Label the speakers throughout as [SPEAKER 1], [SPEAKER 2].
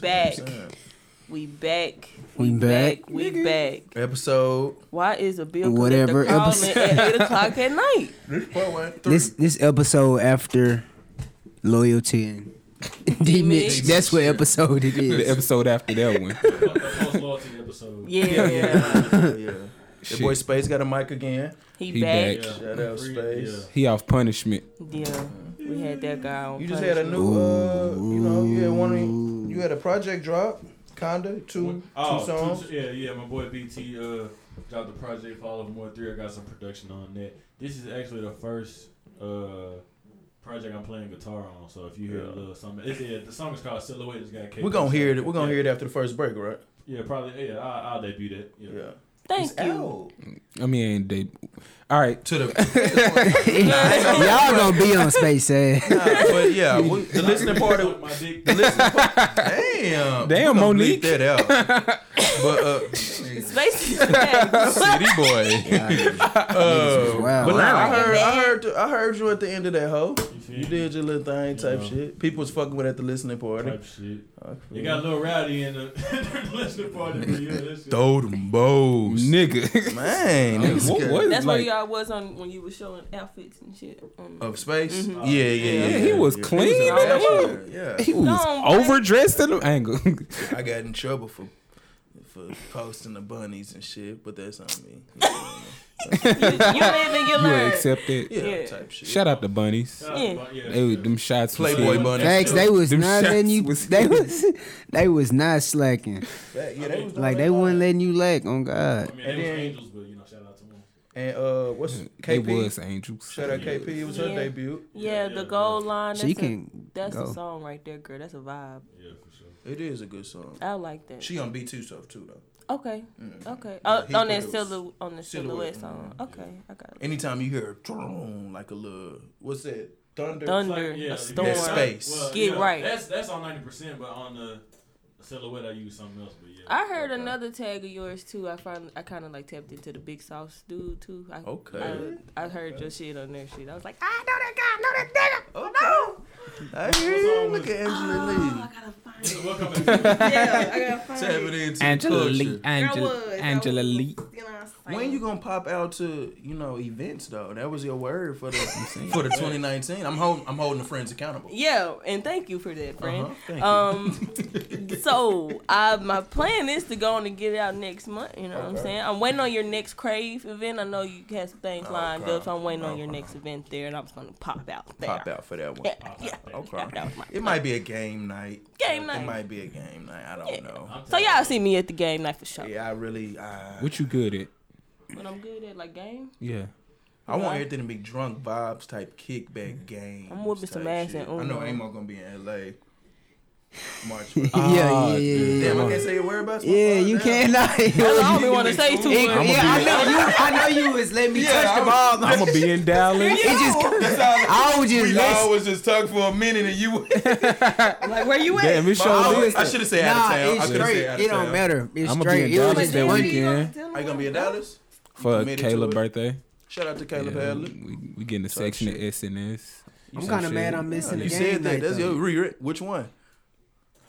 [SPEAKER 1] back.
[SPEAKER 2] saying.
[SPEAKER 1] We back.
[SPEAKER 3] We back.
[SPEAKER 1] We back.
[SPEAKER 2] Episode.
[SPEAKER 1] Why is a bill
[SPEAKER 3] Whatever
[SPEAKER 1] collector calling
[SPEAKER 3] episode.
[SPEAKER 1] at eight o'clock at night?
[SPEAKER 2] This part went through.
[SPEAKER 3] This this episode after loyalty and
[SPEAKER 1] D-Mix.
[SPEAKER 3] D-Mix. That's what episode it
[SPEAKER 4] the
[SPEAKER 3] is.
[SPEAKER 4] episode after that one.
[SPEAKER 5] Post loyalty episode.
[SPEAKER 1] Yeah,
[SPEAKER 2] yeah. yeah. Your
[SPEAKER 4] Shit.
[SPEAKER 2] boy Space got a mic again.
[SPEAKER 1] He,
[SPEAKER 4] He
[SPEAKER 1] back.
[SPEAKER 4] back.
[SPEAKER 2] Shout out Space.
[SPEAKER 4] He off punishment.
[SPEAKER 1] Yeah, we had that guy on.
[SPEAKER 2] You just had a
[SPEAKER 1] punishment.
[SPEAKER 2] new, uh, you know, you had one, of- you had a project drop, kinda two,
[SPEAKER 5] Oh,
[SPEAKER 2] two songs.
[SPEAKER 5] yeah, yeah. My boy BT uh, dropped the project Follow More Three. I got some production on that. This is actually the first uh, project I'm playing guitar on. So if you hear a
[SPEAKER 2] Yeah.
[SPEAKER 5] little something, it's, yeah, the song is called Silhouette. It's got K-
[SPEAKER 2] We're gonna hear it. We're gonna
[SPEAKER 5] yeah,
[SPEAKER 2] hear it after the first break, right?
[SPEAKER 5] Yeah, probably. Yeah, I'll, I'll debut that. Yeah.
[SPEAKER 2] Yeah.
[SPEAKER 1] Thank you.
[SPEAKER 4] I mean, they. All right.
[SPEAKER 2] To the,
[SPEAKER 3] Y'all gonna be on space ass.
[SPEAKER 2] but yeah, we, the
[SPEAKER 5] The
[SPEAKER 2] listening party.
[SPEAKER 5] my dick.
[SPEAKER 2] The listening part. Damn.
[SPEAKER 4] Damn,
[SPEAKER 2] we gonna
[SPEAKER 4] Monique.
[SPEAKER 2] bleep That out. But uh,
[SPEAKER 1] Space is back.
[SPEAKER 2] City boy. Uh,
[SPEAKER 3] wild.
[SPEAKER 2] But nah, I
[SPEAKER 1] Wow.
[SPEAKER 2] heard, I heard, I heard you at the end of that hoe.
[SPEAKER 5] feel
[SPEAKER 2] You
[SPEAKER 5] me?
[SPEAKER 2] did your little thing type
[SPEAKER 5] Yeah.
[SPEAKER 2] shit. People was fucking with at the listening party.
[SPEAKER 5] Type shit.
[SPEAKER 2] I
[SPEAKER 5] You
[SPEAKER 2] feel
[SPEAKER 5] got a little rowdy in the, in the listening party for you. That's it.
[SPEAKER 2] Throw them bows.
[SPEAKER 4] Nigga.
[SPEAKER 2] Man, niggas
[SPEAKER 4] Oh, What-
[SPEAKER 2] got-
[SPEAKER 4] what?
[SPEAKER 1] That's
[SPEAKER 4] Like-
[SPEAKER 1] where y'all was on when you were showing outfits and shit. Um,
[SPEAKER 2] of space. Yeah, yeah, yeah,
[SPEAKER 4] Yeah, he was clean,
[SPEAKER 2] He was
[SPEAKER 1] man.
[SPEAKER 2] an asshole.
[SPEAKER 4] He was
[SPEAKER 1] No, man.
[SPEAKER 4] overdressed in the angle.
[SPEAKER 2] Yeah, I got in trouble for for posting the bunnies and shit, but that's on me.
[SPEAKER 1] you, you live and you
[SPEAKER 4] You
[SPEAKER 1] learn.
[SPEAKER 4] accept it.
[SPEAKER 2] Yeah,
[SPEAKER 1] Yeah.
[SPEAKER 2] type shit.
[SPEAKER 4] Shout out the bunnies.
[SPEAKER 1] Yeah.
[SPEAKER 5] yeah.
[SPEAKER 4] They, them shots. was
[SPEAKER 2] Playboy
[SPEAKER 4] shit.
[SPEAKER 2] bunnies.
[SPEAKER 3] Thanks, they was
[SPEAKER 4] Them
[SPEAKER 3] not
[SPEAKER 4] shots
[SPEAKER 3] letting you.
[SPEAKER 4] was-
[SPEAKER 3] They was they was not slacking.
[SPEAKER 2] That- yeah, that was
[SPEAKER 3] Like they wasn't letting you lack. On
[SPEAKER 5] I
[SPEAKER 3] God,
[SPEAKER 5] mean,
[SPEAKER 2] And
[SPEAKER 5] they
[SPEAKER 2] then-
[SPEAKER 5] was angels, but you know, shout out to them.
[SPEAKER 2] and uh, what's
[SPEAKER 4] They
[SPEAKER 2] KP?
[SPEAKER 4] was angels.
[SPEAKER 2] Shout out KP. It was her
[SPEAKER 1] Yeah.
[SPEAKER 2] debut.
[SPEAKER 1] Yeah, the gold line. That's
[SPEAKER 3] she
[SPEAKER 1] a,
[SPEAKER 3] can
[SPEAKER 1] That's a
[SPEAKER 3] go.
[SPEAKER 1] song right there, girl. That's a vibe.
[SPEAKER 5] Yeah, for sure.
[SPEAKER 2] It is a good song.
[SPEAKER 1] I like that.
[SPEAKER 2] She on B two stuff too though.
[SPEAKER 1] okay. Okay.
[SPEAKER 2] Yeah,
[SPEAKER 1] Oh,
[SPEAKER 2] he
[SPEAKER 1] on that
[SPEAKER 2] produced.
[SPEAKER 1] silhou- on the
[SPEAKER 2] Silhouette, Mm-hmm.
[SPEAKER 1] silhouette song. Okay, I got it.
[SPEAKER 2] Anytime you hear a drum, like a little what's that thunder?
[SPEAKER 1] Thunder,
[SPEAKER 5] Like, yeah,
[SPEAKER 1] a
[SPEAKER 5] if you
[SPEAKER 1] storm.
[SPEAKER 5] got-
[SPEAKER 2] Space.
[SPEAKER 1] Get
[SPEAKER 5] yeah,
[SPEAKER 1] right.
[SPEAKER 5] That's that's on ninety percent, but on the silhouette, I use something else. But yeah,
[SPEAKER 1] I heard another tag of yours too. I find I kind of like tapped into the big sauce dude too. I,
[SPEAKER 2] Okay.
[SPEAKER 1] I, I heard your shit on their shit. I was like, I know that guy, I know that nigga. Oh,
[SPEAKER 2] I hear you. Look at Angela Lee.
[SPEAKER 5] Welcome back.
[SPEAKER 1] no. yeah, I gotta Oh, find
[SPEAKER 2] Tap it
[SPEAKER 1] it.
[SPEAKER 2] into
[SPEAKER 4] Angela
[SPEAKER 2] culture.
[SPEAKER 4] Lee. Angela, Angela Lee.
[SPEAKER 1] You know, I was like,
[SPEAKER 2] When you gonna pop out to you know events though? That was your word for the for the 2019. I'm holding I'm holding the friends accountable.
[SPEAKER 1] Yeah, and thank you for that, friend.
[SPEAKER 2] Uh-huh, thank you.
[SPEAKER 1] Um, so I my plan is to go on and get it out next month. You know what I'm
[SPEAKER 2] Okay.
[SPEAKER 1] saying? I'm waiting on your next Crave event. I know you had some things lined
[SPEAKER 2] Okay.
[SPEAKER 1] up, so I'm waiting on your
[SPEAKER 2] Okay.
[SPEAKER 1] next event there, and I'm just gonna pop out there.
[SPEAKER 2] Pop out for that one.
[SPEAKER 1] Yeah, yeah.
[SPEAKER 2] Okay.
[SPEAKER 1] That was my
[SPEAKER 2] It might be a game night.
[SPEAKER 1] game
[SPEAKER 2] It
[SPEAKER 1] night.
[SPEAKER 2] might be a game night. I don't know.
[SPEAKER 5] I'm
[SPEAKER 1] So
[SPEAKER 5] telling
[SPEAKER 1] y'all see me at the game night for sure.
[SPEAKER 2] Yeah, I really. I,
[SPEAKER 4] What you good at?
[SPEAKER 1] But I'm good at like game.
[SPEAKER 4] Yeah.
[SPEAKER 2] I want everything to be drunk vibes type kickback game.
[SPEAKER 1] I'm whipping some ass in
[SPEAKER 2] I know
[SPEAKER 1] Uno.
[SPEAKER 2] Amo gonna be in LA. March. 1st.
[SPEAKER 4] Ah,
[SPEAKER 3] yeah, yeah, yeah,
[SPEAKER 2] Damn, I
[SPEAKER 3] yeah.
[SPEAKER 2] can't say your whereabouts.
[SPEAKER 3] Yeah, you
[SPEAKER 2] Damn.
[SPEAKER 3] cannot.
[SPEAKER 1] I don't
[SPEAKER 3] yeah,
[SPEAKER 1] want to say too much.
[SPEAKER 3] I know you. I know you was letting me touch the ball.
[SPEAKER 4] I'm gonna be in Dallas.
[SPEAKER 3] It just,
[SPEAKER 2] That's how
[SPEAKER 3] I was just
[SPEAKER 2] we all
[SPEAKER 3] listening.
[SPEAKER 2] was just talking for a minute and you.
[SPEAKER 1] Like where you at?
[SPEAKER 4] Damn, it
[SPEAKER 2] I
[SPEAKER 4] sure
[SPEAKER 2] always-
[SPEAKER 4] is.
[SPEAKER 2] I should have said
[SPEAKER 3] Nah,
[SPEAKER 2] out of town. I
[SPEAKER 3] it's
[SPEAKER 2] could have
[SPEAKER 3] straight.
[SPEAKER 2] said out of
[SPEAKER 3] It
[SPEAKER 2] town.
[SPEAKER 3] don't matter. It's
[SPEAKER 4] I'm gonna
[SPEAKER 3] straight. It
[SPEAKER 4] be in
[SPEAKER 3] was
[SPEAKER 4] Dallas
[SPEAKER 3] just
[SPEAKER 4] that
[SPEAKER 3] funny.
[SPEAKER 4] weekend
[SPEAKER 2] Are you gonna be in Dallas?
[SPEAKER 4] for
[SPEAKER 2] committed to
[SPEAKER 4] Caleb's
[SPEAKER 2] it?
[SPEAKER 4] birthday.
[SPEAKER 2] Shout out to
[SPEAKER 4] Yeah,
[SPEAKER 2] Caleb Hadley.
[SPEAKER 4] we, we getting a section of SNS.
[SPEAKER 3] I'm kind of mad I'm missing
[SPEAKER 2] You
[SPEAKER 3] the game
[SPEAKER 2] said that.
[SPEAKER 3] night,
[SPEAKER 2] That's
[SPEAKER 3] though.
[SPEAKER 2] your re- Which one?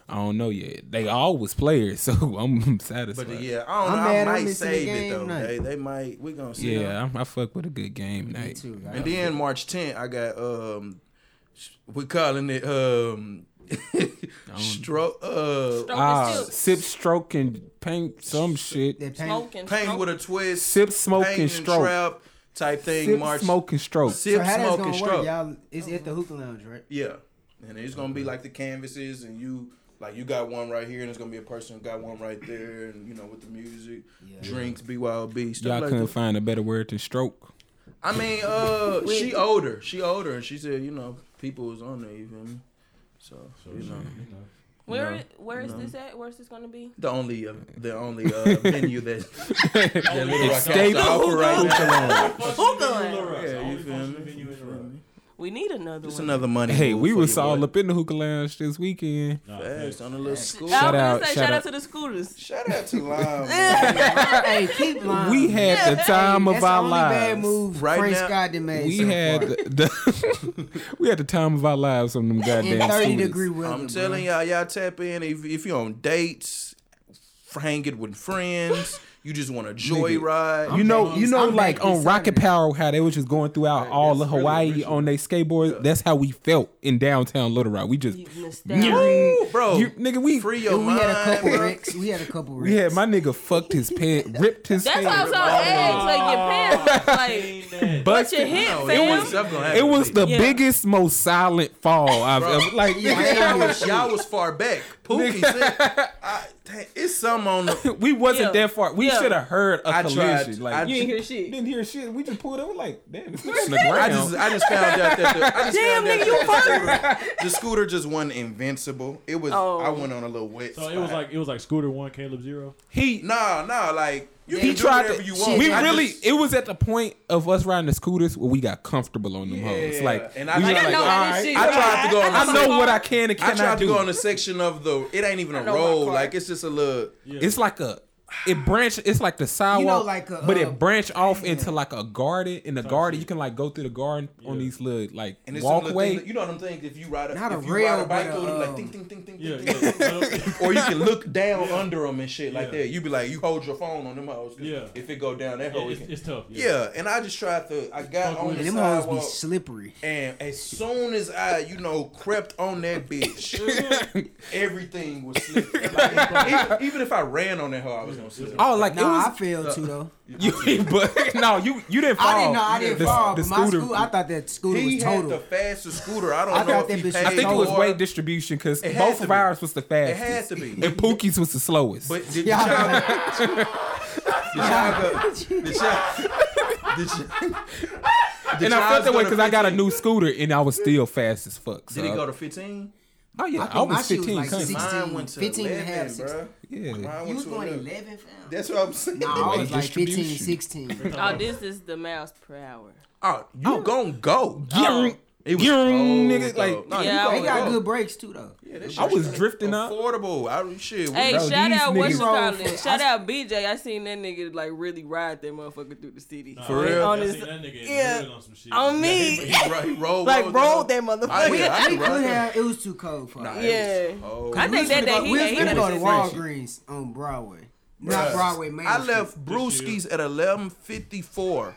[SPEAKER 4] I don't know yet. They all was players, so I'm satisfied.
[SPEAKER 2] But uh, yeah, I don't
[SPEAKER 3] I'm
[SPEAKER 2] know.
[SPEAKER 3] mad
[SPEAKER 2] I
[SPEAKER 3] I'm
[SPEAKER 2] might
[SPEAKER 3] missing the
[SPEAKER 2] save it
[SPEAKER 3] game
[SPEAKER 2] though.
[SPEAKER 3] night.
[SPEAKER 2] They, they might. We're gonna see.
[SPEAKER 4] yeah, I'm- I fuck with a good game
[SPEAKER 3] Me
[SPEAKER 4] night.
[SPEAKER 3] too.
[SPEAKER 2] And then March 10th, I got um, we calling it um, stroke uh,
[SPEAKER 4] Ah,
[SPEAKER 1] Smoking,
[SPEAKER 4] sip, stroke, and paint some shit.
[SPEAKER 3] That pain-
[SPEAKER 1] smoking,
[SPEAKER 2] pain with a twist,
[SPEAKER 4] Sip, smoke,
[SPEAKER 2] pain
[SPEAKER 4] and stroke.
[SPEAKER 2] trap type thing.
[SPEAKER 4] Sip,
[SPEAKER 2] March
[SPEAKER 4] smoke, and stroke.
[SPEAKER 2] sip,
[SPEAKER 3] So how that's
[SPEAKER 2] smoke,
[SPEAKER 3] gonna
[SPEAKER 2] and
[SPEAKER 3] work,
[SPEAKER 2] stroke.
[SPEAKER 3] y'all? It's at the hookah lounge, right?
[SPEAKER 2] Yeah, and it's gonna be like the canvases, and you like you got one right here, and it's gonna be a person who got one right there, and you know with the music, drinks, BYOB stuff
[SPEAKER 4] Y'all
[SPEAKER 2] like
[SPEAKER 4] couldn't
[SPEAKER 2] that.
[SPEAKER 4] find a better word than stroke.
[SPEAKER 2] I mean, uh, she older, she older, and she said, you know, people was on there, you feel me? So
[SPEAKER 5] you.
[SPEAKER 2] you know,
[SPEAKER 1] Where
[SPEAKER 2] No,
[SPEAKER 1] it- where is
[SPEAKER 2] no.
[SPEAKER 1] this at? Where's this gonna be?
[SPEAKER 2] the only uh, the only uh, venue that that Little Rock has
[SPEAKER 4] Escape
[SPEAKER 2] to offer right now.
[SPEAKER 1] Hookah.
[SPEAKER 5] Little Rock,
[SPEAKER 2] Yeah,
[SPEAKER 5] only
[SPEAKER 2] you feel
[SPEAKER 5] function
[SPEAKER 2] me?
[SPEAKER 5] venue
[SPEAKER 2] You
[SPEAKER 5] in the
[SPEAKER 2] feel
[SPEAKER 5] Rock.
[SPEAKER 2] me?
[SPEAKER 1] We need another
[SPEAKER 2] Just
[SPEAKER 1] one.
[SPEAKER 2] another money.
[SPEAKER 4] Hey,
[SPEAKER 2] move
[SPEAKER 4] we
[SPEAKER 2] for
[SPEAKER 4] was
[SPEAKER 2] your
[SPEAKER 4] all
[SPEAKER 2] boy.
[SPEAKER 4] up in the hookah lounge this weekend.
[SPEAKER 5] Nah,
[SPEAKER 2] fast on a little school.
[SPEAKER 1] I was
[SPEAKER 4] Shout
[SPEAKER 1] gonna
[SPEAKER 4] out-
[SPEAKER 1] say,
[SPEAKER 4] shout
[SPEAKER 1] shout out
[SPEAKER 4] out.
[SPEAKER 1] to the scooters.
[SPEAKER 2] Shout out to Lime. man.
[SPEAKER 3] hey, keep lying.
[SPEAKER 4] We had the time
[SPEAKER 3] Um, That's
[SPEAKER 4] of
[SPEAKER 3] the
[SPEAKER 4] our
[SPEAKER 3] only bad
[SPEAKER 4] lives.
[SPEAKER 3] move
[SPEAKER 2] Right
[SPEAKER 3] Frank
[SPEAKER 2] now-
[SPEAKER 3] Scott done made.
[SPEAKER 4] We
[SPEAKER 3] so
[SPEAKER 4] had
[SPEAKER 3] far.
[SPEAKER 4] the, the we had the time of our lives on them
[SPEAKER 3] in
[SPEAKER 4] goddamn
[SPEAKER 3] thirty
[SPEAKER 4] scooters.
[SPEAKER 3] degree weather.
[SPEAKER 2] I'm telling y'all, y'all tap in if, if you're on dates, f- hang it with friends. You just want a joyride.
[SPEAKER 4] You know,
[SPEAKER 3] back-
[SPEAKER 4] you know,
[SPEAKER 3] I'm
[SPEAKER 4] like
[SPEAKER 3] back
[SPEAKER 4] on
[SPEAKER 3] this
[SPEAKER 4] Rocket
[SPEAKER 3] Saturday.
[SPEAKER 4] Power, how they was just going throughout all of Hawaii on their skateboards. That's how we felt in downtown Little Rock. We just,
[SPEAKER 1] You
[SPEAKER 4] you,
[SPEAKER 1] nostalgic.
[SPEAKER 2] bro.
[SPEAKER 4] nigga, we
[SPEAKER 2] free
[SPEAKER 3] bro.
[SPEAKER 2] your
[SPEAKER 3] we
[SPEAKER 2] mind.
[SPEAKER 3] had a couple
[SPEAKER 2] bro.
[SPEAKER 3] wrecks. We had a couple wrecks.
[SPEAKER 4] we had my nigga fucked his pants, ripped his
[SPEAKER 1] That's why I'm so ass.
[SPEAKER 4] pants,
[SPEAKER 1] Like your pants, like but your
[SPEAKER 5] That.
[SPEAKER 4] busted.
[SPEAKER 1] hip,
[SPEAKER 2] No, it
[SPEAKER 1] fam.
[SPEAKER 2] was, something gonna happen
[SPEAKER 4] It was
[SPEAKER 2] to
[SPEAKER 4] the
[SPEAKER 1] Yeah.
[SPEAKER 4] biggest, most silent fall I've
[SPEAKER 2] Bro.
[SPEAKER 4] ever like.
[SPEAKER 3] Yeah,
[SPEAKER 2] you.
[SPEAKER 3] I
[SPEAKER 2] Y'all
[SPEAKER 3] ain't
[SPEAKER 2] was, y'all was far back. Pookie said, I, dang, "It's something on the."
[SPEAKER 4] We wasn't
[SPEAKER 1] Yeah.
[SPEAKER 4] that far. We
[SPEAKER 1] Yeah.
[SPEAKER 4] should have heard a
[SPEAKER 2] I tried.
[SPEAKER 4] collision. Like
[SPEAKER 2] I
[SPEAKER 4] you
[SPEAKER 1] You
[SPEAKER 4] ain't
[SPEAKER 1] ain't hear shit.
[SPEAKER 4] didn't hear shit. We just pulled up. We're like, damn, it's not on the ground.
[SPEAKER 2] I just, I just found out that the, I just
[SPEAKER 1] Damn,
[SPEAKER 2] found
[SPEAKER 1] nigga,
[SPEAKER 2] out
[SPEAKER 1] you
[SPEAKER 2] that the, scooter, the scooter just wasn't invincible. It was.
[SPEAKER 1] Oh.
[SPEAKER 2] I went on a little wet.
[SPEAKER 5] So it was
[SPEAKER 2] spot.
[SPEAKER 5] like it was like Scooter One, Caleb Zero.
[SPEAKER 4] he
[SPEAKER 2] nah, nah, like you
[SPEAKER 4] he
[SPEAKER 2] can
[SPEAKER 4] tried
[SPEAKER 2] do
[SPEAKER 4] to.
[SPEAKER 2] whatever you want.
[SPEAKER 4] We
[SPEAKER 2] I
[SPEAKER 4] really.
[SPEAKER 2] just-
[SPEAKER 4] it was at the point of us riding the scooters where we got comfortable on them hoes.
[SPEAKER 2] Yeah,
[SPEAKER 4] Like,
[SPEAKER 2] and I
[SPEAKER 4] we
[SPEAKER 2] tried
[SPEAKER 4] was
[SPEAKER 2] to
[SPEAKER 4] like,
[SPEAKER 2] go-
[SPEAKER 4] all
[SPEAKER 1] I
[SPEAKER 4] right,
[SPEAKER 2] I tried to go on.
[SPEAKER 4] I
[SPEAKER 2] a
[SPEAKER 4] know
[SPEAKER 2] sec-
[SPEAKER 4] what I can and
[SPEAKER 2] I
[SPEAKER 4] cannot
[SPEAKER 2] tried to
[SPEAKER 4] do.
[SPEAKER 2] go on the section of the. It ain't even a
[SPEAKER 1] know my
[SPEAKER 2] road.
[SPEAKER 1] car.
[SPEAKER 2] Like it's just a little.
[SPEAKER 4] It's like a it branch. It's like the sidewalk,
[SPEAKER 3] like a,
[SPEAKER 4] but
[SPEAKER 3] uh,
[SPEAKER 4] it branch off into like a garden. In the garden, you can like go through the garden on
[SPEAKER 5] Yeah.
[SPEAKER 4] these little like
[SPEAKER 2] And it's some little
[SPEAKER 4] walkway.
[SPEAKER 2] Thing, you know what I'm saying? If you ride a,
[SPEAKER 3] Not a
[SPEAKER 2] if you ride
[SPEAKER 3] rail,
[SPEAKER 2] a bike,
[SPEAKER 3] but a,
[SPEAKER 2] it'll be like
[SPEAKER 3] um,
[SPEAKER 2] ding, ding, ding, ding,
[SPEAKER 5] Yeah,
[SPEAKER 2] ding, ding, ding.
[SPEAKER 1] Oh,
[SPEAKER 5] yeah.
[SPEAKER 2] Or you can look down under them and shit like
[SPEAKER 5] Yeah.
[SPEAKER 2] that. You be like, you hold your phone on them hoes. 'cause
[SPEAKER 5] Yeah.
[SPEAKER 2] If it go down that hole, it
[SPEAKER 5] it's,
[SPEAKER 2] can.
[SPEAKER 5] it's tough.
[SPEAKER 2] Yeah, and I just tried to. I got
[SPEAKER 5] Fuck
[SPEAKER 2] on
[SPEAKER 5] with
[SPEAKER 2] the
[SPEAKER 3] and them hoes be
[SPEAKER 2] sidewalk,
[SPEAKER 3] slippery.
[SPEAKER 2] and as soon as I, you know, crept on that bitch, everything was slipping. Like, even, even if I ran on that hoe, I was gonna slip.
[SPEAKER 4] oh, like it
[SPEAKER 3] Nah,
[SPEAKER 4] was.
[SPEAKER 3] I failed too though.
[SPEAKER 4] you, but no, you you didn't fall.
[SPEAKER 3] I didn't know. I didn't
[SPEAKER 4] The-
[SPEAKER 3] fall.
[SPEAKER 4] the
[SPEAKER 3] but my
[SPEAKER 4] scooter-
[SPEAKER 3] school, I thought that scooter
[SPEAKER 2] He
[SPEAKER 3] was
[SPEAKER 2] had the
[SPEAKER 3] total.
[SPEAKER 2] fastest scooter. I don't
[SPEAKER 3] I
[SPEAKER 2] know
[SPEAKER 3] thought
[SPEAKER 2] if he
[SPEAKER 3] that bitch
[SPEAKER 2] paid
[SPEAKER 3] was
[SPEAKER 4] I think it was
[SPEAKER 2] or-
[SPEAKER 4] weight distribution because
[SPEAKER 2] It had
[SPEAKER 4] both
[SPEAKER 2] to
[SPEAKER 4] of
[SPEAKER 2] be.
[SPEAKER 4] ours was the
[SPEAKER 2] It had
[SPEAKER 4] fastest,
[SPEAKER 2] to be.
[SPEAKER 4] and Pookie's was the slowest.
[SPEAKER 2] But did
[SPEAKER 3] Yeah.
[SPEAKER 2] y'all did y'all go? Did y'all? Did y'all did
[SPEAKER 4] and I
[SPEAKER 2] y'all's
[SPEAKER 4] felt that
[SPEAKER 2] go
[SPEAKER 4] way
[SPEAKER 2] to
[SPEAKER 4] because I got a
[SPEAKER 2] 15?
[SPEAKER 4] new scooter and I was still fast as fuck. So.
[SPEAKER 2] Did he go to 15?
[SPEAKER 4] Oh yeah,
[SPEAKER 3] I
[SPEAKER 4] I,
[SPEAKER 3] think my
[SPEAKER 4] was
[SPEAKER 3] shit was
[SPEAKER 4] fifteen.
[SPEAKER 3] like
[SPEAKER 4] cuz.
[SPEAKER 3] 16.
[SPEAKER 2] Mine went to
[SPEAKER 3] 15 and a
[SPEAKER 2] 11,
[SPEAKER 3] half,
[SPEAKER 2] bruh.
[SPEAKER 3] 16.
[SPEAKER 4] yeah,
[SPEAKER 2] Mine
[SPEAKER 3] You
[SPEAKER 2] went
[SPEAKER 3] was
[SPEAKER 2] to
[SPEAKER 3] going
[SPEAKER 2] 11.
[SPEAKER 3] 11, fam.
[SPEAKER 2] That's what I'm saying.
[SPEAKER 3] Nah, I was
[SPEAKER 4] Weight
[SPEAKER 3] like 15,
[SPEAKER 4] distribution.
[SPEAKER 3] 16.
[SPEAKER 1] Oh, this is the miles per hour.
[SPEAKER 2] Oh, you gonna go? Oh.
[SPEAKER 4] Gyung,
[SPEAKER 2] It was
[SPEAKER 4] gyung,
[SPEAKER 2] cold,
[SPEAKER 4] nigga,
[SPEAKER 2] though.
[SPEAKER 4] like
[SPEAKER 2] Nah, you
[SPEAKER 1] Yeah,
[SPEAKER 2] gonna
[SPEAKER 3] They got
[SPEAKER 2] go.
[SPEAKER 3] good breaks too though.
[SPEAKER 2] Yeah, that shit
[SPEAKER 4] I was
[SPEAKER 2] straight.
[SPEAKER 4] driving up.
[SPEAKER 2] Affordable. I shit. we-
[SPEAKER 1] Hey,
[SPEAKER 4] Bro,
[SPEAKER 1] shout
[SPEAKER 4] these
[SPEAKER 1] out what you
[SPEAKER 4] niggas-
[SPEAKER 1] call
[SPEAKER 3] Roll
[SPEAKER 1] it.
[SPEAKER 3] for-
[SPEAKER 1] Shout out BJ. I seen that nigga like really ride that motherfucker through the city.
[SPEAKER 5] Nah,
[SPEAKER 2] For
[SPEAKER 5] I-
[SPEAKER 2] real?
[SPEAKER 5] I
[SPEAKER 1] On his-
[SPEAKER 5] seen that nigga in the
[SPEAKER 1] yeah.
[SPEAKER 5] hood on some shit.
[SPEAKER 1] On
[SPEAKER 2] he,
[SPEAKER 1] me.
[SPEAKER 2] ro- he rolled.
[SPEAKER 1] like
[SPEAKER 2] rolled
[SPEAKER 1] rolled
[SPEAKER 2] that.
[SPEAKER 1] that motherfucker.
[SPEAKER 2] I, yeah, I
[SPEAKER 3] We
[SPEAKER 2] could
[SPEAKER 3] could
[SPEAKER 2] ride that.
[SPEAKER 3] have. It was too cold for us.
[SPEAKER 2] Nah,
[SPEAKER 1] Yeah.
[SPEAKER 2] it was cold.
[SPEAKER 1] I think that day
[SPEAKER 3] We
[SPEAKER 1] he,
[SPEAKER 3] was
[SPEAKER 1] ate-
[SPEAKER 3] gonna
[SPEAKER 1] he
[SPEAKER 3] go to
[SPEAKER 1] was just-
[SPEAKER 3] Walgreens on Broadway. Not
[SPEAKER 2] Bruh,
[SPEAKER 3] Broadway, man.
[SPEAKER 2] I left Brewski's at 11:54.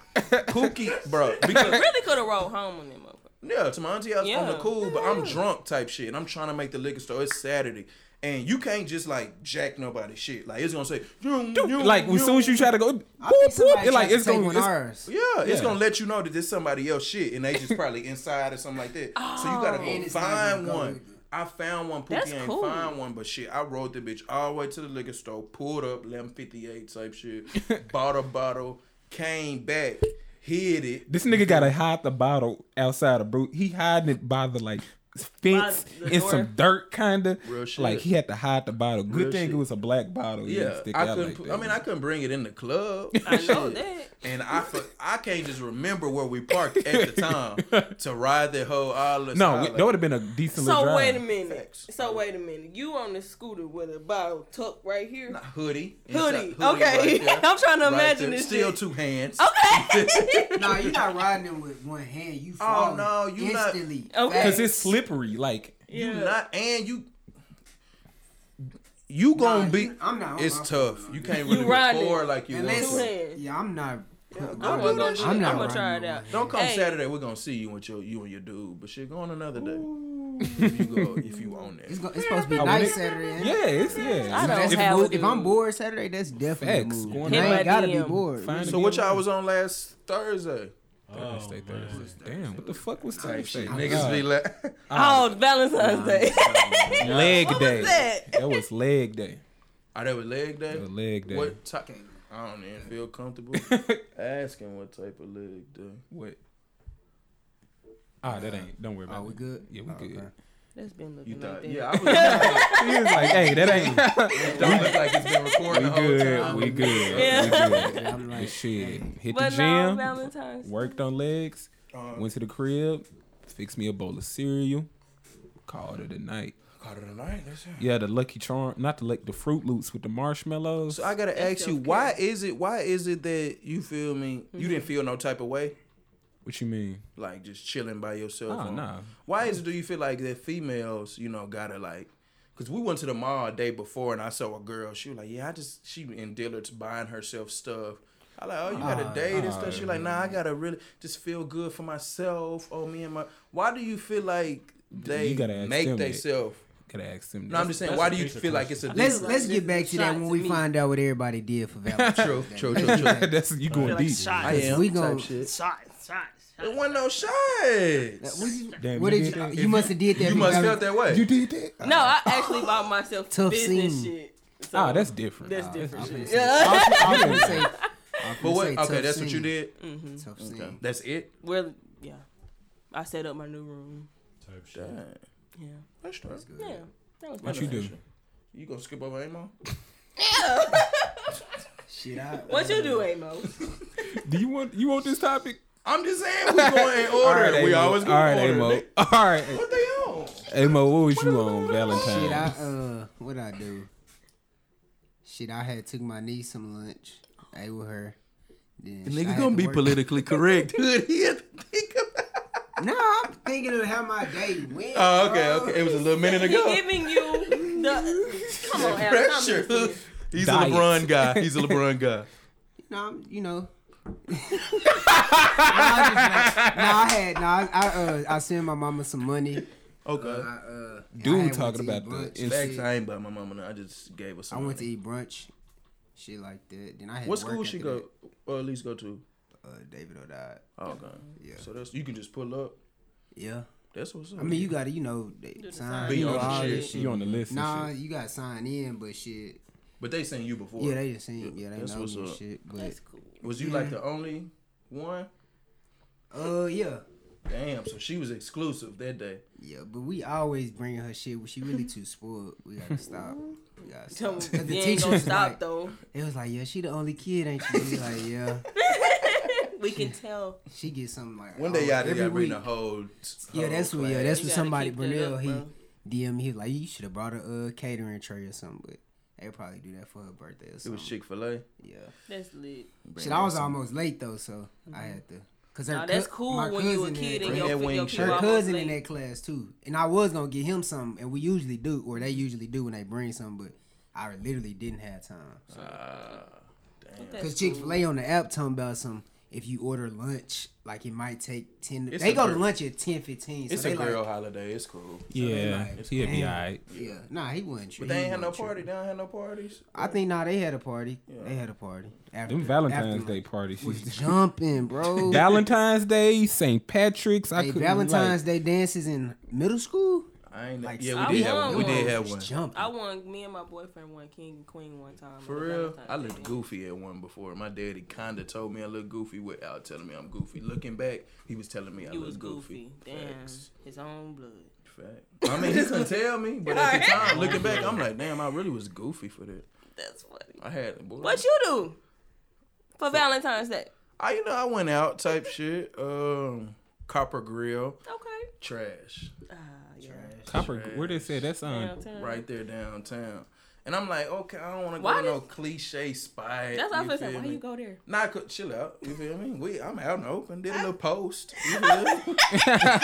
[SPEAKER 2] Pookie, bro, because
[SPEAKER 1] Really could have rolled home on that motherfucker.
[SPEAKER 2] yeah, to my auntie house on the
[SPEAKER 1] Yeah.
[SPEAKER 2] cool, but I'm drunk type shit, and I'm trying to make the liquor store. It's Saturday, and you can't just like jack nobody shit. Like it's gonna say, "Yung, yung,
[SPEAKER 4] Like as soon as you
[SPEAKER 2] yung."
[SPEAKER 4] try to go, boop,
[SPEAKER 3] I think
[SPEAKER 4] boop,
[SPEAKER 3] somebody
[SPEAKER 4] it,
[SPEAKER 3] like
[SPEAKER 4] like it's
[SPEAKER 3] take
[SPEAKER 4] going.
[SPEAKER 3] one
[SPEAKER 4] It's,
[SPEAKER 3] ours.
[SPEAKER 2] Yeah, it's
[SPEAKER 4] Yeah.
[SPEAKER 2] gonna let you know that there's somebody else shit, and they just probably inside or something like that. so
[SPEAKER 4] Oh.
[SPEAKER 2] you gotta
[SPEAKER 3] And
[SPEAKER 2] go
[SPEAKER 3] it's not gonna
[SPEAKER 2] find
[SPEAKER 3] go
[SPEAKER 2] one.
[SPEAKER 3] with it.
[SPEAKER 2] I found one. Pookie
[SPEAKER 1] That's
[SPEAKER 2] ain't
[SPEAKER 1] cool.
[SPEAKER 2] find one, but shit, I rode the bitch all the way to the liquor store, pulled up 1158 type shit, bought a bottle, came back, hid it.
[SPEAKER 4] this nigga gotta hide the bottle outside of Bruce. He hiding it by the like fence
[SPEAKER 1] the
[SPEAKER 4] in
[SPEAKER 1] door.
[SPEAKER 4] some dirt, kinda.
[SPEAKER 2] Real shit.
[SPEAKER 4] Like he had to hide the bottle. Good
[SPEAKER 2] Real
[SPEAKER 4] thing
[SPEAKER 2] shit.
[SPEAKER 4] it was a black bottle. It didn't
[SPEAKER 2] Yeah,
[SPEAKER 4] stick
[SPEAKER 2] I
[SPEAKER 4] out
[SPEAKER 2] couldn't.
[SPEAKER 4] like
[SPEAKER 2] pu-
[SPEAKER 4] that.
[SPEAKER 2] I mean, I couldn't bring it in the club.
[SPEAKER 1] I know
[SPEAKER 2] Shit.
[SPEAKER 1] that.
[SPEAKER 2] And I, fu- I can't just remember where we parked at the time to ride that whole island.
[SPEAKER 4] no, that would have been a decent little
[SPEAKER 1] So
[SPEAKER 4] drive.
[SPEAKER 1] wait a minute.
[SPEAKER 2] Facts.
[SPEAKER 1] So wait a minute. You on the scooter with a bottle tucked right here?
[SPEAKER 2] hoodie.
[SPEAKER 1] Hoodie.
[SPEAKER 2] Inside-
[SPEAKER 1] Okay.
[SPEAKER 2] right there.
[SPEAKER 1] I'm trying to
[SPEAKER 2] Right
[SPEAKER 1] imagine
[SPEAKER 2] there.
[SPEAKER 1] this
[SPEAKER 2] Still
[SPEAKER 1] shit. Oh,
[SPEAKER 2] two hands.
[SPEAKER 3] Nah, you're not riding them with one hand. You fall.
[SPEAKER 2] Oh, no, you not-
[SPEAKER 3] instantly.
[SPEAKER 1] Okay.
[SPEAKER 4] Cause it's slippery. Like
[SPEAKER 2] You
[SPEAKER 1] Yeah.
[SPEAKER 2] not and you you gonna
[SPEAKER 3] you-
[SPEAKER 2] be
[SPEAKER 3] I'm not on
[SPEAKER 2] it's
[SPEAKER 3] my
[SPEAKER 2] tough. You can't really
[SPEAKER 1] riding.
[SPEAKER 2] record like you want
[SPEAKER 3] Unless,
[SPEAKER 1] Two
[SPEAKER 2] to.
[SPEAKER 1] hands.
[SPEAKER 3] yeah, I'm not.
[SPEAKER 2] I'm
[SPEAKER 1] I'm
[SPEAKER 2] do
[SPEAKER 1] gonna,
[SPEAKER 2] that
[SPEAKER 1] go,
[SPEAKER 2] shit.
[SPEAKER 1] I'm
[SPEAKER 3] not
[SPEAKER 1] gonna try it
[SPEAKER 3] riding
[SPEAKER 1] out.
[SPEAKER 2] Don't come
[SPEAKER 1] Hey.
[SPEAKER 2] Saturday, we're gonna see you with your you and your dude, but shit, go on another day. If you go if you on
[SPEAKER 3] It's,
[SPEAKER 2] that.
[SPEAKER 3] go, it's supposed to be
[SPEAKER 4] I
[SPEAKER 3] nice
[SPEAKER 4] wouldn't-
[SPEAKER 3] Saturday. ain't it?
[SPEAKER 4] yeah, it's yeah.
[SPEAKER 1] I don't
[SPEAKER 3] That's
[SPEAKER 4] If-
[SPEAKER 1] have-
[SPEAKER 3] a move.
[SPEAKER 1] to
[SPEAKER 3] If I'm
[SPEAKER 1] do-
[SPEAKER 3] bored Saturday, that's definitely
[SPEAKER 4] Facts.
[SPEAKER 3] a move.
[SPEAKER 4] Going
[SPEAKER 3] I
[SPEAKER 1] out. Hit
[SPEAKER 3] ain't
[SPEAKER 1] my
[SPEAKER 3] gotta be
[SPEAKER 1] DM.
[SPEAKER 3] bored.
[SPEAKER 4] Find
[SPEAKER 2] So
[SPEAKER 4] it.
[SPEAKER 2] what y'all was on last Thursday?
[SPEAKER 5] Oh,
[SPEAKER 4] Thursday, Thursday.
[SPEAKER 5] man.
[SPEAKER 4] Damn, what the fuck was
[SPEAKER 2] Type
[SPEAKER 4] Thursday?
[SPEAKER 2] shit. Niggas be like
[SPEAKER 1] Oh, Valentine's Day.
[SPEAKER 4] leg
[SPEAKER 1] What was
[SPEAKER 4] day.
[SPEAKER 1] that?
[SPEAKER 4] was leg day.
[SPEAKER 2] Are that was leg day?
[SPEAKER 4] That was leg day.
[SPEAKER 2] What type I don't even feel comfortable asking what type of leg day.
[SPEAKER 4] What? Ah, that ain't. Don't worry
[SPEAKER 3] Oh,
[SPEAKER 4] about
[SPEAKER 3] we
[SPEAKER 4] it.
[SPEAKER 3] good?
[SPEAKER 4] Yeah, we
[SPEAKER 3] Oh,
[SPEAKER 4] good.
[SPEAKER 3] okay.
[SPEAKER 1] That's been
[SPEAKER 2] You
[SPEAKER 1] looking like
[SPEAKER 2] thought
[SPEAKER 1] that.
[SPEAKER 2] yeah, I was
[SPEAKER 4] He was like, "Hey, that ain't.
[SPEAKER 2] don't look like it's been recording the
[SPEAKER 4] we
[SPEAKER 2] whole
[SPEAKER 4] good.
[SPEAKER 2] time.
[SPEAKER 4] We good.
[SPEAKER 1] Yeah.
[SPEAKER 4] We good.
[SPEAKER 3] And I'm like,
[SPEAKER 4] Shit. Hit
[SPEAKER 1] But
[SPEAKER 4] the
[SPEAKER 1] no,
[SPEAKER 4] gym.
[SPEAKER 1] Valentine's.
[SPEAKER 4] worked on legs.
[SPEAKER 2] Uh,
[SPEAKER 4] Went to the crib. fix me a bowl of cereal, called it a night.
[SPEAKER 2] Caught it tonight. That's it.
[SPEAKER 4] Yeah, the Lucky Charm, not the like the Fruit Loops with the marshmallows.
[SPEAKER 2] So I gotta
[SPEAKER 1] That's
[SPEAKER 2] ask you,
[SPEAKER 1] self-care.
[SPEAKER 2] why is it? Why is it that you feel me?
[SPEAKER 1] Mm-hmm.
[SPEAKER 2] You didn't feel no type of way,
[SPEAKER 4] what you mean?
[SPEAKER 2] like just chilling by yourself.
[SPEAKER 4] Oh,
[SPEAKER 2] on-
[SPEAKER 4] nah.
[SPEAKER 2] Why is it? Do you feel like that females, you know, gotta like? Cause we went to the mall a day before, and I saw a girl. She was like, "Yeah, I just she in Dillard's buying herself stuff." I like, "Oh, you got
[SPEAKER 4] Uh,
[SPEAKER 2] a date and stuff." She like, "Nah, I gotta really just feel good for myself. Oh, me and my." Why do you feel like they
[SPEAKER 4] gotta ask
[SPEAKER 2] make
[SPEAKER 4] them that.
[SPEAKER 2] themselves?
[SPEAKER 4] Gotta ask them.
[SPEAKER 2] No, I'm just saying.
[SPEAKER 5] That's
[SPEAKER 2] Why
[SPEAKER 5] a
[SPEAKER 2] do you
[SPEAKER 5] basic
[SPEAKER 2] feel like it's a
[SPEAKER 3] Let's
[SPEAKER 1] Like,
[SPEAKER 3] let's
[SPEAKER 1] this
[SPEAKER 3] get back
[SPEAKER 1] is
[SPEAKER 3] to
[SPEAKER 1] a
[SPEAKER 3] that
[SPEAKER 1] shot
[SPEAKER 3] when
[SPEAKER 1] to
[SPEAKER 3] we
[SPEAKER 1] me.
[SPEAKER 3] find out what everybody did for Valentine's Day.
[SPEAKER 2] True, true, true, true.
[SPEAKER 4] That's you going
[SPEAKER 1] Like
[SPEAKER 4] deep.
[SPEAKER 1] shots.
[SPEAKER 2] I am
[SPEAKER 3] We
[SPEAKER 2] type
[SPEAKER 3] gon-
[SPEAKER 2] shit.
[SPEAKER 1] Shots, shots,
[SPEAKER 2] It
[SPEAKER 1] shots.
[SPEAKER 2] wasn't no shots.
[SPEAKER 3] What you,
[SPEAKER 4] Damn,
[SPEAKER 3] what
[SPEAKER 4] you
[SPEAKER 3] did
[SPEAKER 4] did
[SPEAKER 3] you,
[SPEAKER 4] that?
[SPEAKER 3] you must have did that.
[SPEAKER 2] You must
[SPEAKER 3] for
[SPEAKER 2] felt that way.
[SPEAKER 4] You did that?
[SPEAKER 1] No, I actually bought myself
[SPEAKER 3] Tough
[SPEAKER 1] business
[SPEAKER 3] scene.
[SPEAKER 1] shit. So
[SPEAKER 4] Ah, that's different.
[SPEAKER 1] that's
[SPEAKER 3] Ah,
[SPEAKER 1] different.
[SPEAKER 3] I
[SPEAKER 1] shit.
[SPEAKER 3] was
[SPEAKER 1] Yeah.
[SPEAKER 4] I
[SPEAKER 3] Valentine's
[SPEAKER 4] was-
[SPEAKER 3] Day. I was
[SPEAKER 2] But
[SPEAKER 3] gonna
[SPEAKER 2] what?
[SPEAKER 3] say
[SPEAKER 2] Okay,
[SPEAKER 3] tough
[SPEAKER 2] that's what you
[SPEAKER 3] scene. Mm-hmm.
[SPEAKER 2] did.
[SPEAKER 3] Tough scene.
[SPEAKER 2] That's it.
[SPEAKER 1] Well, yeah. I set up my new room.
[SPEAKER 5] Type shit.
[SPEAKER 1] Yeah.
[SPEAKER 2] That's true.
[SPEAKER 3] Good.
[SPEAKER 1] Yeah. That was
[SPEAKER 4] what you do?
[SPEAKER 2] You gonna skip over Amo?
[SPEAKER 3] Shit, I,
[SPEAKER 1] What you do, Amo?
[SPEAKER 4] Do you want you want this topic?
[SPEAKER 2] I'm just saying we going in order. we
[SPEAKER 4] Amo.
[SPEAKER 2] always go
[SPEAKER 4] All right,
[SPEAKER 2] in order.
[SPEAKER 4] Amo. All right,
[SPEAKER 2] What they on?
[SPEAKER 4] Amo. What was you on
[SPEAKER 3] Shit, I
[SPEAKER 4] Valentine's?
[SPEAKER 3] uh, what I do? Shit, I had took my niece some lunch. Ate with her. Then shit, I had to work.
[SPEAKER 2] politically correct. Hood, he had to think about.
[SPEAKER 3] No, I'm thinking of how my day went.
[SPEAKER 2] Oh, okay,
[SPEAKER 3] bro.
[SPEAKER 2] okay. It was a little minute
[SPEAKER 1] He
[SPEAKER 2] ago.
[SPEAKER 1] giving you the come on, Al, come
[SPEAKER 2] uh, Pressure.
[SPEAKER 1] listen.
[SPEAKER 2] He's
[SPEAKER 4] Diet.
[SPEAKER 2] a LeBron guy. He's a LeBron guy.
[SPEAKER 3] No, I'm, you know. no, I just, like, no, I had no. I I, uh, I sent my mama some money. I,
[SPEAKER 2] Okay.
[SPEAKER 3] uh,
[SPEAKER 4] Dude
[SPEAKER 3] I had
[SPEAKER 4] talking
[SPEAKER 3] went to
[SPEAKER 4] about
[SPEAKER 3] eat brunch.
[SPEAKER 4] the
[SPEAKER 2] Facts. I ain't by my mama. No. I just gave her
[SPEAKER 3] I
[SPEAKER 2] some.
[SPEAKER 3] went to
[SPEAKER 2] money.
[SPEAKER 3] eat brunch, shit like that. Then I had
[SPEAKER 2] What
[SPEAKER 3] to work
[SPEAKER 2] school she
[SPEAKER 3] after
[SPEAKER 2] go, or at least go to?
[SPEAKER 3] that. Uh, David O'Dowd.
[SPEAKER 2] Oh, God.
[SPEAKER 3] Yeah.
[SPEAKER 2] So that's you can just pull up.
[SPEAKER 3] Yeah,
[SPEAKER 2] That's what's up.
[SPEAKER 3] I mean you gotta you know they sign
[SPEAKER 2] Be
[SPEAKER 3] you know,
[SPEAKER 2] on the
[SPEAKER 3] all
[SPEAKER 2] shit.
[SPEAKER 3] this shit.
[SPEAKER 4] You on the list? and
[SPEAKER 3] Nah,
[SPEAKER 4] shit.
[SPEAKER 3] you gotta sign in, but shit.
[SPEAKER 2] but they seen you before.
[SPEAKER 3] Yeah, they just seen. Yeah, they
[SPEAKER 2] That's
[SPEAKER 3] know
[SPEAKER 2] what's
[SPEAKER 3] me and
[SPEAKER 2] up.
[SPEAKER 3] shit. But
[SPEAKER 1] That's cool.
[SPEAKER 2] Was you like the only one?
[SPEAKER 3] uh, yeah,
[SPEAKER 2] Damn, so she was exclusive that day.
[SPEAKER 3] yeah. But we always bringing her shit. She really too spoiled. We gotta stop. We gotta
[SPEAKER 1] Tell
[SPEAKER 3] stop.
[SPEAKER 1] me,
[SPEAKER 3] 'Cause
[SPEAKER 1] you ain't gonna
[SPEAKER 3] was
[SPEAKER 1] stop
[SPEAKER 3] like,
[SPEAKER 1] though.
[SPEAKER 3] It was like, yeah, she the only kid, ain't she? We like, yeah,
[SPEAKER 1] We can tell.
[SPEAKER 3] she get something like
[SPEAKER 2] One day
[SPEAKER 3] all-
[SPEAKER 2] y'all did
[SPEAKER 3] every
[SPEAKER 2] y'all bring the
[SPEAKER 3] week.
[SPEAKER 2] whole.
[SPEAKER 3] Yeah, that's
[SPEAKER 2] who.
[SPEAKER 3] what. Yeah, that's
[SPEAKER 1] You
[SPEAKER 3] what
[SPEAKER 1] gotta
[SPEAKER 3] somebody
[SPEAKER 1] keep that
[SPEAKER 3] Brunel
[SPEAKER 1] up,
[SPEAKER 3] he
[SPEAKER 1] bro.
[SPEAKER 3] DM me. He was like, you should have brought a uh, catering tray or something. But they probably do that for her birthday or
[SPEAKER 2] It
[SPEAKER 3] something.
[SPEAKER 2] was Chick Fil A.
[SPEAKER 3] Yeah.
[SPEAKER 1] That's lit.
[SPEAKER 3] Shit, I was almost late though, so I had to. Cause her
[SPEAKER 1] Mm-hmm. Nah, that's
[SPEAKER 3] cou-
[SPEAKER 1] cool
[SPEAKER 3] my
[SPEAKER 1] when you a
[SPEAKER 3] cousin in
[SPEAKER 1] kid
[SPEAKER 3] that
[SPEAKER 1] and
[SPEAKER 3] class-
[SPEAKER 2] Red
[SPEAKER 1] your,
[SPEAKER 2] Wing
[SPEAKER 1] your
[SPEAKER 2] shirt.
[SPEAKER 1] people
[SPEAKER 3] her
[SPEAKER 1] almost
[SPEAKER 3] cousin
[SPEAKER 1] late.
[SPEAKER 3] in that class too, and I was gonna get him something, and we usually do, or they usually do when they bring something, but I literally didn't have time.
[SPEAKER 2] Uh,
[SPEAKER 3] So.
[SPEAKER 1] That's
[SPEAKER 3] Cause Chick Fil A on the app talking about some. If you order lunch, like it might take ten.
[SPEAKER 2] It's
[SPEAKER 3] they
[SPEAKER 2] a
[SPEAKER 3] go to
[SPEAKER 2] girl-
[SPEAKER 3] lunch at ten fifteen. So
[SPEAKER 2] It's
[SPEAKER 3] they
[SPEAKER 2] a girl
[SPEAKER 3] Like,
[SPEAKER 2] holiday. It's cool.
[SPEAKER 4] Yeah,
[SPEAKER 3] It's
[SPEAKER 4] he'll be
[SPEAKER 3] cool.
[SPEAKER 4] all right.
[SPEAKER 3] yeah, nah, he wasn't. tri-
[SPEAKER 2] But they
[SPEAKER 3] he
[SPEAKER 2] ain't had no
[SPEAKER 3] wasn't tri-
[SPEAKER 2] party. They don't have no parties.
[SPEAKER 3] I think nah, they had a party. They had a party. After,
[SPEAKER 4] Them Valentine's
[SPEAKER 3] after
[SPEAKER 4] Day
[SPEAKER 3] lunch.
[SPEAKER 4] parties.
[SPEAKER 3] was jumping, bro.
[SPEAKER 4] Valentine's Day, St. Patrick's. I
[SPEAKER 3] Hey,
[SPEAKER 4] couldn't
[SPEAKER 3] Valentine's Day dances in middle school?
[SPEAKER 2] I ain't.
[SPEAKER 3] Like,
[SPEAKER 2] yeah,
[SPEAKER 1] I
[SPEAKER 2] we did have
[SPEAKER 1] want
[SPEAKER 2] one. We did
[SPEAKER 1] one.
[SPEAKER 2] have
[SPEAKER 3] It's
[SPEAKER 2] one.
[SPEAKER 3] jumping.
[SPEAKER 1] I won. Me and my boyfriend won king and queen one time.
[SPEAKER 2] For
[SPEAKER 1] on
[SPEAKER 2] real,
[SPEAKER 1] Valentine's
[SPEAKER 2] I looked
[SPEAKER 1] Day.
[SPEAKER 2] goofy at one before. My daddy kinda told me I look goofy without telling me I'm goofy. Looking back, he was telling me I
[SPEAKER 1] You
[SPEAKER 2] look
[SPEAKER 1] was goofy. Damn,
[SPEAKER 2] Facts.
[SPEAKER 1] his own blood.
[SPEAKER 2] Fact. I mean, he couldn't tell me, but at the time, looking back, I'm like, damn, I really was goofy for that.
[SPEAKER 1] That's funny.
[SPEAKER 2] I had. Boy,
[SPEAKER 1] What you do for Valentine's Day?
[SPEAKER 2] I you know I went out type shit. Um, Copper Grill,
[SPEAKER 1] Okay.
[SPEAKER 2] trash,
[SPEAKER 1] Ah, yeah.
[SPEAKER 4] Like, Copper, where they said that's on.
[SPEAKER 1] Downtown.
[SPEAKER 2] right there downtown. And I'm like, okay, I don't want to go
[SPEAKER 1] Why
[SPEAKER 2] to no
[SPEAKER 1] did-
[SPEAKER 2] cliche spot.
[SPEAKER 1] That's what I
[SPEAKER 2] you
[SPEAKER 1] was saying.
[SPEAKER 2] feel
[SPEAKER 1] Why
[SPEAKER 2] me?
[SPEAKER 1] you go there?
[SPEAKER 2] Nah, I could chill out. You feel me? We, I'm out in the open. Did a little post. You feel me?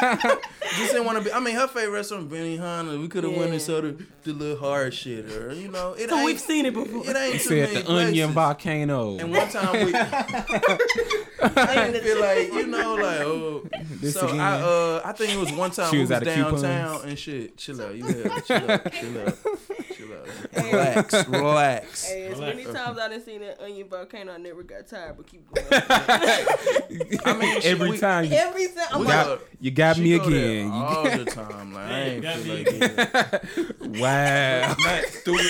[SPEAKER 2] Just didn't want to be. I mean, her favorite restaurant, Benny Hanna. We could have went
[SPEAKER 1] Yeah.
[SPEAKER 2] and saw the, the little hard shit, or you know, it
[SPEAKER 1] So
[SPEAKER 2] ain't.
[SPEAKER 1] we've seen it before.
[SPEAKER 2] it ain't
[SPEAKER 4] They
[SPEAKER 2] too
[SPEAKER 4] said
[SPEAKER 2] many
[SPEAKER 4] the Onion
[SPEAKER 2] places.
[SPEAKER 4] Volcano.
[SPEAKER 2] And one time we, I didn't feel like you know, like oh.
[SPEAKER 4] This
[SPEAKER 2] so
[SPEAKER 4] again.
[SPEAKER 2] I, uh, I think it was one time
[SPEAKER 4] She
[SPEAKER 2] we was
[SPEAKER 4] was out of coupons.
[SPEAKER 2] downtown and shit. Chill out, you yeah, chill out, chill out, chill out. Relax, relax.
[SPEAKER 1] Hey, as
[SPEAKER 5] Relax.
[SPEAKER 1] many times I done seen that onion volcano, I never got tired, but keep going.
[SPEAKER 2] I mean, shit,
[SPEAKER 4] Every
[SPEAKER 2] we-
[SPEAKER 4] time you
[SPEAKER 1] Every time, I'm
[SPEAKER 2] We
[SPEAKER 1] like,
[SPEAKER 4] got, you got
[SPEAKER 2] She
[SPEAKER 4] me
[SPEAKER 2] go there
[SPEAKER 4] again. You-
[SPEAKER 2] all the time. Like I ain't
[SPEAKER 5] Got
[SPEAKER 2] feel
[SPEAKER 5] me
[SPEAKER 2] like it.
[SPEAKER 4] wow.
[SPEAKER 2] Not stupid.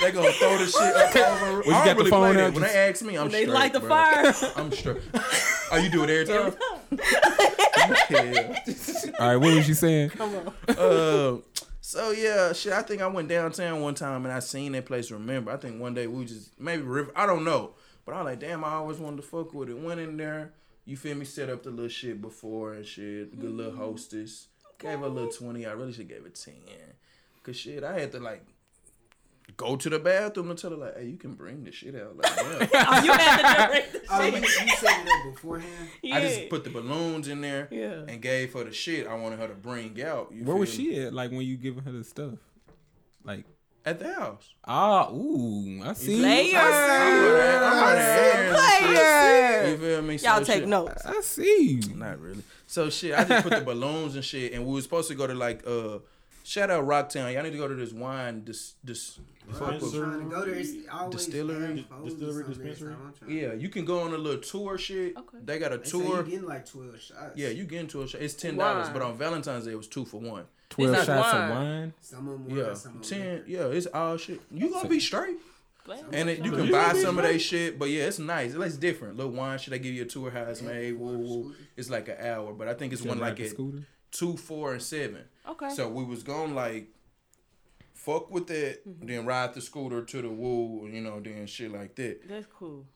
[SPEAKER 2] they gonna throw the shit up over.
[SPEAKER 4] you
[SPEAKER 2] I don't
[SPEAKER 4] got the
[SPEAKER 2] really
[SPEAKER 4] phone
[SPEAKER 2] play
[SPEAKER 4] out,
[SPEAKER 2] that. When they ask me, I'm
[SPEAKER 1] they
[SPEAKER 2] straight,
[SPEAKER 1] light the
[SPEAKER 2] bro.
[SPEAKER 1] fire.
[SPEAKER 2] I'm straight. Oh, you do it every time. yeah.
[SPEAKER 4] All right, what was you saying?
[SPEAKER 2] Uh, so yeah, shit. I think I went downtown one time and I seen that place. Remember, I think one day we just maybe river. I don't know, but I was like, damn, I always wanted to fuck with it. Went in there. You feel me? Set up the little shit before and shit. Good little hostess. Gave her a little twenty. I really should gave it ten. Cause shit, I had to like go to the bathroom and tell her like, hey, you can bring the shit out. Like, yeah.
[SPEAKER 1] Oh, you had to direct the
[SPEAKER 3] Oh, you,
[SPEAKER 1] shit.
[SPEAKER 3] you set it up beforehand.
[SPEAKER 1] Yeah.
[SPEAKER 2] I just put the balloons in there
[SPEAKER 1] Yeah.
[SPEAKER 2] and gave her the shit I wanted her to bring out. You
[SPEAKER 4] Where was
[SPEAKER 2] feel me?
[SPEAKER 4] she at? Like when you giving her the stuff? Like
[SPEAKER 2] At the house.
[SPEAKER 4] ah, ooh, I see.
[SPEAKER 1] Player.
[SPEAKER 2] I'm running- I'm running errands and shit. You
[SPEAKER 1] Player.
[SPEAKER 2] feel me? So
[SPEAKER 1] Y'all take
[SPEAKER 2] shit-
[SPEAKER 1] notes.
[SPEAKER 4] I see.
[SPEAKER 2] Not really. So shit, I just put the balloons and shit, and we was supposed to go to like uh, shout out Rocktown. Y'all need to go to this wine this this.
[SPEAKER 3] I'm
[SPEAKER 5] Dispenser.
[SPEAKER 3] trying to go there. It's always
[SPEAKER 2] Distillery.
[SPEAKER 3] half closed or
[SPEAKER 5] Distillery,
[SPEAKER 3] something.
[SPEAKER 5] dispensary.
[SPEAKER 3] That's how I'm trying.
[SPEAKER 2] Yeah, you can go on a little tour shit.
[SPEAKER 1] Okay.
[SPEAKER 2] They got a
[SPEAKER 3] They say
[SPEAKER 2] tour.
[SPEAKER 3] you getting like twelve shots.
[SPEAKER 2] yeah, you get into a shot. It's ten dollars,
[SPEAKER 1] Wine.
[SPEAKER 2] but on Valentine's Day it was two for one.
[SPEAKER 4] Twelve
[SPEAKER 1] It's
[SPEAKER 4] shots
[SPEAKER 1] not
[SPEAKER 4] of
[SPEAKER 1] wine.
[SPEAKER 4] wine.
[SPEAKER 3] Some of them
[SPEAKER 2] Yeah,
[SPEAKER 3] were, some of them
[SPEAKER 2] ten.
[SPEAKER 3] liquor.
[SPEAKER 2] Yeah, it's all shit. You gonna be straight,
[SPEAKER 1] Player.
[SPEAKER 2] and it, you can
[SPEAKER 5] You
[SPEAKER 2] buy
[SPEAKER 5] gonna be
[SPEAKER 2] some of that shit. But yeah, it's nice. It's different. Little wine shit. They give you a tour how it's made. Woo, woo. It's like an hour, but I think it's one like
[SPEAKER 4] a
[SPEAKER 2] at
[SPEAKER 4] scooter.
[SPEAKER 2] two, four, and seven.
[SPEAKER 1] Okay.
[SPEAKER 2] So we was going like fuck with that, then ride the scooter to the woo, you know, then shit like that.
[SPEAKER 1] That's cool.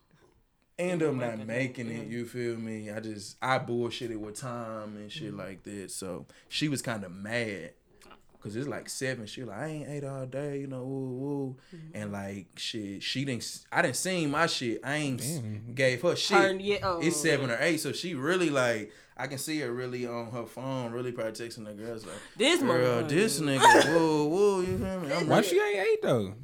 [SPEAKER 2] End up not making it, you feel me? I just I bullshitted with time and shit like that. So she was kind of mad. Cause it's like seven. She like I ain't ate all day, you know, woo woo, and like shit. She didn't. s- I didn't see my shit. I ain't s- gave her shit.
[SPEAKER 1] Her- yeah, oh.
[SPEAKER 2] It's seven or eight, so she really like. I can see her really on her phone, really probably texting the girls like,
[SPEAKER 1] This
[SPEAKER 2] Girl,
[SPEAKER 1] motherfucker.
[SPEAKER 2] this nigga, whoa, whoa, you feel me? I'm
[SPEAKER 4] Why
[SPEAKER 2] right.
[SPEAKER 4] she ain't ate though?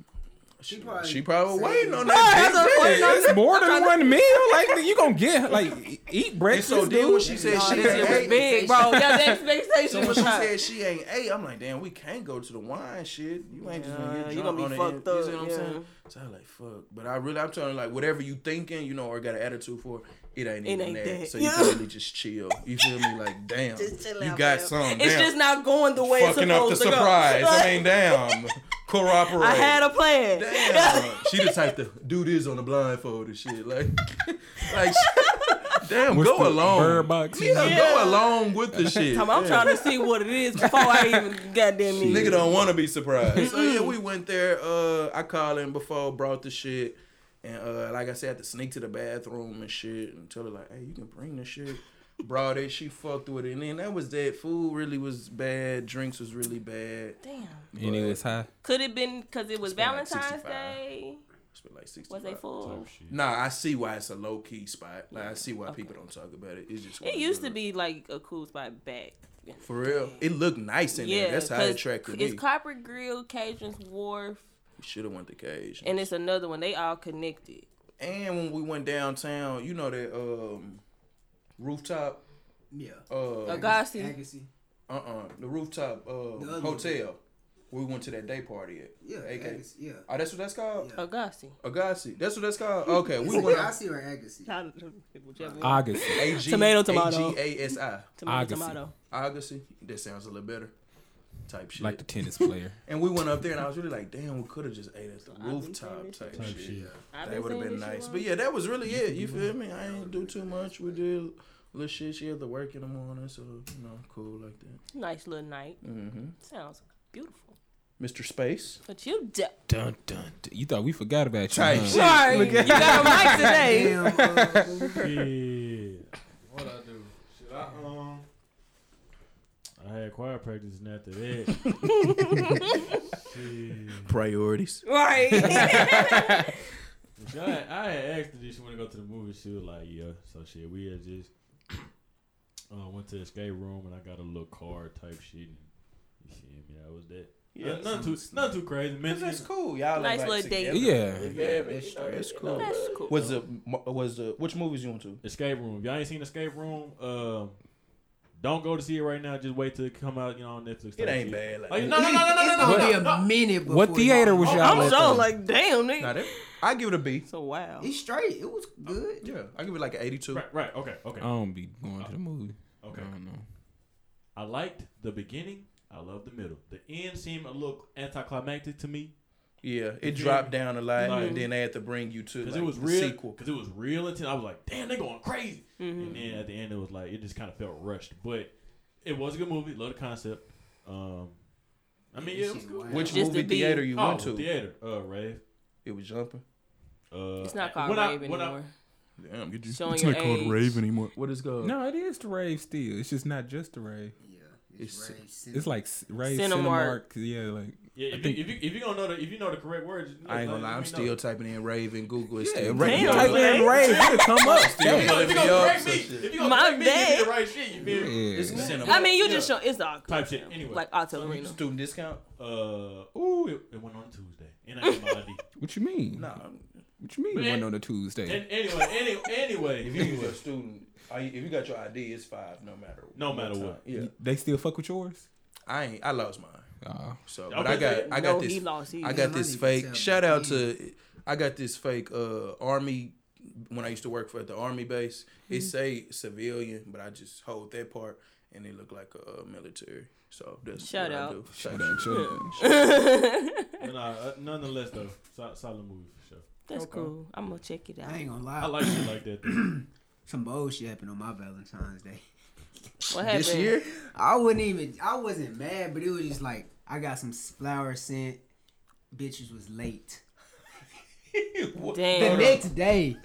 [SPEAKER 3] She probably
[SPEAKER 2] She probably
[SPEAKER 3] said-
[SPEAKER 2] waiting on
[SPEAKER 1] that's
[SPEAKER 2] that
[SPEAKER 1] a
[SPEAKER 2] big
[SPEAKER 1] point.
[SPEAKER 2] dick.
[SPEAKER 4] It's more than one meal. Like you gonna get her, like e- eat
[SPEAKER 2] And
[SPEAKER 4] breakfast.
[SPEAKER 2] so then when
[SPEAKER 4] dude.
[SPEAKER 2] she said
[SPEAKER 1] Oh,
[SPEAKER 2] she
[SPEAKER 1] this shit was
[SPEAKER 2] ain't eight,
[SPEAKER 1] big, bro. Yeah, the expectations
[SPEAKER 2] so when
[SPEAKER 1] was
[SPEAKER 2] she
[SPEAKER 1] high.
[SPEAKER 2] said she ain't eight, I'm like, damn, we can't go to the wine shit. You ain't just gonna
[SPEAKER 1] Yeah,
[SPEAKER 2] get
[SPEAKER 1] you
[SPEAKER 2] drunk
[SPEAKER 1] gonna be
[SPEAKER 2] on the end.
[SPEAKER 1] fucked up,
[SPEAKER 2] You see what I'm
[SPEAKER 1] yeah.
[SPEAKER 2] saying? So I like, fuck. But I really, I'm telling her, like, whatever you thinking, you know, or got an attitude for, it ain't
[SPEAKER 1] It
[SPEAKER 2] even
[SPEAKER 1] ain't
[SPEAKER 2] that.
[SPEAKER 1] that.
[SPEAKER 2] So you
[SPEAKER 1] Yeah.
[SPEAKER 2] can really just chill. You feel me? Like, damn,
[SPEAKER 1] Just chill
[SPEAKER 2] you
[SPEAKER 1] out,
[SPEAKER 2] got
[SPEAKER 1] fam.
[SPEAKER 2] some.
[SPEAKER 1] It's
[SPEAKER 2] damn.
[SPEAKER 1] just not going the way it's
[SPEAKER 2] fucking up
[SPEAKER 1] supposed
[SPEAKER 2] the
[SPEAKER 1] to
[SPEAKER 2] surprise.
[SPEAKER 1] go.
[SPEAKER 2] I mean, damn, cooperate.
[SPEAKER 1] I had a plan.
[SPEAKER 2] Damn. she the type to do this on the blindfold and shit. Like, like she- damn,
[SPEAKER 4] What's
[SPEAKER 2] go
[SPEAKER 4] the
[SPEAKER 2] along.
[SPEAKER 4] bird box?
[SPEAKER 2] Yeah,
[SPEAKER 1] Yeah.
[SPEAKER 2] go along with the shit.
[SPEAKER 1] Tom, I'm
[SPEAKER 2] Yeah.
[SPEAKER 1] trying to see what it is before I even goddamn me.
[SPEAKER 2] Nigga don't want to be surprised. so yeah, we went there. Uh, I called him before, brought the shit, and uh, like I said, I had to sneak to the bathroom and shit, and tell her like, "Hey, you can bring the shit." Brought it. She fucked with it, and then that was that. Food really was bad. Drinks was really bad.
[SPEAKER 1] Damn.
[SPEAKER 4] and it was high.
[SPEAKER 1] Could it been because it was
[SPEAKER 2] been like
[SPEAKER 1] Valentine's
[SPEAKER 2] 65.
[SPEAKER 1] Day?
[SPEAKER 2] Spent like sixty.
[SPEAKER 1] Was they full?
[SPEAKER 2] Nah, I see why it's a low key spot. Like I see why people don't talk about it. It's just
[SPEAKER 1] It used to
[SPEAKER 2] good.
[SPEAKER 1] be like a cool spot back.
[SPEAKER 2] for real. It looked nice in
[SPEAKER 1] Yeah,
[SPEAKER 2] there. That's how it
[SPEAKER 1] 'cause
[SPEAKER 2] attracted me.
[SPEAKER 1] It's Copper Grill, Cajun's Wharf,
[SPEAKER 2] Should have went to Cage.
[SPEAKER 1] and it's another one. They all connected.
[SPEAKER 2] And when we went downtown, you know that um rooftop
[SPEAKER 3] Yeah.
[SPEAKER 2] uh uh uh
[SPEAKER 1] Agassi.
[SPEAKER 3] Agassi.
[SPEAKER 2] the rooftop uh
[SPEAKER 3] The other
[SPEAKER 2] hotel. We went to that day party at.
[SPEAKER 3] Yeah.
[SPEAKER 2] AK.
[SPEAKER 3] Agassi. Yeah.
[SPEAKER 2] Oh, that's what that's called.
[SPEAKER 3] Yeah.
[SPEAKER 1] Agassi.
[SPEAKER 2] Agassi. That's what that's called. Okay,
[SPEAKER 3] Is
[SPEAKER 2] we
[SPEAKER 3] it
[SPEAKER 2] went.
[SPEAKER 3] Agassi or Agassi?
[SPEAKER 1] Whichever one.
[SPEAKER 4] August.
[SPEAKER 2] A-G-
[SPEAKER 1] Tomato, tomato.
[SPEAKER 2] A-G-A-S-I.
[SPEAKER 1] Tomato,
[SPEAKER 4] Agassi.
[SPEAKER 1] tomato.
[SPEAKER 2] Agassi. That sounds a little better. Type shit.
[SPEAKER 4] Like the tennis player.
[SPEAKER 2] And we went up there, and I was really like, damn, we could have just ate at the
[SPEAKER 1] been
[SPEAKER 2] rooftop
[SPEAKER 1] saying
[SPEAKER 2] type,
[SPEAKER 5] Type
[SPEAKER 2] shit.
[SPEAKER 5] shit.
[SPEAKER 1] I've
[SPEAKER 2] That would have
[SPEAKER 1] saying
[SPEAKER 2] been
[SPEAKER 1] this shit
[SPEAKER 2] nice.
[SPEAKER 1] all-
[SPEAKER 2] But yeah, that was really it. You feel me? I ain't do too much. We did little shit. She had to work in the morning, so, you know, cool like that.
[SPEAKER 1] nice little night.
[SPEAKER 2] Mm-hmm.
[SPEAKER 1] Sounds beautiful.
[SPEAKER 2] Mr. Space.
[SPEAKER 1] But you do.
[SPEAKER 4] Dun, dun, dun. You thought we forgot about you.
[SPEAKER 2] Type
[SPEAKER 4] huh?
[SPEAKER 2] shit.
[SPEAKER 1] Sorry, you got a mic today.
[SPEAKER 3] Damn, uh,
[SPEAKER 5] Yeah. What I do? Should I um? I had choir practice and after that. Shit.
[SPEAKER 2] Priorities.
[SPEAKER 1] Right.
[SPEAKER 5] She- I, I had asked her did she want to go to the movie. She was like, yeah. So shit, we had just uh, went to the escape room and I got a little card type shit. And you see me? That was that. Yeah,
[SPEAKER 2] Yeah,
[SPEAKER 5] nothing too, nothing too crazy. Man,
[SPEAKER 2] That's cool. Y'all
[SPEAKER 1] Nice
[SPEAKER 2] like
[SPEAKER 1] little
[SPEAKER 2] together.
[SPEAKER 1] date.
[SPEAKER 4] Yeah.
[SPEAKER 2] Yeah, that's, that's cool.
[SPEAKER 1] That's cool.
[SPEAKER 2] Was the was the which movies you went to?
[SPEAKER 5] Escape Room. If y'all ain't seen Escape Room, uh, don't go to see it right now. Just wait till it come out, you know, on Netflix.
[SPEAKER 2] It
[SPEAKER 5] type
[SPEAKER 2] ain't
[SPEAKER 5] shit.
[SPEAKER 2] bad. Like,
[SPEAKER 5] Like,
[SPEAKER 2] that.
[SPEAKER 5] Oh, no, no, no, no, no,
[SPEAKER 3] It's
[SPEAKER 5] no, no.
[SPEAKER 3] gonna be a minute before.
[SPEAKER 4] What theater
[SPEAKER 3] y'all-
[SPEAKER 4] was y'all
[SPEAKER 1] I'm
[SPEAKER 4] at?
[SPEAKER 1] so
[SPEAKER 4] though?
[SPEAKER 1] like, damn,
[SPEAKER 2] Nah,
[SPEAKER 1] nigga.
[SPEAKER 2] that- I give it a B.
[SPEAKER 1] So wow.
[SPEAKER 3] It's straight. It was good.
[SPEAKER 2] Yeah, I give it like an eighty-two.
[SPEAKER 5] Right, right. Okay, okay,
[SPEAKER 4] I don't be going to the movie.
[SPEAKER 5] okay.
[SPEAKER 4] I don't know.
[SPEAKER 5] I liked the beginning. I love the middle. The end seemed a little anticlimactic to me
[SPEAKER 2] Yeah, it
[SPEAKER 5] Yeah.
[SPEAKER 2] dropped down a lot,
[SPEAKER 5] Like-
[SPEAKER 2] and then they had to bring you to
[SPEAKER 5] because
[SPEAKER 2] like,
[SPEAKER 5] it was
[SPEAKER 2] the
[SPEAKER 5] real.
[SPEAKER 2] sequel.
[SPEAKER 5] Because it was real intense. I was like, damn, they going crazy.
[SPEAKER 1] Mm-hmm.
[SPEAKER 5] And then at the end, it was like it just kind of felt rushed. But it was a good movie. Love the concept. Um, I mean, yeah, it was good.
[SPEAKER 3] Wow.
[SPEAKER 2] Which
[SPEAKER 1] Just
[SPEAKER 2] movie
[SPEAKER 1] to be-
[SPEAKER 2] theater you
[SPEAKER 5] Oh,
[SPEAKER 2] went to?
[SPEAKER 5] theater. Uh, Rave.
[SPEAKER 2] It was jumping.
[SPEAKER 5] Uh,
[SPEAKER 1] It's not
[SPEAKER 5] I-
[SPEAKER 1] called
[SPEAKER 5] when I-
[SPEAKER 1] Rave
[SPEAKER 5] when I-
[SPEAKER 1] anymore.
[SPEAKER 2] Damn, get you.
[SPEAKER 1] Showing
[SPEAKER 2] it's
[SPEAKER 1] your
[SPEAKER 2] not called
[SPEAKER 1] age.
[SPEAKER 2] rave anymore. What is uh, called?
[SPEAKER 4] No, it is the rave still. It's just not just the rave.
[SPEAKER 3] Yeah, it's,
[SPEAKER 2] It's-
[SPEAKER 3] rave
[SPEAKER 4] It's like s- rave
[SPEAKER 1] Cinemark.
[SPEAKER 4] Cinemark. Yeah, like
[SPEAKER 5] Yeah, if,
[SPEAKER 4] think-
[SPEAKER 5] you, if you if you don't know the if you know the correct words, just
[SPEAKER 2] I ain't gonna
[SPEAKER 5] let
[SPEAKER 2] lie. I'm
[SPEAKER 5] me know.
[SPEAKER 2] still typing in rave in Google. It's
[SPEAKER 4] yeah,
[SPEAKER 2] still
[SPEAKER 4] ra-
[SPEAKER 1] Damn,
[SPEAKER 4] you type in
[SPEAKER 1] man.
[SPEAKER 4] rave, it'll come up.
[SPEAKER 5] If you
[SPEAKER 4] Still.
[SPEAKER 5] gonna- if you
[SPEAKER 2] Yeah.
[SPEAKER 5] gonna correct me,
[SPEAKER 2] Yeah.
[SPEAKER 5] if you gonna
[SPEAKER 1] My
[SPEAKER 5] correct me, you
[SPEAKER 1] bad.
[SPEAKER 5] did the right shit. You feel me?
[SPEAKER 4] Yeah.
[SPEAKER 2] cinema.
[SPEAKER 1] I mean, you
[SPEAKER 5] Yeah.
[SPEAKER 1] just show it's all
[SPEAKER 5] Type shit, anyway.
[SPEAKER 1] like Auto Arena.
[SPEAKER 2] Student discount?
[SPEAKER 5] Uh, ooh, it, it went on Tuesday, and I got my ID.
[SPEAKER 4] What you mean?
[SPEAKER 2] Nah.
[SPEAKER 4] What you mean?
[SPEAKER 5] Man.
[SPEAKER 4] One on a Tuesday.
[SPEAKER 5] And anyway, any, anyway,
[SPEAKER 2] If you was a student, I- if you got your ID, it's five, no matter.
[SPEAKER 5] No matter what.
[SPEAKER 2] Yeah.
[SPEAKER 4] They still fuck with yours?
[SPEAKER 2] I ain't. I lost mine.
[SPEAKER 4] Uh,
[SPEAKER 2] So,
[SPEAKER 5] Y'all
[SPEAKER 2] but I
[SPEAKER 5] been
[SPEAKER 2] got.
[SPEAKER 5] saying-
[SPEAKER 2] I got
[SPEAKER 1] no,
[SPEAKER 2] this.
[SPEAKER 1] he lost. He
[SPEAKER 2] I got
[SPEAKER 3] Yeah,
[SPEAKER 2] this
[SPEAKER 3] I need to
[SPEAKER 2] fake
[SPEAKER 3] tell
[SPEAKER 2] shout
[SPEAKER 3] them.
[SPEAKER 2] out to I got this fake uh army when I used to work for at the army base.
[SPEAKER 1] Mm-hmm.
[SPEAKER 2] It say civilian, but I just hold that part and it look like a uh, military. So that's
[SPEAKER 1] Shout
[SPEAKER 2] what I
[SPEAKER 1] out.
[SPEAKER 2] do.
[SPEAKER 4] shout out, shout out.
[SPEAKER 5] but nah, uh, nonetheless though, sol- solid movie for sure.
[SPEAKER 1] That's
[SPEAKER 2] Okay.
[SPEAKER 1] cool. I'm gonna check it out.
[SPEAKER 3] I ain't gonna lie.
[SPEAKER 5] I like shit like that. Though.
[SPEAKER 3] Some bullshit happened on my Valentine's Day.
[SPEAKER 1] What happened?
[SPEAKER 2] This year,
[SPEAKER 3] I wouldn't even. I wasn't mad, but it was just like I got some flowers sent. Bitches was late. The
[SPEAKER 1] Damn.
[SPEAKER 3] next day,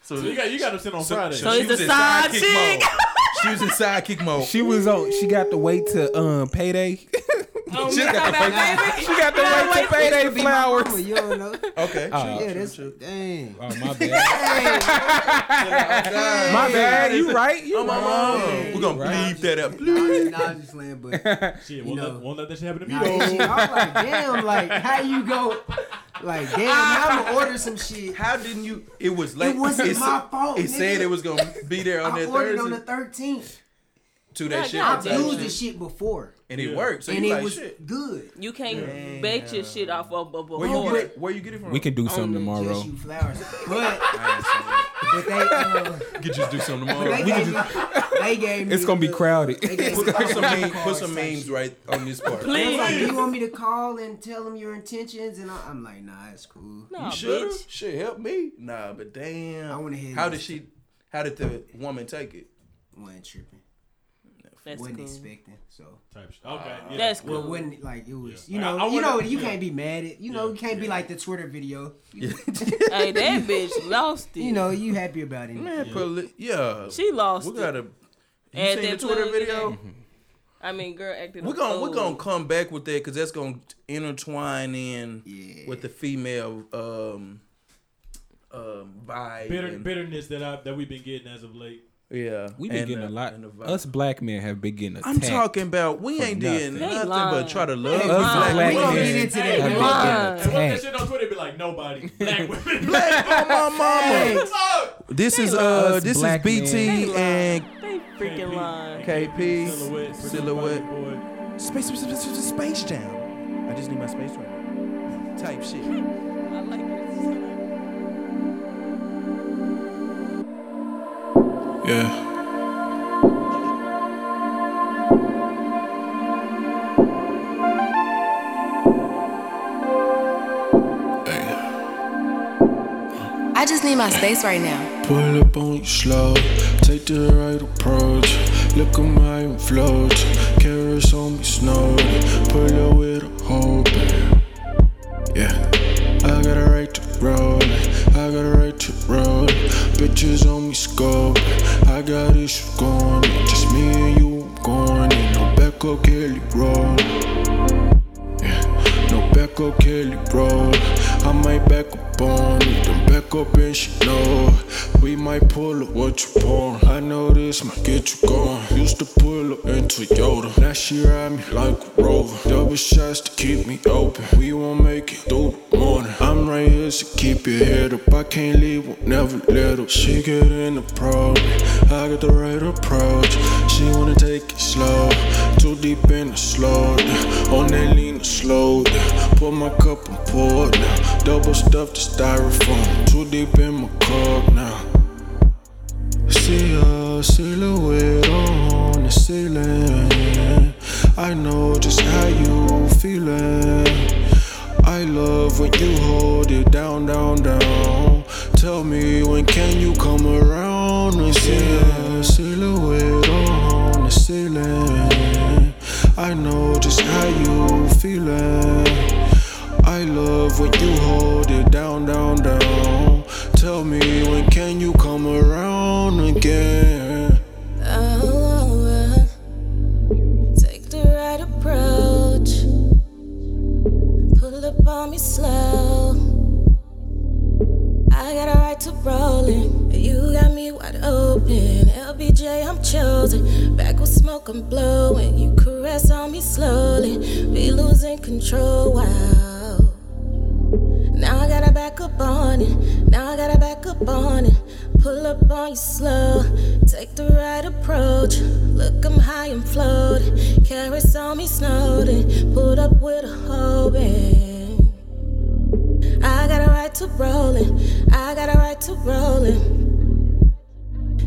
[SPEAKER 2] so,
[SPEAKER 5] So you got you got to sit on Friday.
[SPEAKER 1] so-
[SPEAKER 2] she
[SPEAKER 1] it's
[SPEAKER 2] was
[SPEAKER 1] a
[SPEAKER 2] in
[SPEAKER 1] side
[SPEAKER 2] sidekick
[SPEAKER 1] chick.
[SPEAKER 2] mode. She was in sidekick mode.
[SPEAKER 4] She was on. She got to wait to um payday.
[SPEAKER 1] Oh,
[SPEAKER 4] she,
[SPEAKER 1] we
[SPEAKER 4] got
[SPEAKER 1] come
[SPEAKER 4] the,
[SPEAKER 1] back, baby.
[SPEAKER 4] she got to
[SPEAKER 1] Gotta
[SPEAKER 4] wait to
[SPEAKER 1] wait.
[SPEAKER 4] payday
[SPEAKER 3] Could be my
[SPEAKER 4] flowers.
[SPEAKER 3] mama, You don't know.
[SPEAKER 2] Okay.
[SPEAKER 4] Uh,
[SPEAKER 3] yeah, that's dang.
[SPEAKER 4] Oh my bad.
[SPEAKER 3] Hey,
[SPEAKER 4] my bad. You right. You
[SPEAKER 2] I'm on
[SPEAKER 4] right.
[SPEAKER 2] my own. We're gonna
[SPEAKER 4] Right.
[SPEAKER 2] leave that up.
[SPEAKER 3] I'm just- I'm just playing, but
[SPEAKER 5] shit,
[SPEAKER 3] you
[SPEAKER 5] won't,
[SPEAKER 3] know.
[SPEAKER 5] let, won't let that shit happen to me.
[SPEAKER 3] Nah,
[SPEAKER 5] though.
[SPEAKER 3] that shit, I was like, damn, like how you go, like damn, I'm gonna order some shit.
[SPEAKER 2] How didn't you? It was late.
[SPEAKER 3] It wasn't
[SPEAKER 2] It's-
[SPEAKER 3] my fault.
[SPEAKER 2] It said
[SPEAKER 3] nigga.
[SPEAKER 2] it was gonna be there on
[SPEAKER 3] I
[SPEAKER 2] that
[SPEAKER 3] ordered on
[SPEAKER 2] Thursday.
[SPEAKER 3] the 13th.
[SPEAKER 2] Two day
[SPEAKER 1] Yeah,
[SPEAKER 2] shit.
[SPEAKER 1] yeah,
[SPEAKER 3] I
[SPEAKER 2] type
[SPEAKER 1] Thursday.
[SPEAKER 3] blew the
[SPEAKER 2] shit.
[SPEAKER 3] shit before,
[SPEAKER 2] And it
[SPEAKER 5] Yeah.
[SPEAKER 2] worked. So
[SPEAKER 3] and
[SPEAKER 2] you
[SPEAKER 3] it
[SPEAKER 2] like
[SPEAKER 3] was
[SPEAKER 2] shit.
[SPEAKER 3] good.
[SPEAKER 1] You can't bet your shit off of a
[SPEAKER 2] Where you
[SPEAKER 1] board.
[SPEAKER 2] get it? Where you get it from?
[SPEAKER 4] We can do something
[SPEAKER 1] Only
[SPEAKER 4] tomorrow.
[SPEAKER 3] Just you flowers, but but they uh,
[SPEAKER 2] Could just do something
[SPEAKER 3] they,
[SPEAKER 2] tomorrow.
[SPEAKER 3] gave me, they gave me.
[SPEAKER 4] It's gonna be
[SPEAKER 3] the-
[SPEAKER 4] crowded.
[SPEAKER 3] They gave me
[SPEAKER 2] Put, put
[SPEAKER 3] the
[SPEAKER 2] some
[SPEAKER 3] credit
[SPEAKER 2] meme,
[SPEAKER 3] card
[SPEAKER 2] put some
[SPEAKER 3] section.
[SPEAKER 2] memes right on this part.
[SPEAKER 1] Please.
[SPEAKER 2] You
[SPEAKER 3] They was like, you want me to call and tell them your intentions? And I, I'm like, nah, it's cool.
[SPEAKER 1] Nah,
[SPEAKER 2] should
[SPEAKER 1] bitch.
[SPEAKER 2] shit help me. Nah, but damn.
[SPEAKER 3] I wanna hear
[SPEAKER 2] How
[SPEAKER 3] this.
[SPEAKER 2] did she? How did the woman take it?
[SPEAKER 3] Wasn't tripping.
[SPEAKER 1] That's
[SPEAKER 3] wasn't
[SPEAKER 1] cool.
[SPEAKER 3] expecting. So.
[SPEAKER 5] Type shit. Okay, yeah.
[SPEAKER 1] That's cool.
[SPEAKER 3] Well, when like it was,
[SPEAKER 5] Yeah.
[SPEAKER 3] you know,
[SPEAKER 5] I- I
[SPEAKER 3] you know,
[SPEAKER 5] wonder-
[SPEAKER 3] you
[SPEAKER 5] yeah.
[SPEAKER 3] can't be mad at, you know,
[SPEAKER 5] Yeah,
[SPEAKER 3] you can't be
[SPEAKER 5] yeah.
[SPEAKER 3] like the Twitter video. You,
[SPEAKER 1] hey, that bitch lost it.
[SPEAKER 3] you know, you happy about it.
[SPEAKER 2] Man, yeah. Poli- yeah.
[SPEAKER 1] she lost
[SPEAKER 2] we
[SPEAKER 1] it.
[SPEAKER 2] gotta. You
[SPEAKER 1] Add
[SPEAKER 2] seen the
[SPEAKER 1] that
[SPEAKER 2] Twitter
[SPEAKER 1] plug in
[SPEAKER 2] video?
[SPEAKER 1] there. I mean, girl acted.
[SPEAKER 2] We're
[SPEAKER 1] a
[SPEAKER 2] gonna we're
[SPEAKER 1] fool.
[SPEAKER 2] gonna come back with that because that's gonna intertwine in
[SPEAKER 3] Yeah.
[SPEAKER 2] with the female um um vibe.
[SPEAKER 5] Bitter,
[SPEAKER 2] and-
[SPEAKER 5] bitterness that I that we've been getting as of late.
[SPEAKER 2] yeah,
[SPEAKER 4] We've been
[SPEAKER 2] and
[SPEAKER 4] getting
[SPEAKER 2] the-
[SPEAKER 4] a lot.
[SPEAKER 2] and the vibe.
[SPEAKER 4] Us black men have been getting
[SPEAKER 2] I'm
[SPEAKER 4] attacked.
[SPEAKER 2] talking about we ain't doing
[SPEAKER 4] nothing.
[SPEAKER 1] They
[SPEAKER 2] nothing
[SPEAKER 1] lying.
[SPEAKER 2] but try to love
[SPEAKER 3] They
[SPEAKER 4] Us
[SPEAKER 3] lying.
[SPEAKER 2] black
[SPEAKER 4] black
[SPEAKER 3] We gonna
[SPEAKER 4] men
[SPEAKER 3] get
[SPEAKER 2] women.
[SPEAKER 3] into that.
[SPEAKER 4] have been
[SPEAKER 1] Why?
[SPEAKER 4] getting
[SPEAKER 5] And what that
[SPEAKER 4] attacked.
[SPEAKER 5] shit on Twitter be like nobody black women.
[SPEAKER 2] Black on my mama.
[SPEAKER 5] Fuck!
[SPEAKER 2] This is
[SPEAKER 4] love
[SPEAKER 2] uh
[SPEAKER 4] us
[SPEAKER 2] this is
[SPEAKER 4] black
[SPEAKER 1] They
[SPEAKER 2] BT
[SPEAKER 1] lying.
[SPEAKER 2] and
[SPEAKER 1] They freaking
[SPEAKER 5] KP.
[SPEAKER 1] lying.
[SPEAKER 2] KP
[SPEAKER 5] Silhouette,
[SPEAKER 2] Silhouette.
[SPEAKER 5] Boy.
[SPEAKER 2] Space Space Space, space, space Jam. I just need my space jam type shit.
[SPEAKER 1] I like this.
[SPEAKER 6] Yeah. Hey,
[SPEAKER 7] I just need my space right now.
[SPEAKER 6] Pull up on you slow, take the right approach. Look at my inflows, carrots on me snowed. Pull up with a hope. Yeah. I got a right to roll. I got a right to roll. Bitches on me scope. I got issues going. on. Just me and you I'm going. Ain't no backup, Kelly roll. Yeah. No backup, Kelly roll. I might back up on it. Don't back up and she know. We might pull up what you pouring. I know this might get you going. Used to pull up in Toyota. Now she ride me like a rover. Double shots to keep me open. We won't make it through the morning. I'm right here, so keep your head up. I can't leave, won't never let up. She get in the program. I got the right approach. She wanna take it slow. Too deep in the slow. down. On that lean and slow. down. Pour my cup and pour it now. Double stuff the styrofoam. Too deep in my cup now. See a silhouette on the ceiling. I know just how you feeling. I love when you hold it down, down, down. Tell me when can you come around and see a silhouette on the ceiling. I know just how you feeling. I love when you hold it down, down, down. tell me when can you come around again?
[SPEAKER 8] Oh, uh, take the right approach. Pull up on me slow. I got a right to rolling. You got me wide open. LBJ, I'm chosen. Back with smoke, I'm blowing. You caress on me slowly. Be losing control. Wow. Now I gotta back up on it. Now I gotta back up on it. Pull up on you slow. Take the right approach. Look, I'm high and floating. Carrots on me snowden. Pulled up with a hoping. I got a right to rolling. I got a right to rolling.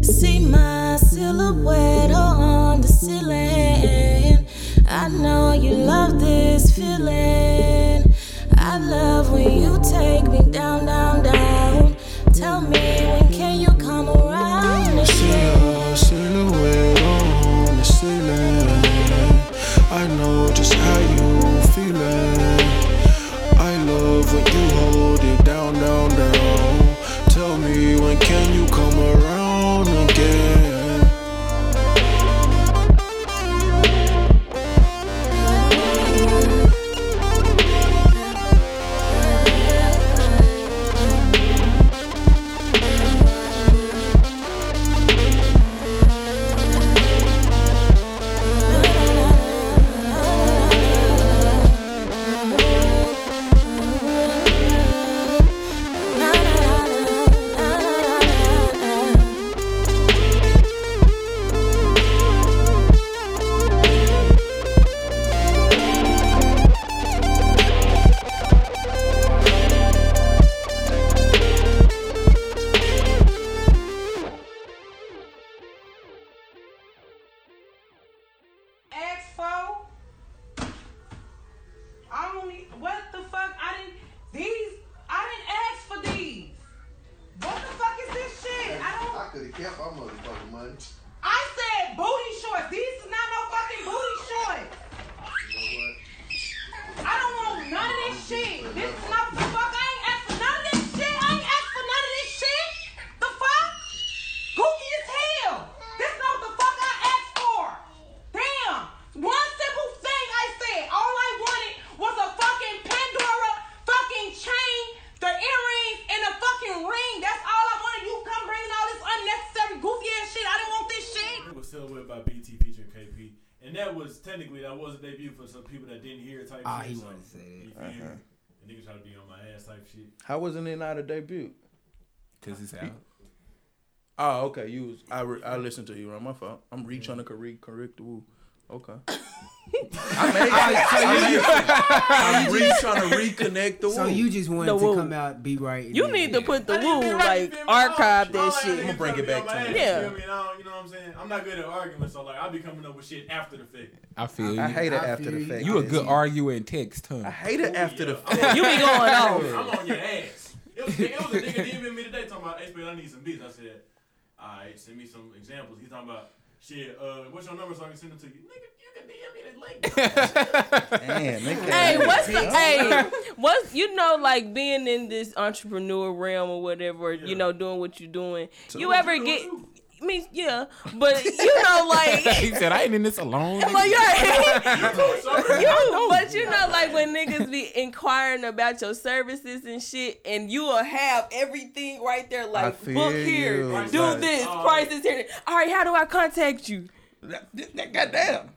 [SPEAKER 8] See my silhouette on the ceiling. I know you love this feeling. I love when you take me down, down, down. Tell me when can you come around again?
[SPEAKER 6] Your silhouette on the ceiling. I know just how you feeling. I love when you hold it down, down, down. Tell me when can you come around again?
[SPEAKER 8] Na, na, na, na, na, na, na, na.
[SPEAKER 9] Expo. I don't. e- What the fuck? I didn't. These. I didn't ask for these. What the fuck is this shit? I don't.
[SPEAKER 10] I could have kept my motherfucking money.
[SPEAKER 9] I said booty shorts. These is not no fucking booty shorts. I don't want none of this shit. This is not the fuck. I ain't asked for none of this shit. I ain't asked for none of this shit. The fuck? Goofy as hell. This is not the fuck I asked for. Damn. One simple thing I said. All I wanted was a fucking Pandora fucking chain, the earrings, and a fucking ring. That's all I wanted. You come bringing all this unnecessary goofy ass shit. I didn't want this shit.
[SPEAKER 5] It was celebrated by BT Feature KP. And that was technically that was a debut for some people that didn't hear it type
[SPEAKER 3] Ah,
[SPEAKER 5] shit.
[SPEAKER 3] he
[SPEAKER 5] so,
[SPEAKER 3] wanted to say that.
[SPEAKER 5] you
[SPEAKER 2] Uh-huh.
[SPEAKER 5] feel me? The niggas trying to be on my ass type shit.
[SPEAKER 2] How wasn't it not a debut?
[SPEAKER 4] Cause it's out.
[SPEAKER 2] Oh, okay. You was, I re, I listened to you on my phone. I'm re trying to correct correct the woo. Okay. I made I'm re trying to reconnect the woo.
[SPEAKER 3] So you just wanted
[SPEAKER 1] The
[SPEAKER 3] to
[SPEAKER 1] woo.
[SPEAKER 3] come out, be right. and
[SPEAKER 1] You
[SPEAKER 3] then-
[SPEAKER 1] need to put the
[SPEAKER 5] I didn't be
[SPEAKER 1] woo,
[SPEAKER 5] right, you
[SPEAKER 1] like
[SPEAKER 5] feel me?
[SPEAKER 1] archive
[SPEAKER 5] All- all
[SPEAKER 1] that
[SPEAKER 5] that
[SPEAKER 1] shit.
[SPEAKER 5] niggas
[SPEAKER 2] bring
[SPEAKER 5] tryna
[SPEAKER 2] it
[SPEAKER 5] be
[SPEAKER 2] back
[SPEAKER 5] on my
[SPEAKER 2] to
[SPEAKER 5] ass,
[SPEAKER 2] me.
[SPEAKER 5] you
[SPEAKER 1] Yeah.
[SPEAKER 5] feel me? And I don't- You know what I'm saying? I'm not good at arguments, so like I'll be coming up with shit after the fact.
[SPEAKER 4] I feel you.
[SPEAKER 2] I hate it
[SPEAKER 3] I
[SPEAKER 2] after the
[SPEAKER 3] feel you.
[SPEAKER 2] fact.
[SPEAKER 4] you a good
[SPEAKER 2] Yes.
[SPEAKER 4] arguer in text, huh?
[SPEAKER 2] I hate it after the
[SPEAKER 5] Yeah.
[SPEAKER 2] fact.
[SPEAKER 1] You be going off.
[SPEAKER 5] I'm on your ass. It was, it was a nigga DMing me today talking about, hey, man, I need some beats. I said, all right, send me some examples. He's talking about, shit, uh, what's your number so I can send them to you? Nigga, you can DM me the link.
[SPEAKER 2] Damn, they can't
[SPEAKER 1] Hey,
[SPEAKER 2] have
[SPEAKER 1] what's
[SPEAKER 2] it.
[SPEAKER 1] the hey? What's you know like being in this entrepreneur realm or whatever? You know, doing what you're doing. you ever get? I mean, yeah, but you know, like.
[SPEAKER 4] he said, I ain't in this alone.
[SPEAKER 1] Like, yeah,
[SPEAKER 5] Sorry.
[SPEAKER 1] you, but you know, like when niggas be inquiring about your services and shit, and you will have everything right there, like
[SPEAKER 2] feel
[SPEAKER 1] book here,
[SPEAKER 2] you.
[SPEAKER 1] do
[SPEAKER 2] Right.
[SPEAKER 1] this,
[SPEAKER 5] Oh.
[SPEAKER 1] price is here. All right, how do I contact you?
[SPEAKER 2] That- that- Goddamn.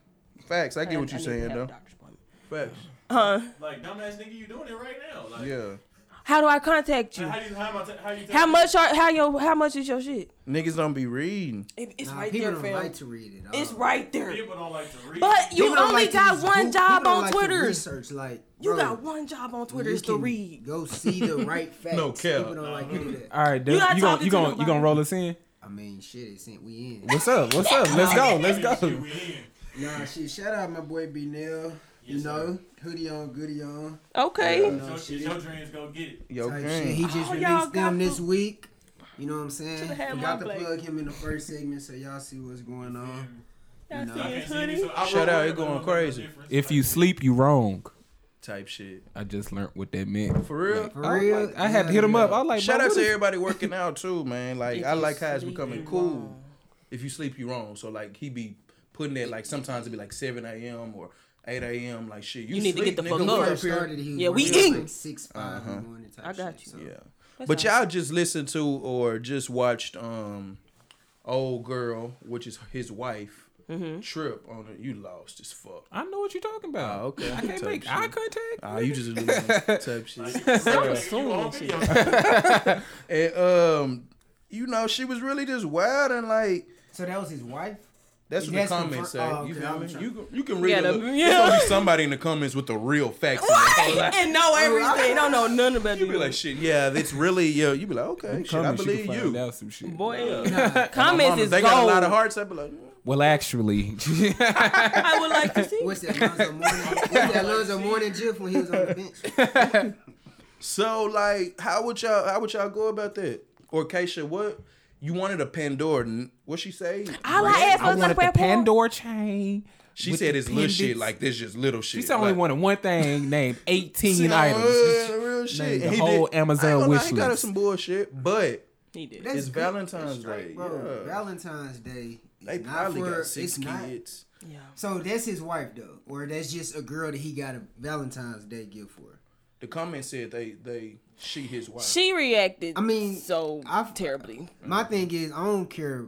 [SPEAKER 2] Facts. I get what you're
[SPEAKER 1] I need to
[SPEAKER 2] saying
[SPEAKER 1] have a
[SPEAKER 2] though.
[SPEAKER 1] doctor's appointment.
[SPEAKER 2] Facts.
[SPEAKER 5] Like, dumbass nigga, you doing it right now. Like,
[SPEAKER 2] Yeah.
[SPEAKER 1] How do I contact you?
[SPEAKER 5] How do you, how am I t- how you
[SPEAKER 1] How
[SPEAKER 5] tell-
[SPEAKER 1] much are how your how much is your shit?
[SPEAKER 2] Niggas don't be reading.
[SPEAKER 1] It- it's
[SPEAKER 3] Nah,
[SPEAKER 1] right
[SPEAKER 3] people
[SPEAKER 1] there,
[SPEAKER 3] don't
[SPEAKER 1] fam.
[SPEAKER 3] like to read it.
[SPEAKER 1] it's
[SPEAKER 3] all.
[SPEAKER 1] right there.
[SPEAKER 5] People don't like to read.
[SPEAKER 1] But you
[SPEAKER 3] People don't
[SPEAKER 1] only
[SPEAKER 3] like to
[SPEAKER 1] got
[SPEAKER 3] use
[SPEAKER 1] one
[SPEAKER 3] Google.
[SPEAKER 1] job
[SPEAKER 3] People don't
[SPEAKER 1] on
[SPEAKER 3] like to
[SPEAKER 1] Twitter.
[SPEAKER 3] research like
[SPEAKER 1] You
[SPEAKER 3] bro,
[SPEAKER 1] got one job on Twitter
[SPEAKER 3] you
[SPEAKER 1] is to
[SPEAKER 3] can
[SPEAKER 1] read.
[SPEAKER 3] Go see the right facts.
[SPEAKER 2] No cap.
[SPEAKER 3] People don't like to do that.
[SPEAKER 4] All right,
[SPEAKER 1] You
[SPEAKER 4] Dub,
[SPEAKER 1] not
[SPEAKER 4] you gonna
[SPEAKER 1] talking to
[SPEAKER 4] you gonna you
[SPEAKER 1] nobody.
[SPEAKER 4] gonna roll us in?
[SPEAKER 3] I mean, shit, it's in. We in.
[SPEAKER 4] What's up? What's up? Let's go. Let's
[SPEAKER 5] Shit,
[SPEAKER 4] go.
[SPEAKER 5] we in.
[SPEAKER 3] Nah, shit. Shout out my boy B Nail. you know, hoodie on, goodie on.
[SPEAKER 1] Okay.
[SPEAKER 3] You know,
[SPEAKER 5] So,
[SPEAKER 2] Oh,
[SPEAKER 5] it's
[SPEAKER 3] shit.
[SPEAKER 5] your dreams go get it.
[SPEAKER 2] Yo,
[SPEAKER 3] type
[SPEAKER 2] gang.
[SPEAKER 3] shit. He just
[SPEAKER 1] Oh, y'all
[SPEAKER 3] released
[SPEAKER 1] got
[SPEAKER 3] them this
[SPEAKER 1] the-
[SPEAKER 3] week. You know what I'm saying?
[SPEAKER 1] Shoulda had
[SPEAKER 3] Forgot
[SPEAKER 1] my
[SPEAKER 3] to
[SPEAKER 1] plate.
[SPEAKER 3] plug him in the first segment, so y'all see what's going on.
[SPEAKER 1] Y'all
[SPEAKER 3] No.
[SPEAKER 1] see
[SPEAKER 5] I
[SPEAKER 1] his
[SPEAKER 5] can't see any,
[SPEAKER 1] hoodie?
[SPEAKER 5] so I
[SPEAKER 2] Shout
[SPEAKER 5] roll
[SPEAKER 2] out,
[SPEAKER 5] with
[SPEAKER 2] it going
[SPEAKER 5] but I don't know the
[SPEAKER 2] crazy.
[SPEAKER 5] difference.
[SPEAKER 4] If
[SPEAKER 5] Like,
[SPEAKER 4] you sleep, you wrong.
[SPEAKER 2] type shit.
[SPEAKER 4] I just learned what that meant.
[SPEAKER 2] For real?
[SPEAKER 4] I
[SPEAKER 3] Oh
[SPEAKER 4] was like- I had to hit him up. I was like,
[SPEAKER 2] shout
[SPEAKER 4] bro,
[SPEAKER 2] out
[SPEAKER 4] what
[SPEAKER 2] to
[SPEAKER 4] is-
[SPEAKER 2] everybody working out too, man. Like
[SPEAKER 4] If
[SPEAKER 2] I
[SPEAKER 4] you
[SPEAKER 2] like how it's
[SPEAKER 4] sleep,
[SPEAKER 2] becoming
[SPEAKER 4] you
[SPEAKER 2] cool. If you sleep, you wrong. So like he be putting it like sometimes it be like seven a.m. or eight a.m. Like shit, you,
[SPEAKER 1] You need to
[SPEAKER 2] sleep,
[SPEAKER 1] get the
[SPEAKER 2] nigga,
[SPEAKER 1] fuck
[SPEAKER 2] we
[SPEAKER 1] up.
[SPEAKER 2] here.
[SPEAKER 1] Started, he was Yeah, we working out eating. like six, five in the morning type I got shit, you. so.
[SPEAKER 2] Uh-huh. Yeah,
[SPEAKER 1] That's
[SPEAKER 2] but
[SPEAKER 1] all right.
[SPEAKER 2] y'all just listened to or just watched um, old girl, which is his wife.
[SPEAKER 1] Mm-hmm.
[SPEAKER 2] Trip on it, you lost as fuck.
[SPEAKER 4] I know what you're talking about.
[SPEAKER 2] Oh, okay,
[SPEAKER 4] I can't
[SPEAKER 2] Type
[SPEAKER 4] make
[SPEAKER 2] shit.
[SPEAKER 4] eye contact.
[SPEAKER 2] Ah, you just type shit.
[SPEAKER 4] Stop assuming
[SPEAKER 3] shit.
[SPEAKER 2] and um, you know, she was really just wild and like.
[SPEAKER 3] So that was his wife.
[SPEAKER 2] That's
[SPEAKER 3] He
[SPEAKER 2] what the
[SPEAKER 3] has confirm-
[SPEAKER 2] comments say.
[SPEAKER 3] Oh,
[SPEAKER 2] you
[SPEAKER 3] okay,
[SPEAKER 2] feel
[SPEAKER 3] I'm
[SPEAKER 2] me?
[SPEAKER 3] trying-
[SPEAKER 2] You, can- you can
[SPEAKER 3] Yeah,
[SPEAKER 2] read.
[SPEAKER 3] the-
[SPEAKER 2] the,
[SPEAKER 3] yeah.
[SPEAKER 2] There's gonna be somebody in the comments with the real facts. in there.
[SPEAKER 1] Right, and know everything. Don't know none about
[SPEAKER 2] you. Be like, shit. Yeah, it's really. Yeah, you be like, okay,
[SPEAKER 4] In
[SPEAKER 2] shit. I
[SPEAKER 4] comments, you can
[SPEAKER 2] believe
[SPEAKER 4] find
[SPEAKER 2] you.
[SPEAKER 4] out some shit.
[SPEAKER 1] Boy,
[SPEAKER 2] My
[SPEAKER 1] comments
[SPEAKER 2] mama,
[SPEAKER 1] is
[SPEAKER 2] They got a lot
[SPEAKER 1] gold.
[SPEAKER 2] of hearts. I be like,
[SPEAKER 4] Well, actually,
[SPEAKER 1] I would like to see.
[SPEAKER 3] What's that Lonzo morning? What's that Lonzo morning gif when he was on the bench?
[SPEAKER 2] so like, how would y'all? How would y'all go about that? Or Keisha, what? You wanted a Pandora. n- What she say?
[SPEAKER 1] All I asked
[SPEAKER 4] I
[SPEAKER 1] was
[SPEAKER 4] wanted
[SPEAKER 1] a
[SPEAKER 4] the
[SPEAKER 1] prayer point.
[SPEAKER 4] Pandora chain.
[SPEAKER 2] She
[SPEAKER 4] with
[SPEAKER 2] said
[SPEAKER 4] the
[SPEAKER 2] it's little shit.
[SPEAKER 4] pendants.
[SPEAKER 2] Like this, just little shit.
[SPEAKER 4] She's only
[SPEAKER 2] like,
[SPEAKER 4] wanted one thing named 18
[SPEAKER 2] See, uh,
[SPEAKER 4] items.
[SPEAKER 2] real
[SPEAKER 4] Named
[SPEAKER 2] shit. And
[SPEAKER 4] The
[SPEAKER 2] he
[SPEAKER 4] whole
[SPEAKER 2] did- I ain't
[SPEAKER 4] Amazon
[SPEAKER 2] gonna lie,
[SPEAKER 4] wish
[SPEAKER 2] He got us
[SPEAKER 4] list.
[SPEAKER 2] some bullshit, but
[SPEAKER 1] He did.
[SPEAKER 3] That's
[SPEAKER 2] it's
[SPEAKER 3] good.
[SPEAKER 2] Valentine's
[SPEAKER 3] That's
[SPEAKER 2] Day.
[SPEAKER 3] straight, bro.
[SPEAKER 2] yeah.
[SPEAKER 3] Valentine's Day. is
[SPEAKER 2] They
[SPEAKER 3] not
[SPEAKER 2] probably
[SPEAKER 3] for-
[SPEAKER 2] got six
[SPEAKER 3] it's not-
[SPEAKER 2] kids.
[SPEAKER 3] So that's his wife though, or that's just a girl that he got a Valentine's Day gift for.
[SPEAKER 2] The comment said they they she his wife.
[SPEAKER 1] She reacted.
[SPEAKER 3] I mean,
[SPEAKER 1] so terribly.
[SPEAKER 3] My thing is, I don't care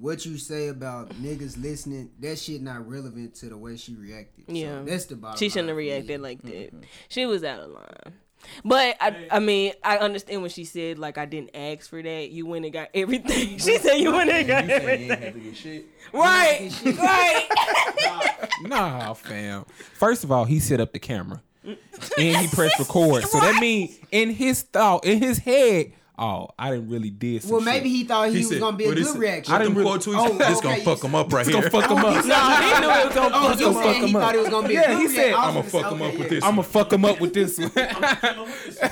[SPEAKER 3] what you say about niggas listening. That shit not relevant to the way she reacted. So
[SPEAKER 1] Yeah,
[SPEAKER 3] that's the bottom.
[SPEAKER 1] She shouldn't
[SPEAKER 3] line.
[SPEAKER 1] have reacted like that. She was out of line. But I, I mean, I understand when she said like I didn't ask for that. You went and got everything. She said you went and
[SPEAKER 2] You
[SPEAKER 1] got
[SPEAKER 2] saying you ain't
[SPEAKER 1] everything.
[SPEAKER 2] have to get shit.
[SPEAKER 1] Right, right.
[SPEAKER 4] Nah, fam. First of all, he set up the camera and he pressed record. So that means in his thought, in his head, oh, I didn't really did. Some
[SPEAKER 3] Well,
[SPEAKER 4] shit.
[SPEAKER 3] maybe he thought he, was gonna be a good reaction.
[SPEAKER 4] I didn't really.
[SPEAKER 3] Oh,
[SPEAKER 2] this
[SPEAKER 3] okay,
[SPEAKER 2] gonna fuck him up right
[SPEAKER 4] This
[SPEAKER 2] here.
[SPEAKER 4] gonna fuck him up.
[SPEAKER 3] No, he knew it was gonna
[SPEAKER 4] Oh,
[SPEAKER 3] fuck
[SPEAKER 4] you
[SPEAKER 3] him
[SPEAKER 4] said
[SPEAKER 3] up.
[SPEAKER 4] he
[SPEAKER 3] He thought it was gonna be a
[SPEAKER 4] Yeah,
[SPEAKER 3] good
[SPEAKER 4] he
[SPEAKER 3] react.
[SPEAKER 4] said,
[SPEAKER 3] I
[SPEAKER 4] "I'ma
[SPEAKER 3] was
[SPEAKER 4] fuck
[SPEAKER 3] gonna
[SPEAKER 4] him
[SPEAKER 3] say,
[SPEAKER 4] up
[SPEAKER 3] okay,
[SPEAKER 4] with
[SPEAKER 3] yeah.
[SPEAKER 4] this. I'ma fuck him up with this one."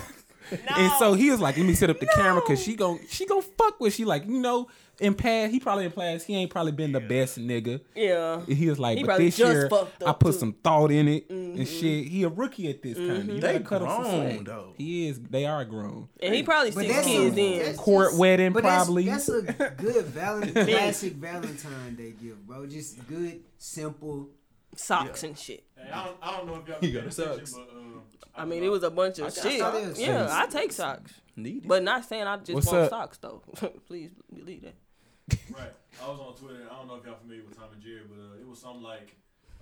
[SPEAKER 4] And so he was like, "Let me set up the camera because she gon' she gon' fuck with." She like, you know, in past he probably in past he ain't probably been the best nigga.
[SPEAKER 1] Yeah.
[SPEAKER 4] He was like,
[SPEAKER 1] He
[SPEAKER 4] but
[SPEAKER 1] probably
[SPEAKER 4] this
[SPEAKER 1] just
[SPEAKER 4] year
[SPEAKER 1] fucked
[SPEAKER 4] I
[SPEAKER 1] up,
[SPEAKER 4] put
[SPEAKER 1] too.
[SPEAKER 4] some thought in it
[SPEAKER 1] Mhm.
[SPEAKER 4] and shit. He a rookie at this kind
[SPEAKER 1] Mhm.
[SPEAKER 4] of.
[SPEAKER 2] They
[SPEAKER 4] cut him some
[SPEAKER 2] grown,
[SPEAKER 4] slack.
[SPEAKER 2] though.
[SPEAKER 4] He is. They are grown.
[SPEAKER 1] And he probably
[SPEAKER 3] But
[SPEAKER 1] six
[SPEAKER 3] that's
[SPEAKER 1] kids
[SPEAKER 3] a-
[SPEAKER 1] in.
[SPEAKER 4] Court wedding
[SPEAKER 3] But that's,
[SPEAKER 4] probably.
[SPEAKER 3] that's a good valen-
[SPEAKER 1] Yeah.
[SPEAKER 3] classic Valentine's Day gift, bro. Just good, simple
[SPEAKER 1] Socks and shit.
[SPEAKER 5] Hey, I, don't, I don't know if y'all
[SPEAKER 2] He
[SPEAKER 5] got
[SPEAKER 2] got
[SPEAKER 5] the
[SPEAKER 2] socks.
[SPEAKER 5] Picture, but, um,
[SPEAKER 1] I mean, it was a bunch
[SPEAKER 5] I
[SPEAKER 1] of
[SPEAKER 5] got
[SPEAKER 1] shit.
[SPEAKER 5] socks.
[SPEAKER 1] Yeah, I take socks,
[SPEAKER 2] Needed.
[SPEAKER 1] but not saying I just
[SPEAKER 4] What's
[SPEAKER 1] want
[SPEAKER 4] up?
[SPEAKER 1] socks though. Please believe that.
[SPEAKER 5] Right. I was on Twitter. and I don't know if y'all familiar with Tom and Jerry, but uh, it was something like,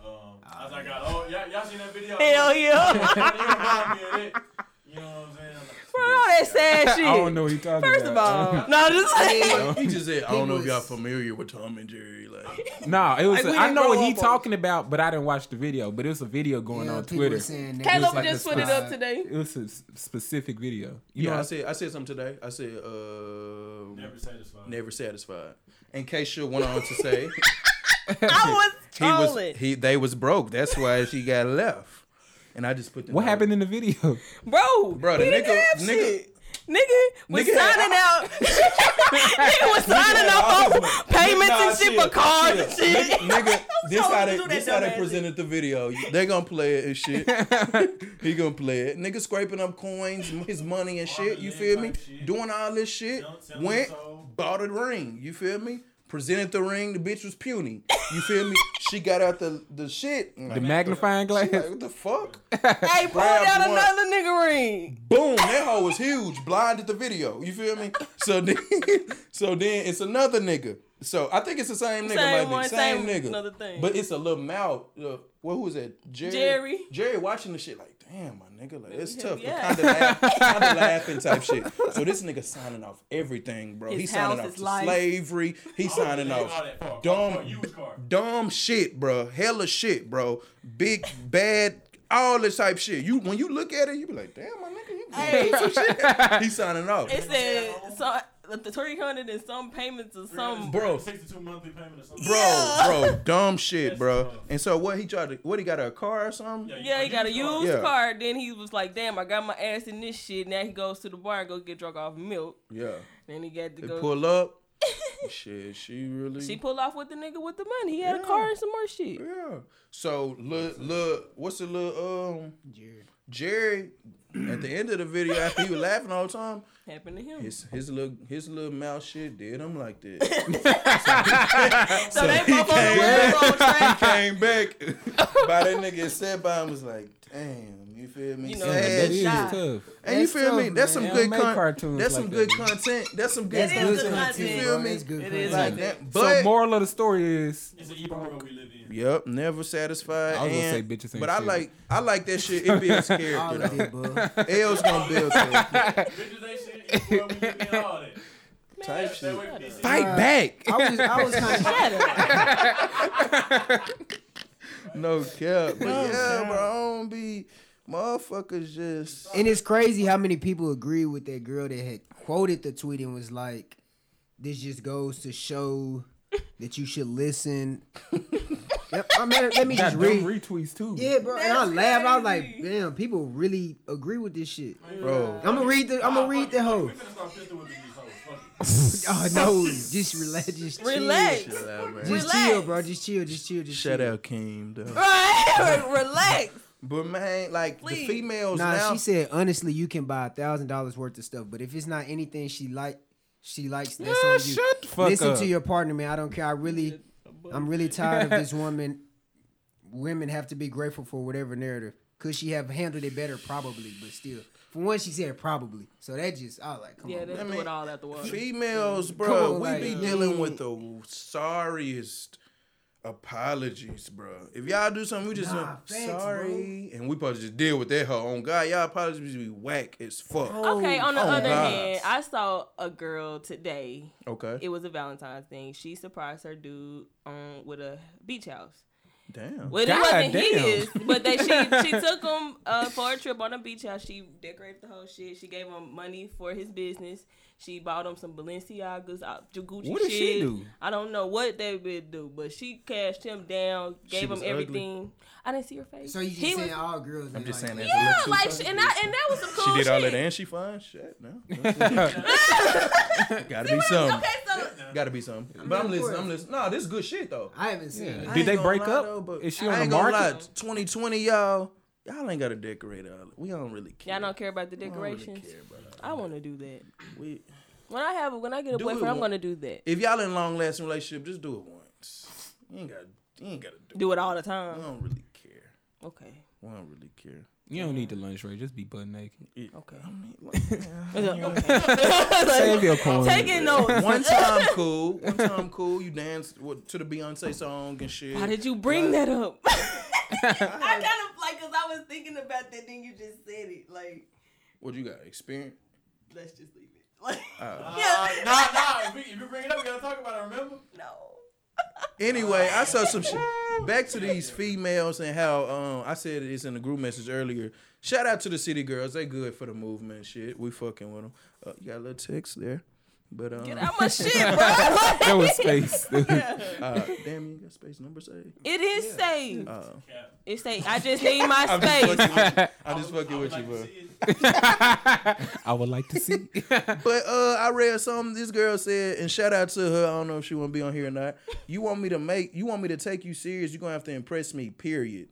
[SPEAKER 5] um, as I got, oh, y'all, y'all seen that video?
[SPEAKER 1] Ah, Hell yeah.
[SPEAKER 5] You remind me of that. You know what I'm saying?
[SPEAKER 1] Bro, all that sad
[SPEAKER 4] I
[SPEAKER 1] shit.
[SPEAKER 4] don't know what he talking
[SPEAKER 1] First of
[SPEAKER 4] about.
[SPEAKER 1] all, no, just
[SPEAKER 2] he just said, I
[SPEAKER 3] He
[SPEAKER 2] don't know if y'all
[SPEAKER 3] was-
[SPEAKER 2] familiar with Tom and Jerry. Like
[SPEAKER 4] No, it was.
[SPEAKER 1] Like, we
[SPEAKER 4] I
[SPEAKER 1] didn't
[SPEAKER 4] know
[SPEAKER 1] grow
[SPEAKER 4] what he
[SPEAKER 1] up on-
[SPEAKER 4] talking about, but I didn't watch the video. But it was a video going
[SPEAKER 3] Yeah,
[SPEAKER 4] on
[SPEAKER 3] uh, people
[SPEAKER 4] Twitter.
[SPEAKER 3] were saying that.
[SPEAKER 4] was
[SPEAKER 1] Caleb
[SPEAKER 4] like
[SPEAKER 1] just
[SPEAKER 4] the
[SPEAKER 1] put it up
[SPEAKER 4] spot.
[SPEAKER 1] today.
[SPEAKER 4] It was a s- specific video. You
[SPEAKER 2] yeah,
[SPEAKER 4] know,
[SPEAKER 2] I said I said something today. I said uh
[SPEAKER 5] Never satisfied.
[SPEAKER 2] never satisfied. And Keisha went on to say
[SPEAKER 1] I
[SPEAKER 2] he
[SPEAKER 1] was
[SPEAKER 2] was
[SPEAKER 1] trolling,
[SPEAKER 2] he they was broke. That's why she got left. And I just put the
[SPEAKER 4] what
[SPEAKER 2] note.
[SPEAKER 4] happened in the video?
[SPEAKER 1] bro.
[SPEAKER 2] Bro, the
[SPEAKER 1] we didn't
[SPEAKER 2] nigga-
[SPEAKER 1] have
[SPEAKER 2] nigga-
[SPEAKER 1] shit. Nigga was
[SPEAKER 2] Nigga had-
[SPEAKER 1] signing out. nigga was signing off on payments
[SPEAKER 2] Nah,
[SPEAKER 1] and shit for cars and shit.
[SPEAKER 2] Nigga, nigga, this
[SPEAKER 1] So
[SPEAKER 2] how
[SPEAKER 1] we
[SPEAKER 2] they,
[SPEAKER 1] do that
[SPEAKER 2] this how they
[SPEAKER 1] dumbass
[SPEAKER 2] presented the video. They gonna play it and shit. he gonna play it. Nigga scraping up coins, his money and shit. You feel me? Doing all this shit. Went, bought a ring. You feel me? Presented the ring. The bitch was puny. You feel me? She got out the the shit.
[SPEAKER 4] The magnifying glass.
[SPEAKER 2] Like, what the fuck?
[SPEAKER 1] Hey, pulled
[SPEAKER 2] Grab
[SPEAKER 1] out
[SPEAKER 2] one.
[SPEAKER 1] another nigga ring.
[SPEAKER 2] Boom, that hoe was huge, blinded the video. You feel me? So then, so then it's another nigga. So I think it's the same nigga,
[SPEAKER 1] Same
[SPEAKER 2] like
[SPEAKER 1] one,
[SPEAKER 2] same,
[SPEAKER 1] same
[SPEAKER 2] nigga.
[SPEAKER 1] another thing.
[SPEAKER 2] But it's a little mouth. Uh, well, who is that? Jerry.
[SPEAKER 1] Jerry.
[SPEAKER 2] Jerry watching the shit like, damn, my nigga, like it's tough.
[SPEAKER 1] yeah.
[SPEAKER 2] Kind of laugh, kinda laughing type shit. So this nigga signing off everything, bro.
[SPEAKER 1] His
[SPEAKER 2] He's signing
[SPEAKER 1] house,
[SPEAKER 2] off
[SPEAKER 1] his
[SPEAKER 2] to
[SPEAKER 1] life.
[SPEAKER 2] slavery. He's signing
[SPEAKER 5] all
[SPEAKER 2] off
[SPEAKER 5] that. Fuck, fuck, fuck,
[SPEAKER 2] dumb,
[SPEAKER 5] used car.
[SPEAKER 2] dumb shit, bro. Hella shit, bro. Big bad. All this type shit. You when you look at it, you be like, "Damn, my nigga, you
[SPEAKER 1] Hey,
[SPEAKER 2] He's signing off.
[SPEAKER 1] it said so. The three hundred and some payments or some.
[SPEAKER 2] Bro.
[SPEAKER 5] 62 monthly payment or something.
[SPEAKER 2] Bro, bro, dumb shit, bro. And so what he tried to what he got a car or something?
[SPEAKER 1] Yeah, he got a used
[SPEAKER 2] Yeah.
[SPEAKER 1] car. Then he was like, "Damn, I got my ass in this shit." Now he goes to the bar and go get drunk off milk.
[SPEAKER 2] Yeah.
[SPEAKER 1] Then he got to
[SPEAKER 2] They
[SPEAKER 1] go.
[SPEAKER 2] pull up. shit, she really
[SPEAKER 1] She pulled off with the nigga with the money. He had a car and some more shit.
[SPEAKER 2] Yeah. So look look what's the little um
[SPEAKER 3] Jared.
[SPEAKER 2] Jerry, at the end of the video, after he was laughing all the time,
[SPEAKER 1] Happened to him.
[SPEAKER 2] his his little his little mouth shit did him like that.
[SPEAKER 1] So they both on the
[SPEAKER 2] back.
[SPEAKER 1] wrong track.
[SPEAKER 2] He came back. By that nigga sat by him was like, damn, you feel me?
[SPEAKER 1] You know,
[SPEAKER 2] Sad
[SPEAKER 1] that
[SPEAKER 2] shit.
[SPEAKER 1] is tough.
[SPEAKER 4] tough.
[SPEAKER 2] And you
[SPEAKER 3] That's
[SPEAKER 2] feel me?
[SPEAKER 3] tough,
[SPEAKER 2] That's some
[SPEAKER 4] man.
[SPEAKER 2] good
[SPEAKER 4] They don't make
[SPEAKER 2] content.
[SPEAKER 4] cartoons
[SPEAKER 2] That's some
[SPEAKER 4] like
[SPEAKER 2] good
[SPEAKER 4] that.
[SPEAKER 2] content. That's some good
[SPEAKER 3] That's good
[SPEAKER 2] content. You
[SPEAKER 1] content,
[SPEAKER 2] feel
[SPEAKER 3] bro.
[SPEAKER 2] me?
[SPEAKER 3] That's good
[SPEAKER 1] It is
[SPEAKER 2] Like
[SPEAKER 1] content.
[SPEAKER 2] that.
[SPEAKER 4] so
[SPEAKER 2] But
[SPEAKER 4] moral of the story is
[SPEAKER 5] It's an evil world we live in.
[SPEAKER 2] Yep, never satisfied.
[SPEAKER 4] I was gonna
[SPEAKER 2] and-
[SPEAKER 4] say bitches ain't
[SPEAKER 2] But I
[SPEAKER 4] shit.
[SPEAKER 2] like I like that shit. It builds
[SPEAKER 3] All
[SPEAKER 2] character
[SPEAKER 3] of it,
[SPEAKER 2] though.
[SPEAKER 3] bro.
[SPEAKER 2] L's gonna build character.
[SPEAKER 5] Bitches ain't shit. Evil world we live in. All that.
[SPEAKER 2] Type
[SPEAKER 5] Stay
[SPEAKER 2] shit.
[SPEAKER 5] away from this.
[SPEAKER 4] fight back.
[SPEAKER 3] I was, I was kind of.
[SPEAKER 2] No cap. But yeah, bro, I don't be motherfuckers just
[SPEAKER 3] And it's crazy how many people agree with that girl that had quoted the tweet and was like, "This just goes to show that you should listen." Yep, I mean, let me
[SPEAKER 4] Got
[SPEAKER 3] just
[SPEAKER 4] dumb
[SPEAKER 3] read.
[SPEAKER 4] retweets too.
[SPEAKER 3] yeah, bro. And I laughed. I was like, "Damn, people really agree with this shit."
[SPEAKER 2] bro.
[SPEAKER 3] I'm gonna read the. I'm gonna read the whole.
[SPEAKER 5] We finna start pissing with these hoes. Fuck it.
[SPEAKER 3] Oh no, just relax. Just chill.
[SPEAKER 1] Relax.
[SPEAKER 2] Chill out, man.
[SPEAKER 3] Just chill, bro. Just chill. Just chill. Just
[SPEAKER 2] Shout
[SPEAKER 3] chill.
[SPEAKER 2] out Keem though.
[SPEAKER 1] Right? Relax.
[SPEAKER 2] But man, like the
[SPEAKER 1] Please.
[SPEAKER 2] females
[SPEAKER 3] Nah,
[SPEAKER 2] now
[SPEAKER 3] she said honestly, you can buy a thousand dollars worth of stuff, but if it's not anything she like, she likes that's
[SPEAKER 4] Nah,
[SPEAKER 3] on you.
[SPEAKER 4] shut the fuck
[SPEAKER 3] Listen
[SPEAKER 4] up.
[SPEAKER 3] to your partner, man. I don't care. I really, I'm really tired of this woman. Women have to be grateful for whatever narrative. Could she have handled it better? Probably, but still, for one, she said probably. So that just, I was like, come
[SPEAKER 1] Yeah,
[SPEAKER 3] on.
[SPEAKER 1] they
[SPEAKER 3] bro.
[SPEAKER 2] I
[SPEAKER 1] threw
[SPEAKER 2] mean,
[SPEAKER 1] it all out the water.
[SPEAKER 2] females, bro,
[SPEAKER 3] on,
[SPEAKER 2] we
[SPEAKER 3] like-
[SPEAKER 2] be dealing with the sorriest apologies, bro. If y'all do something, we just
[SPEAKER 3] Nah,
[SPEAKER 2] uh,
[SPEAKER 3] facts,
[SPEAKER 2] sorry, and we probably just deal with that hoe. On God, y'all apologies be whack as fuck.
[SPEAKER 1] Okay, on the
[SPEAKER 2] Oh,
[SPEAKER 1] other
[SPEAKER 2] God.
[SPEAKER 1] hand, I saw a girl today.
[SPEAKER 2] Okay,
[SPEAKER 1] It was a Valentine's thing. She surprised her dude um, with a beach house.
[SPEAKER 2] damn.
[SPEAKER 1] Well,
[SPEAKER 4] God
[SPEAKER 1] it wasn't
[SPEAKER 4] damn.
[SPEAKER 1] his, but they she she took him uh, for a trip on a beach house. She decorated the whole shit. She gave him money for his business. She bought him some Balenciagas, uh, Gucci
[SPEAKER 4] What did she
[SPEAKER 1] shit.
[SPEAKER 4] do?
[SPEAKER 1] I don't know what they would do, but she cashed him down, gave
[SPEAKER 2] was
[SPEAKER 1] him
[SPEAKER 2] ugly?
[SPEAKER 1] everything. I didn't see her face.
[SPEAKER 3] So you just
[SPEAKER 1] He
[SPEAKER 3] saying
[SPEAKER 1] was-
[SPEAKER 3] all girls?
[SPEAKER 2] I'm
[SPEAKER 3] they
[SPEAKER 2] just
[SPEAKER 3] like
[SPEAKER 2] saying that.
[SPEAKER 3] that.
[SPEAKER 1] yeah, like she, and I, and that was some cool
[SPEAKER 2] She did all
[SPEAKER 1] shit.
[SPEAKER 2] that and she fine. Shit, no. Gotta be something.
[SPEAKER 1] Okay, so
[SPEAKER 2] Gotta be something. But I'm listening. I'm listening. Nah, this is good shit though.
[SPEAKER 3] I haven't seen. it.
[SPEAKER 2] I
[SPEAKER 4] Did
[SPEAKER 2] ain't
[SPEAKER 4] they
[SPEAKER 2] gonna
[SPEAKER 4] break
[SPEAKER 2] lie,
[SPEAKER 4] up?
[SPEAKER 2] though, but
[SPEAKER 4] Is she
[SPEAKER 2] I
[SPEAKER 4] on the
[SPEAKER 2] ain't gonna lie,
[SPEAKER 4] market?
[SPEAKER 2] 2020, y'all. Y'all ain't gotta decorate all. We don't really care.
[SPEAKER 1] y'all don't care about the decorations. I want to do that.
[SPEAKER 2] We,
[SPEAKER 1] When I have when I get a
[SPEAKER 2] Do it
[SPEAKER 1] boyfriend, I'm
[SPEAKER 2] one-
[SPEAKER 1] gonna do that.
[SPEAKER 2] if y'all in long lasting relationship, just do it once. You ain't gotta. You ain't gotta do.
[SPEAKER 1] Do it all the
[SPEAKER 2] it. We
[SPEAKER 1] time.
[SPEAKER 2] don't really care.
[SPEAKER 1] Okay.
[SPEAKER 2] We don't really care.
[SPEAKER 4] You don't need the lingerie. Just be butt naked.
[SPEAKER 1] Okay.
[SPEAKER 2] I mean, like,
[SPEAKER 4] Save your coin.
[SPEAKER 1] Taking notes.
[SPEAKER 2] one time cool. One time cool. You danced with- to the Beyonce song and shit.
[SPEAKER 1] Why did you bring that up? I kind of like because I was thinking about that, then you just said it. Like,
[SPEAKER 2] What you got? Experience.
[SPEAKER 1] let's just leave it. Like,
[SPEAKER 2] Oh.
[SPEAKER 5] Uh, nah, nah. If, we, if you bring it up, we gotta talk about it. Remember?
[SPEAKER 1] no.
[SPEAKER 2] Anyway, I saw some shit. Back to these females and how um I said it's in the group message earlier. Shout out to the city girls. They good for the movement and shit. We fucking with them. Uh, you got a little text there. But um
[SPEAKER 1] Get out my shit, bro.
[SPEAKER 4] That was space.
[SPEAKER 2] uh, damn you got space number saved.
[SPEAKER 1] It is safe.
[SPEAKER 2] Uh
[SPEAKER 1] It's safe. I just need my space.
[SPEAKER 2] I'm just fucking with you,
[SPEAKER 5] Like,
[SPEAKER 2] bro.
[SPEAKER 5] see,
[SPEAKER 4] I would like to see.
[SPEAKER 2] But uh I read something this girl said, and shout out to her. I don't know if she wanna be on here or not. You want me to make you want me to take you serious, you're gonna have to impress me, period.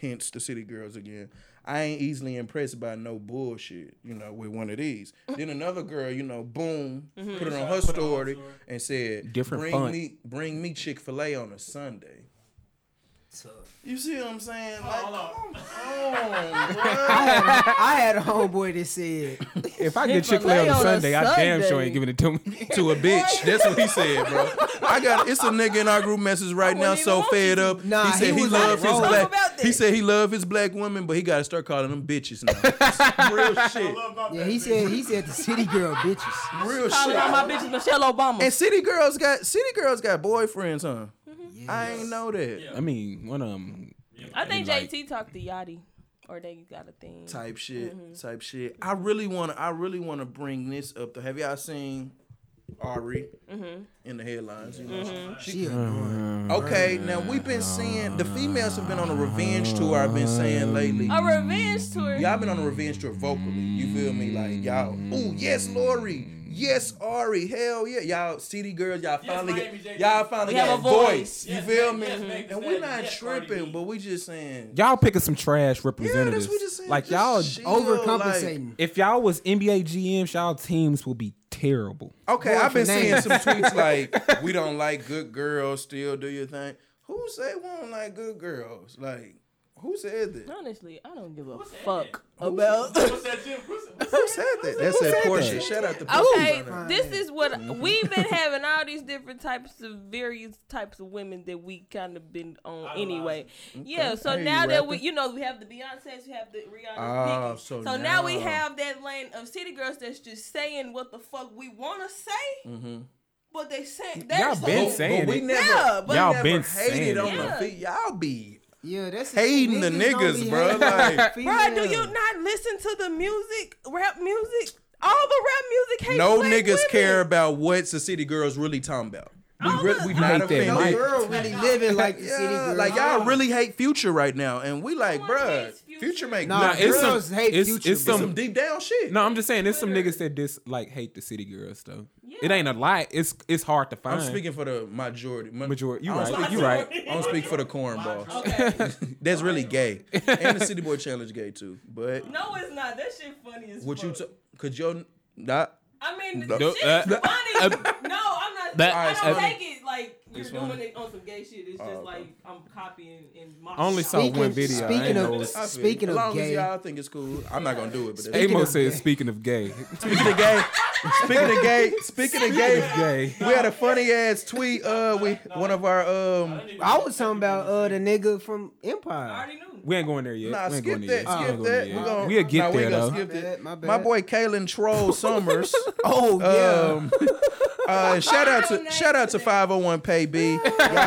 [SPEAKER 2] Hence the city girls again. I ain't easily impressed by no bullshit, you know, with one of these. Then another girl, you know, boom, put it on her story and said,
[SPEAKER 4] Different
[SPEAKER 2] bring
[SPEAKER 4] font.
[SPEAKER 2] me bring me Chick-fil-A on a Sunday. You see what I'm saying? Like, come on, bro.
[SPEAKER 3] I had, a- I had a homeboy that said,
[SPEAKER 4] If I get Chick Fil A on a Sunday, I damn sure ain't giving it to me.
[SPEAKER 2] to a bitch. That's what he said, bro. I got it's a nigga in our group message right now,
[SPEAKER 1] wouldn't even
[SPEAKER 2] so
[SPEAKER 1] want
[SPEAKER 2] fed
[SPEAKER 1] you.
[SPEAKER 2] up.
[SPEAKER 3] Nah,
[SPEAKER 2] he said
[SPEAKER 3] he
[SPEAKER 2] he,
[SPEAKER 3] was on
[SPEAKER 2] loved
[SPEAKER 3] the
[SPEAKER 2] his
[SPEAKER 3] road.
[SPEAKER 2] black.
[SPEAKER 1] About that.
[SPEAKER 2] He said he loved his black women, but he got to start calling them bitches now. Real shit.
[SPEAKER 3] "Yeah, he said he said the city girl bitches."
[SPEAKER 2] Real
[SPEAKER 1] Calling all
[SPEAKER 2] shit.
[SPEAKER 1] my bitches Michelle Obama.
[SPEAKER 2] And city girls got city girls got boyfriends, huh? I ain't know that
[SPEAKER 4] I mean, one of them.
[SPEAKER 1] I think
[SPEAKER 4] like-
[SPEAKER 1] JT talked to Yachty, or they got a thing.
[SPEAKER 2] type shit. Type shit. I really wanna. I really wanna bring this up. though. Have y'all seen Ari in the headlines? You know,
[SPEAKER 3] She
[SPEAKER 4] Mm.
[SPEAKER 3] annoying.
[SPEAKER 2] Okay, now we've been seeing the females have been on a revenge tour. I've been saying lately.
[SPEAKER 1] A revenge tour.
[SPEAKER 2] Y'all been on a revenge tour vocally. You feel me? Like y'all, ooh yes, Lori, Yes, Ari. Hell yeah. Y'all city girls, y'all
[SPEAKER 5] Yes,
[SPEAKER 2] finally
[SPEAKER 5] Miami
[SPEAKER 2] get,
[SPEAKER 5] J.
[SPEAKER 2] y'all finally
[SPEAKER 1] We have
[SPEAKER 2] got
[SPEAKER 1] a
[SPEAKER 2] voice.
[SPEAKER 1] voice.
[SPEAKER 2] You
[SPEAKER 5] Yes,
[SPEAKER 2] feel
[SPEAKER 5] Meg-
[SPEAKER 2] me?
[SPEAKER 5] yes, Meg Thee
[SPEAKER 2] and we're
[SPEAKER 5] Stallion.
[SPEAKER 2] not
[SPEAKER 5] Yes, Cardi
[SPEAKER 2] tripping,
[SPEAKER 5] B.
[SPEAKER 2] but we just saying.
[SPEAKER 4] Y'all picking some trash
[SPEAKER 2] Yeah,
[SPEAKER 4] representatives.
[SPEAKER 2] that's what just saying.
[SPEAKER 4] like
[SPEAKER 2] Just
[SPEAKER 4] y'all,
[SPEAKER 2] chill,
[SPEAKER 3] Overcompensating.
[SPEAKER 4] if y'all was NBA GMs, y'all teams will be terrible.
[SPEAKER 2] like- okay,
[SPEAKER 3] Boy,
[SPEAKER 2] I've been
[SPEAKER 3] your
[SPEAKER 2] seeing
[SPEAKER 3] name.
[SPEAKER 2] some tweets like, "We don't like good girls. Still do your thing." Who say we don't like good girls? Like, who said that?
[SPEAKER 1] Honestly, I don't give a fuck
[SPEAKER 2] Who-
[SPEAKER 1] about.
[SPEAKER 5] What's that, Jim? What's- what's-
[SPEAKER 2] Who said that? That's
[SPEAKER 4] said
[SPEAKER 2] that
[SPEAKER 4] that?
[SPEAKER 2] Portia. Shout out to Portia.
[SPEAKER 1] Okay,
[SPEAKER 2] Turner.
[SPEAKER 1] this is what we've been having all these different types of various types of women that we kind of been on anyway. Yeah, so
[SPEAKER 2] I hear
[SPEAKER 1] now
[SPEAKER 2] you,
[SPEAKER 1] that we,
[SPEAKER 2] rapper.
[SPEAKER 1] you know, we have the Beyonces, we have the Rihanna.
[SPEAKER 2] Ah, so
[SPEAKER 1] so, now we
[SPEAKER 2] now-
[SPEAKER 1] have that lane of city girls that's just saying what the fuck we want to say,
[SPEAKER 2] Mm-hmm.
[SPEAKER 1] but they say they're
[SPEAKER 4] Y'all
[SPEAKER 1] so-
[SPEAKER 4] been
[SPEAKER 2] But-
[SPEAKER 4] saying
[SPEAKER 2] but we
[SPEAKER 4] it.
[SPEAKER 2] never,
[SPEAKER 1] Yeah, but-
[SPEAKER 2] we
[SPEAKER 4] Y'all
[SPEAKER 2] never
[SPEAKER 4] been saying
[SPEAKER 2] hated
[SPEAKER 4] it.
[SPEAKER 2] on
[SPEAKER 1] Yeah.
[SPEAKER 2] the feet. Y'all be
[SPEAKER 3] Yeah, that's
[SPEAKER 2] Hating the niggas, bruh, like-
[SPEAKER 1] Bruh, do you not listen to the music, rap music? All the rap music hates
[SPEAKER 2] no
[SPEAKER 1] black
[SPEAKER 2] niggas
[SPEAKER 1] women.
[SPEAKER 2] care about what the city girls really talking about. We,
[SPEAKER 1] Oh,
[SPEAKER 2] re-
[SPEAKER 1] look.
[SPEAKER 2] we
[SPEAKER 1] You
[SPEAKER 2] not
[SPEAKER 4] hate that,
[SPEAKER 2] offended.
[SPEAKER 3] No
[SPEAKER 4] Mike.
[SPEAKER 3] girl really living like the city
[SPEAKER 2] Yeah,
[SPEAKER 3] girl.
[SPEAKER 2] like y'all really hate Future right now, and we like,
[SPEAKER 1] No one
[SPEAKER 2] bruh,
[SPEAKER 1] hates
[SPEAKER 2] Future,
[SPEAKER 1] Future.
[SPEAKER 2] make
[SPEAKER 3] Nah,
[SPEAKER 4] Nah,
[SPEAKER 2] good
[SPEAKER 4] it's
[SPEAKER 2] drugs.
[SPEAKER 3] girls
[SPEAKER 4] some,
[SPEAKER 3] hate
[SPEAKER 4] it's,
[SPEAKER 3] Future,
[SPEAKER 4] it's
[SPEAKER 3] but
[SPEAKER 2] some,
[SPEAKER 4] some,
[SPEAKER 2] deep down shit.
[SPEAKER 4] No, I'm just saying, there's some niggas that dis like hate the city girls though. It ain't a lot. It's it's hard to find.
[SPEAKER 2] I'm speaking for the majority. Ma-
[SPEAKER 4] Majority. You
[SPEAKER 2] I don't
[SPEAKER 4] right.
[SPEAKER 2] speak
[SPEAKER 4] You
[SPEAKER 2] for-
[SPEAKER 4] right.
[SPEAKER 2] I don't speak for the cornballs.
[SPEAKER 1] Okay.
[SPEAKER 2] That's really gay, and the City Boy Challenge gay too. But
[SPEAKER 1] No, it's not. That shit funny as
[SPEAKER 2] what you
[SPEAKER 1] fuck.
[SPEAKER 2] t- could your not
[SPEAKER 1] I mean,
[SPEAKER 2] No,
[SPEAKER 1] the shit
[SPEAKER 4] uh,
[SPEAKER 1] is funny. no, I'm not.
[SPEAKER 4] that-
[SPEAKER 1] I don't
[SPEAKER 4] uh,
[SPEAKER 1] take it like you're
[SPEAKER 2] It's
[SPEAKER 1] doing
[SPEAKER 2] funny. Oh,
[SPEAKER 1] it on some gay shit. It's just like I'm copying and mocking.
[SPEAKER 4] I only saw
[SPEAKER 1] y'all.
[SPEAKER 4] one video. I ain't
[SPEAKER 3] Speaking
[SPEAKER 4] know
[SPEAKER 3] of
[SPEAKER 4] it's-
[SPEAKER 2] I feel
[SPEAKER 3] speaking
[SPEAKER 2] you. as
[SPEAKER 3] of
[SPEAKER 2] long as
[SPEAKER 3] gay,
[SPEAKER 2] y'all think it's cool, I'm not gonna do it. But that's-
[SPEAKER 3] Speaking
[SPEAKER 4] Amo
[SPEAKER 3] of
[SPEAKER 4] says,
[SPEAKER 3] gay.
[SPEAKER 4] speaking of gay,
[SPEAKER 2] speaking of gay, speaking of gay, speaking of gay,
[SPEAKER 4] gay.
[SPEAKER 2] we had a funny ass tweet. Uh, we one of our um.
[SPEAKER 3] I was talking about uh the nigga from
[SPEAKER 1] I
[SPEAKER 3] Empire.
[SPEAKER 1] already knew.
[SPEAKER 4] We ain't going there yet.
[SPEAKER 2] Nah,
[SPEAKER 4] we
[SPEAKER 2] skip
[SPEAKER 4] ain't going there
[SPEAKER 2] that.
[SPEAKER 4] yet. We
[SPEAKER 2] Skip
[SPEAKER 4] ain't going there
[SPEAKER 2] that.
[SPEAKER 4] yet.
[SPEAKER 2] We gonna,
[SPEAKER 4] We'll get
[SPEAKER 2] nah, we
[SPEAKER 4] there
[SPEAKER 2] gonna
[SPEAKER 4] though.
[SPEAKER 2] skip
[SPEAKER 3] My
[SPEAKER 2] that.
[SPEAKER 3] bad, my bad.
[SPEAKER 2] My boy Kalen Troll Summers.
[SPEAKER 3] Oh yeah,
[SPEAKER 2] Um, uh, shout out to shout out to 501 Pay B. Y'all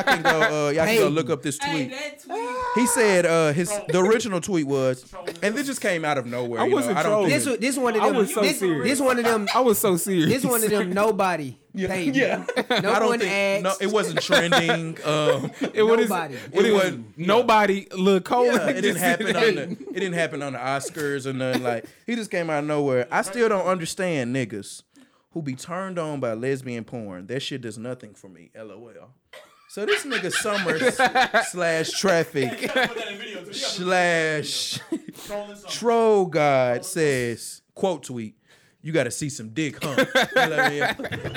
[SPEAKER 2] can go. Uh, y'all can go look up this
[SPEAKER 1] Hey,
[SPEAKER 2] tweet.
[SPEAKER 1] that tweet.
[SPEAKER 2] He said uh, his the original tweet was, and this just came out of nowhere.
[SPEAKER 4] I
[SPEAKER 2] you know,
[SPEAKER 4] wasn't
[SPEAKER 2] I don't
[SPEAKER 4] trolling.
[SPEAKER 2] think-
[SPEAKER 3] this was- this one of
[SPEAKER 4] I
[SPEAKER 3] them.
[SPEAKER 4] was so
[SPEAKER 3] this,
[SPEAKER 4] serious.
[SPEAKER 3] this one of them.
[SPEAKER 4] I was so serious.
[SPEAKER 3] This one of them. Nobody.
[SPEAKER 2] Yeah,
[SPEAKER 3] paid.
[SPEAKER 2] yeah.
[SPEAKER 3] No
[SPEAKER 2] I don't
[SPEAKER 3] one
[SPEAKER 2] think. No,
[SPEAKER 3] asked.
[SPEAKER 2] it wasn't trending. Um,
[SPEAKER 4] It, what is-
[SPEAKER 3] Nobody.
[SPEAKER 4] What
[SPEAKER 2] It
[SPEAKER 4] it was,
[SPEAKER 2] wasn't.
[SPEAKER 4] nobody. Lil Cole.
[SPEAKER 2] Yeah, it didn't
[SPEAKER 4] just
[SPEAKER 2] happen
[SPEAKER 4] said,
[SPEAKER 2] on the it didn't happen on the Oscars or nothing. Like he just came out of nowhere. I still don't understand niggas who be turned on by lesbian porn. That shit does nothing for me. LOL. So this nigga Summers slash traffic
[SPEAKER 5] Put that in video, too. You gotta put
[SPEAKER 2] slash
[SPEAKER 5] trolling something.
[SPEAKER 2] troll god says quote tweet. You gotta see some dick, huh? You know what I mean?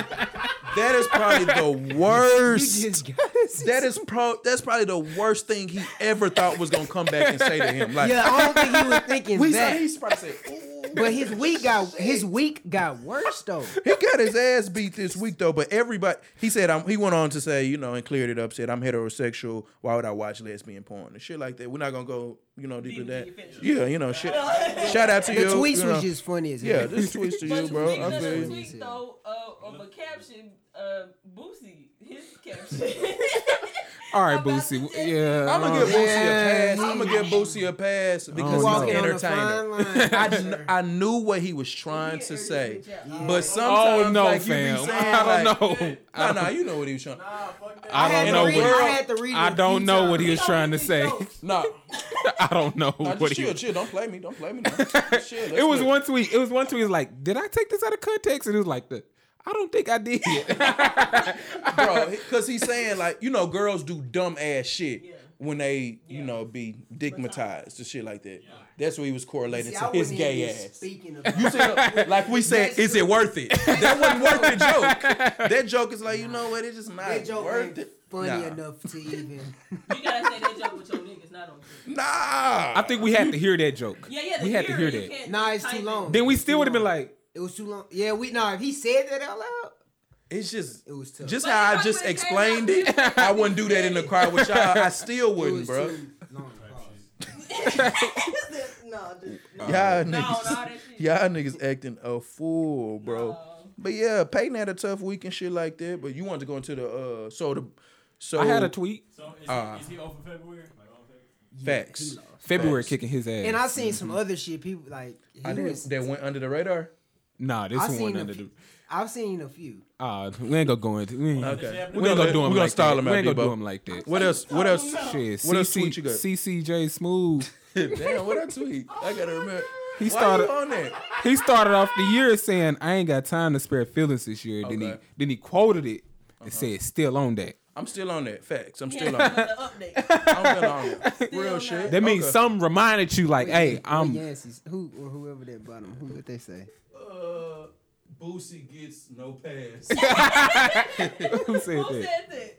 [SPEAKER 2] That is probably the worst.
[SPEAKER 3] Just gotta see
[SPEAKER 2] That is pro. That's probably the worst thing he ever thought was gonna come back and say to him. Like,
[SPEAKER 3] Yeah, I don't think he was thinking
[SPEAKER 2] we
[SPEAKER 3] that.
[SPEAKER 2] said he's probably said, "Ooh."
[SPEAKER 3] but his week got his week got worse though.
[SPEAKER 2] he got his ass beat this week though. But everybody, he said, um, he went on to say, you know, and cleared it up. Said, I'm heterosexual. Why would I watch lesbian porn and shit like that? We're not gonna go, you know, deep in that. Yeah, you know, shit. Shout out to
[SPEAKER 3] The
[SPEAKER 2] you.
[SPEAKER 3] tweets
[SPEAKER 2] you know.
[SPEAKER 3] was just funny as hell.
[SPEAKER 2] yeah, this tweets to you,
[SPEAKER 1] But
[SPEAKER 2] bro.
[SPEAKER 1] speaking
[SPEAKER 2] I
[SPEAKER 1] of the
[SPEAKER 2] feel you.
[SPEAKER 1] tweet though, uh, of a caption, uh, Boosie, his caption.
[SPEAKER 4] All right,
[SPEAKER 1] About
[SPEAKER 4] Boosie.
[SPEAKER 1] to-
[SPEAKER 4] Yeah.
[SPEAKER 2] I'm gonna
[SPEAKER 4] uh,
[SPEAKER 2] give Boosie
[SPEAKER 3] Oh, Yeah, Oh,
[SPEAKER 2] a pass. I'm gonna give Boosie a pass because he's
[SPEAKER 3] Walking
[SPEAKER 2] an
[SPEAKER 3] on the
[SPEAKER 2] entertainer.
[SPEAKER 3] fine line.
[SPEAKER 2] I, kn- I knew what he was trying to say, but sometimes
[SPEAKER 4] Oh no,
[SPEAKER 2] like,
[SPEAKER 4] fam!
[SPEAKER 2] you be saying,
[SPEAKER 4] I
[SPEAKER 2] like,
[SPEAKER 4] don't know.
[SPEAKER 2] Nah, nah, you know what he was trying.
[SPEAKER 4] I
[SPEAKER 3] had
[SPEAKER 4] don't
[SPEAKER 3] to
[SPEAKER 4] know
[SPEAKER 3] read- I had
[SPEAKER 4] what.
[SPEAKER 3] to read it
[SPEAKER 4] I
[SPEAKER 3] a
[SPEAKER 4] don't
[SPEAKER 3] few
[SPEAKER 4] know what
[SPEAKER 3] times.
[SPEAKER 4] he was trying to say.
[SPEAKER 2] Nah,
[SPEAKER 4] I don't know
[SPEAKER 2] nah
[SPEAKER 4] what
[SPEAKER 2] just
[SPEAKER 4] he.
[SPEAKER 2] chill, chill. Don't play me. Don't play me. now. Chill, let's
[SPEAKER 4] It was
[SPEAKER 2] look.
[SPEAKER 4] one tweet. It was one tweet. It was like, did I take this out of context? And it was like, the, I don't think I did.
[SPEAKER 2] bro, because he's saying like you know girls do dumb ass shit when they you know be digmatized and shit like that. That's what he was correlating to his gay ass.
[SPEAKER 3] Speaking of
[SPEAKER 2] You said, like we said, is it worth it? That wasn't worth the joke. That joke is like you know what? It's just not
[SPEAKER 3] that joke
[SPEAKER 2] worth
[SPEAKER 3] ain't
[SPEAKER 2] it.
[SPEAKER 3] funny
[SPEAKER 2] Nah.
[SPEAKER 3] enough to even.
[SPEAKER 1] you gotta say that joke with your niggas, not on. Twitter.
[SPEAKER 2] Nah,
[SPEAKER 4] I think we had to hear that joke.
[SPEAKER 1] Yeah, yeah.
[SPEAKER 4] we had to hear
[SPEAKER 1] it, you
[SPEAKER 4] that.
[SPEAKER 1] can't
[SPEAKER 3] Nah, it's
[SPEAKER 1] type
[SPEAKER 3] too
[SPEAKER 1] it.
[SPEAKER 3] long.
[SPEAKER 4] Then we still would have been like,
[SPEAKER 3] It was too long. Yeah, we nah. If he said that out loud,
[SPEAKER 2] it's just
[SPEAKER 3] it was tough.
[SPEAKER 2] just
[SPEAKER 1] But
[SPEAKER 2] how I
[SPEAKER 1] if I
[SPEAKER 2] just
[SPEAKER 1] would've came
[SPEAKER 2] explained
[SPEAKER 1] out
[SPEAKER 2] it. I wouldn't do that in the crowd with y'all. I still
[SPEAKER 3] it
[SPEAKER 2] wouldn't,
[SPEAKER 3] was
[SPEAKER 2] bro.
[SPEAKER 3] too long. Pause.
[SPEAKER 1] No, just
[SPEAKER 2] Y'all
[SPEAKER 1] no. No, no,
[SPEAKER 2] niggas,
[SPEAKER 1] that shit.
[SPEAKER 2] y'all niggas acting a fool, bro. But yeah, Peyton had a tough week and shit like that. But you wanted to go into the uh, so the so
[SPEAKER 4] I had a tweet.
[SPEAKER 5] So is,
[SPEAKER 2] Uh.
[SPEAKER 5] he, is he open February? Like, open February?
[SPEAKER 2] facts
[SPEAKER 4] February
[SPEAKER 2] Facts.
[SPEAKER 4] kicking his ass.
[SPEAKER 3] And I seen some other shit. People like he
[SPEAKER 2] I did,
[SPEAKER 3] was,
[SPEAKER 2] that went under the radar.
[SPEAKER 4] nah, this
[SPEAKER 3] I
[SPEAKER 4] one
[SPEAKER 3] seen a
[SPEAKER 4] under the.
[SPEAKER 3] few. I've seen a few.
[SPEAKER 4] Ah, we ain't gonna go into. We ain't,
[SPEAKER 2] Okay,
[SPEAKER 4] we ain't gonna do
[SPEAKER 2] we
[SPEAKER 4] him
[SPEAKER 2] gonna
[SPEAKER 4] like
[SPEAKER 2] style
[SPEAKER 4] that.
[SPEAKER 2] him
[SPEAKER 4] We
[SPEAKER 2] out,
[SPEAKER 4] ain't gonna
[SPEAKER 2] Debo.
[SPEAKER 4] do him like that.
[SPEAKER 2] What else? What else?
[SPEAKER 4] Shit,
[SPEAKER 2] What else
[SPEAKER 4] CC
[SPEAKER 2] tweet you got?
[SPEAKER 4] CCJ Smooth.
[SPEAKER 2] Oh Damn, what I tweet? I gotta remember.
[SPEAKER 4] He
[SPEAKER 2] Why
[SPEAKER 4] started.
[SPEAKER 2] you on that?
[SPEAKER 4] He started off the year saying, "I ain't got time to spare feelings this year." Then he
[SPEAKER 2] Okay.
[SPEAKER 4] then he quoted it and said, "Still on that."
[SPEAKER 2] I'm still on that. Facts. I'm
[SPEAKER 1] Yeah,
[SPEAKER 2] still on
[SPEAKER 1] another
[SPEAKER 2] that.
[SPEAKER 1] update.
[SPEAKER 2] I'm still on it. Real shit.
[SPEAKER 4] That means
[SPEAKER 2] Okay.
[SPEAKER 4] something reminded you, like, "Hey,
[SPEAKER 3] Um,
[SPEAKER 4] I'm."
[SPEAKER 3] Yancey's, who or whoever that bottom, who what they say?
[SPEAKER 2] Uh, Boosie gets no pass.
[SPEAKER 4] Who said
[SPEAKER 1] Who said
[SPEAKER 4] that?
[SPEAKER 1] that?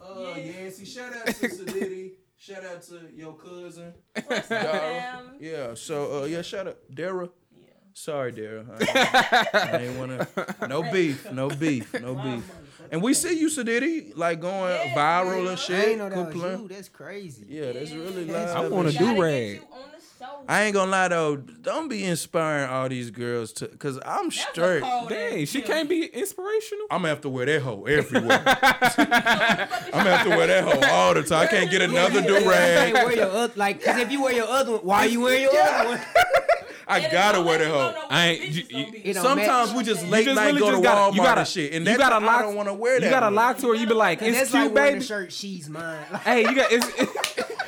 [SPEAKER 2] Uh,
[SPEAKER 1] Yeah.
[SPEAKER 2] Yancy, shout out to Solidity. shout out to your cousin.
[SPEAKER 1] What's up,
[SPEAKER 2] Dara.
[SPEAKER 1] fam?
[SPEAKER 2] Yeah, so, uh, yeah, shout out. Dara.
[SPEAKER 1] Yeah.
[SPEAKER 2] Sorry, Dara. I ain't- I ain't want to. No beef. No beef. No beef. And we see you, Solidity, like going viral
[SPEAKER 1] Yeah, yeah.
[SPEAKER 2] and
[SPEAKER 3] I ain't
[SPEAKER 2] shit.
[SPEAKER 3] know that was
[SPEAKER 2] Complain.
[SPEAKER 3] you. That's crazy.
[SPEAKER 2] Yeah, that's really
[SPEAKER 3] Yeah.
[SPEAKER 2] live.
[SPEAKER 3] I
[SPEAKER 4] wanna
[SPEAKER 2] and
[SPEAKER 4] do
[SPEAKER 2] shit.
[SPEAKER 1] Gotta get
[SPEAKER 4] rag.
[SPEAKER 1] you on the show.
[SPEAKER 2] I ain't gonna lie though, don't be inspiring all these girls to, cause I'm
[SPEAKER 1] That's a
[SPEAKER 2] straight.
[SPEAKER 1] cold
[SPEAKER 4] Dang,
[SPEAKER 1] ass
[SPEAKER 4] she
[SPEAKER 1] chick.
[SPEAKER 4] can't be inspirational.
[SPEAKER 2] I'm gonna have to wear that hoe everywhere. I'm gonna have to wear that hoe all the time. I can't get another do
[SPEAKER 3] Hey,
[SPEAKER 2] rag.
[SPEAKER 3] wear your oth- like, 'cause if you wear your other one, why you wearing your other one?
[SPEAKER 2] I gotta wear that hoe.
[SPEAKER 4] I ain't- you-
[SPEAKER 3] It don't
[SPEAKER 2] Sometimes
[SPEAKER 3] match.
[SPEAKER 2] we just late
[SPEAKER 4] just
[SPEAKER 2] night
[SPEAKER 4] really
[SPEAKER 2] go to
[SPEAKER 4] just gotta-
[SPEAKER 2] Walmart
[SPEAKER 4] you gotta-
[SPEAKER 2] and shit, and
[SPEAKER 4] you
[SPEAKER 2] that
[SPEAKER 4] gotta
[SPEAKER 2] time,
[SPEAKER 4] lock-
[SPEAKER 2] I don't want to wear that.
[SPEAKER 4] You gotta
[SPEAKER 2] one.
[SPEAKER 4] lie to her. You be like,
[SPEAKER 3] And
[SPEAKER 4] "It's
[SPEAKER 3] that's like
[SPEAKER 4] cute,
[SPEAKER 3] wearing
[SPEAKER 4] baby."
[SPEAKER 3] a shirt. She's mine. Like,
[SPEAKER 4] Hey, you got. It's,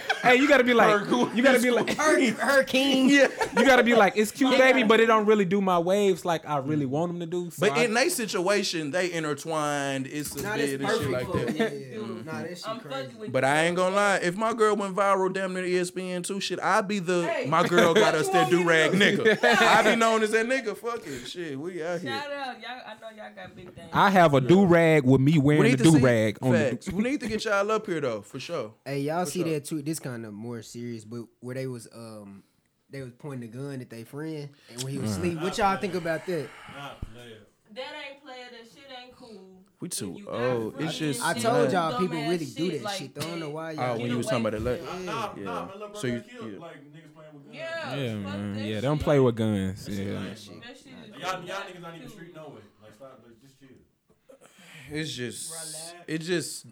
[SPEAKER 4] hey, you gotta be like. You gotta be like.
[SPEAKER 3] her, her king.
[SPEAKER 2] Yeah.
[SPEAKER 4] You gotta be like. It's cute, baby, but it don't really do my waves like I really want them to do. So
[SPEAKER 2] But
[SPEAKER 4] I-
[SPEAKER 2] in their situation, they intertwined. It's a
[SPEAKER 3] Nah, that's
[SPEAKER 2] bit and shit
[SPEAKER 3] perfect.
[SPEAKER 2] like
[SPEAKER 3] for her.
[SPEAKER 2] that.
[SPEAKER 3] Yeah, yeah, yeah. Nah, that shit
[SPEAKER 1] I'm
[SPEAKER 3] crazy.
[SPEAKER 1] fucking with
[SPEAKER 2] But I ain't gonna lie. If my girl went viral, damn near E ESPN too, shit, I be the
[SPEAKER 1] Hey,
[SPEAKER 2] my girl got us
[SPEAKER 1] you
[SPEAKER 2] that
[SPEAKER 1] want me to
[SPEAKER 2] do rag
[SPEAKER 1] do?
[SPEAKER 2] nigga. I be known as that nigga. Fuck it, shit. We out here.
[SPEAKER 1] Shout out, y'all. I know y'all got big things.
[SPEAKER 4] I have a do rag with me
[SPEAKER 2] We
[SPEAKER 4] wearing a
[SPEAKER 2] need to
[SPEAKER 4] do
[SPEAKER 2] see
[SPEAKER 4] rag on the.
[SPEAKER 2] facts. We need to get y'all up here though, for sure.
[SPEAKER 3] Hey, y'all
[SPEAKER 2] For
[SPEAKER 3] see
[SPEAKER 2] sure.
[SPEAKER 3] that tweet? This kind of more serious, but where they was um they was pointing the gun at their friend and when he was asleep. What y'all think about that?
[SPEAKER 5] Not player.
[SPEAKER 1] That ain't player. That shit ain't cool.
[SPEAKER 2] We too
[SPEAKER 1] You got
[SPEAKER 2] old. It's
[SPEAKER 1] fucking
[SPEAKER 2] just
[SPEAKER 3] I
[SPEAKER 1] Yeah.
[SPEAKER 3] told y'all
[SPEAKER 1] Dumbass
[SPEAKER 3] people really do
[SPEAKER 1] shit
[SPEAKER 3] that
[SPEAKER 1] like
[SPEAKER 3] shit. though. I don't
[SPEAKER 1] that.
[SPEAKER 3] know why y'all.
[SPEAKER 2] Oh, when
[SPEAKER 3] do
[SPEAKER 2] you
[SPEAKER 3] that.
[SPEAKER 2] was talking about the late.
[SPEAKER 1] Yeah.
[SPEAKER 5] Nah, nah,
[SPEAKER 2] Yeah.
[SPEAKER 5] my little brother
[SPEAKER 2] So you-
[SPEAKER 5] killed.
[SPEAKER 2] yeah.
[SPEAKER 5] Like niggas playing with guns.
[SPEAKER 1] Yeah.
[SPEAKER 4] Yeah,
[SPEAKER 1] fuck
[SPEAKER 4] man.
[SPEAKER 1] that
[SPEAKER 4] Yeah, don't
[SPEAKER 1] shit.
[SPEAKER 4] play with guns. Yeah.
[SPEAKER 1] That shit is
[SPEAKER 5] Y'all, y'all
[SPEAKER 1] not
[SPEAKER 5] niggas not even
[SPEAKER 1] cool.
[SPEAKER 5] street no way. Like stop, like just chill.
[SPEAKER 2] It's just.
[SPEAKER 5] Relax.
[SPEAKER 2] It just.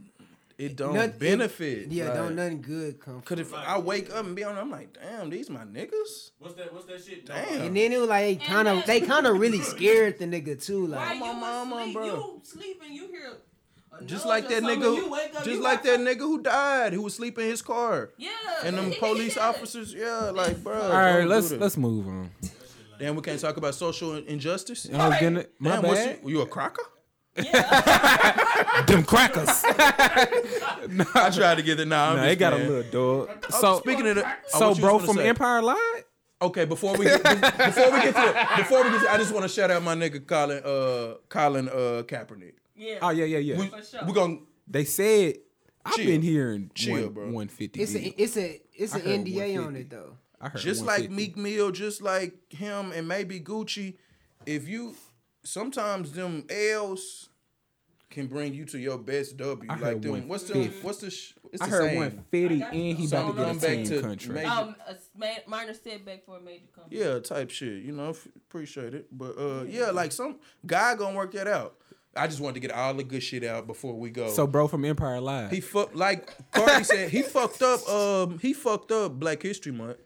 [SPEAKER 2] It don't
[SPEAKER 3] Nothing-
[SPEAKER 2] benefit.
[SPEAKER 3] Yeah,
[SPEAKER 2] like-
[SPEAKER 3] don't nothing good come.
[SPEAKER 2] Cause
[SPEAKER 3] From.
[SPEAKER 2] if I wake up and be on, I'm like, damn, these my niggas.
[SPEAKER 5] What's that? What's that shit?
[SPEAKER 2] Damn.
[SPEAKER 3] And then it was like kind of they kind of really scared the nigga too.
[SPEAKER 1] Why
[SPEAKER 3] Like
[SPEAKER 1] you
[SPEAKER 2] on, mama,
[SPEAKER 1] asleep?
[SPEAKER 2] bro.
[SPEAKER 1] You sleeping? You hear? a
[SPEAKER 2] Just
[SPEAKER 1] noise
[SPEAKER 2] like
[SPEAKER 1] or
[SPEAKER 2] that
[SPEAKER 1] something,
[SPEAKER 2] nigga,
[SPEAKER 1] you wake up,
[SPEAKER 2] just
[SPEAKER 1] you
[SPEAKER 2] like
[SPEAKER 1] watch
[SPEAKER 2] that
[SPEAKER 1] out.
[SPEAKER 2] nigga who died, who was sleeping in his car,
[SPEAKER 1] Yeah.
[SPEAKER 2] and them
[SPEAKER 1] He- he
[SPEAKER 2] police
[SPEAKER 1] said it.
[SPEAKER 2] officers. Yeah, like, bro.
[SPEAKER 4] All right, let's let's move on.
[SPEAKER 2] Damn, we can't talk about social in- injustice.
[SPEAKER 4] I was getting it. My
[SPEAKER 2] Damn, what's
[SPEAKER 4] bad.
[SPEAKER 2] you, you a cracker?
[SPEAKER 4] Them crackers.
[SPEAKER 2] I tried to get it. Nah, I'm
[SPEAKER 4] Nah,
[SPEAKER 2] just
[SPEAKER 4] they got a
[SPEAKER 2] playing.
[SPEAKER 4] little dog.
[SPEAKER 2] Oh,
[SPEAKER 4] So
[SPEAKER 2] speaking of, the, oh,
[SPEAKER 4] so
[SPEAKER 2] what you
[SPEAKER 4] bro
[SPEAKER 2] was gonna
[SPEAKER 4] from
[SPEAKER 2] say?
[SPEAKER 4] Empire lied.
[SPEAKER 2] Okay, before we get, before we get to before we get, to, I just want to shout out my nigga Colin uh Colin uh Kaepernick.
[SPEAKER 1] Yeah.
[SPEAKER 4] Oh yeah, yeah, yeah.
[SPEAKER 2] We,
[SPEAKER 1] For sure.
[SPEAKER 2] we gonna
[SPEAKER 4] They said I've
[SPEAKER 2] Chill.
[SPEAKER 4] been hearing
[SPEAKER 2] Chill,
[SPEAKER 4] one,
[SPEAKER 2] bro.
[SPEAKER 4] 150.
[SPEAKER 3] it's
[SPEAKER 4] deal.
[SPEAKER 3] a it's a it's
[SPEAKER 4] I
[SPEAKER 3] an
[SPEAKER 4] heard
[SPEAKER 3] NDA on
[SPEAKER 4] 150.
[SPEAKER 3] it though.
[SPEAKER 4] I heard
[SPEAKER 2] just like
[SPEAKER 4] 150.
[SPEAKER 2] Meek Mill, just like him, and maybe Gucci. If you sometimes them L's can bring you to your best W.
[SPEAKER 4] I
[SPEAKER 2] like
[SPEAKER 4] heard
[SPEAKER 2] them.
[SPEAKER 4] one
[SPEAKER 2] What's the
[SPEAKER 4] fifth.
[SPEAKER 2] what's the? sh- It's
[SPEAKER 4] I
[SPEAKER 2] the
[SPEAKER 4] heard
[SPEAKER 2] same.
[SPEAKER 4] 150 and he
[SPEAKER 2] So
[SPEAKER 4] about to
[SPEAKER 2] I'm
[SPEAKER 4] get
[SPEAKER 2] back
[SPEAKER 4] a
[SPEAKER 2] to
[SPEAKER 4] team contract.
[SPEAKER 2] major-
[SPEAKER 1] Um, a ma- minor setback for a major company.
[SPEAKER 2] Yeah, type shit. You know, f- appreciate it. But uh, yeah, like some guy gonna work that out. I just wanted to get all the good shit out before we go.
[SPEAKER 4] So bro from Empire lied.
[SPEAKER 2] He fucked like Cardi said. He fucked up. Um, he fucked up Black History Month.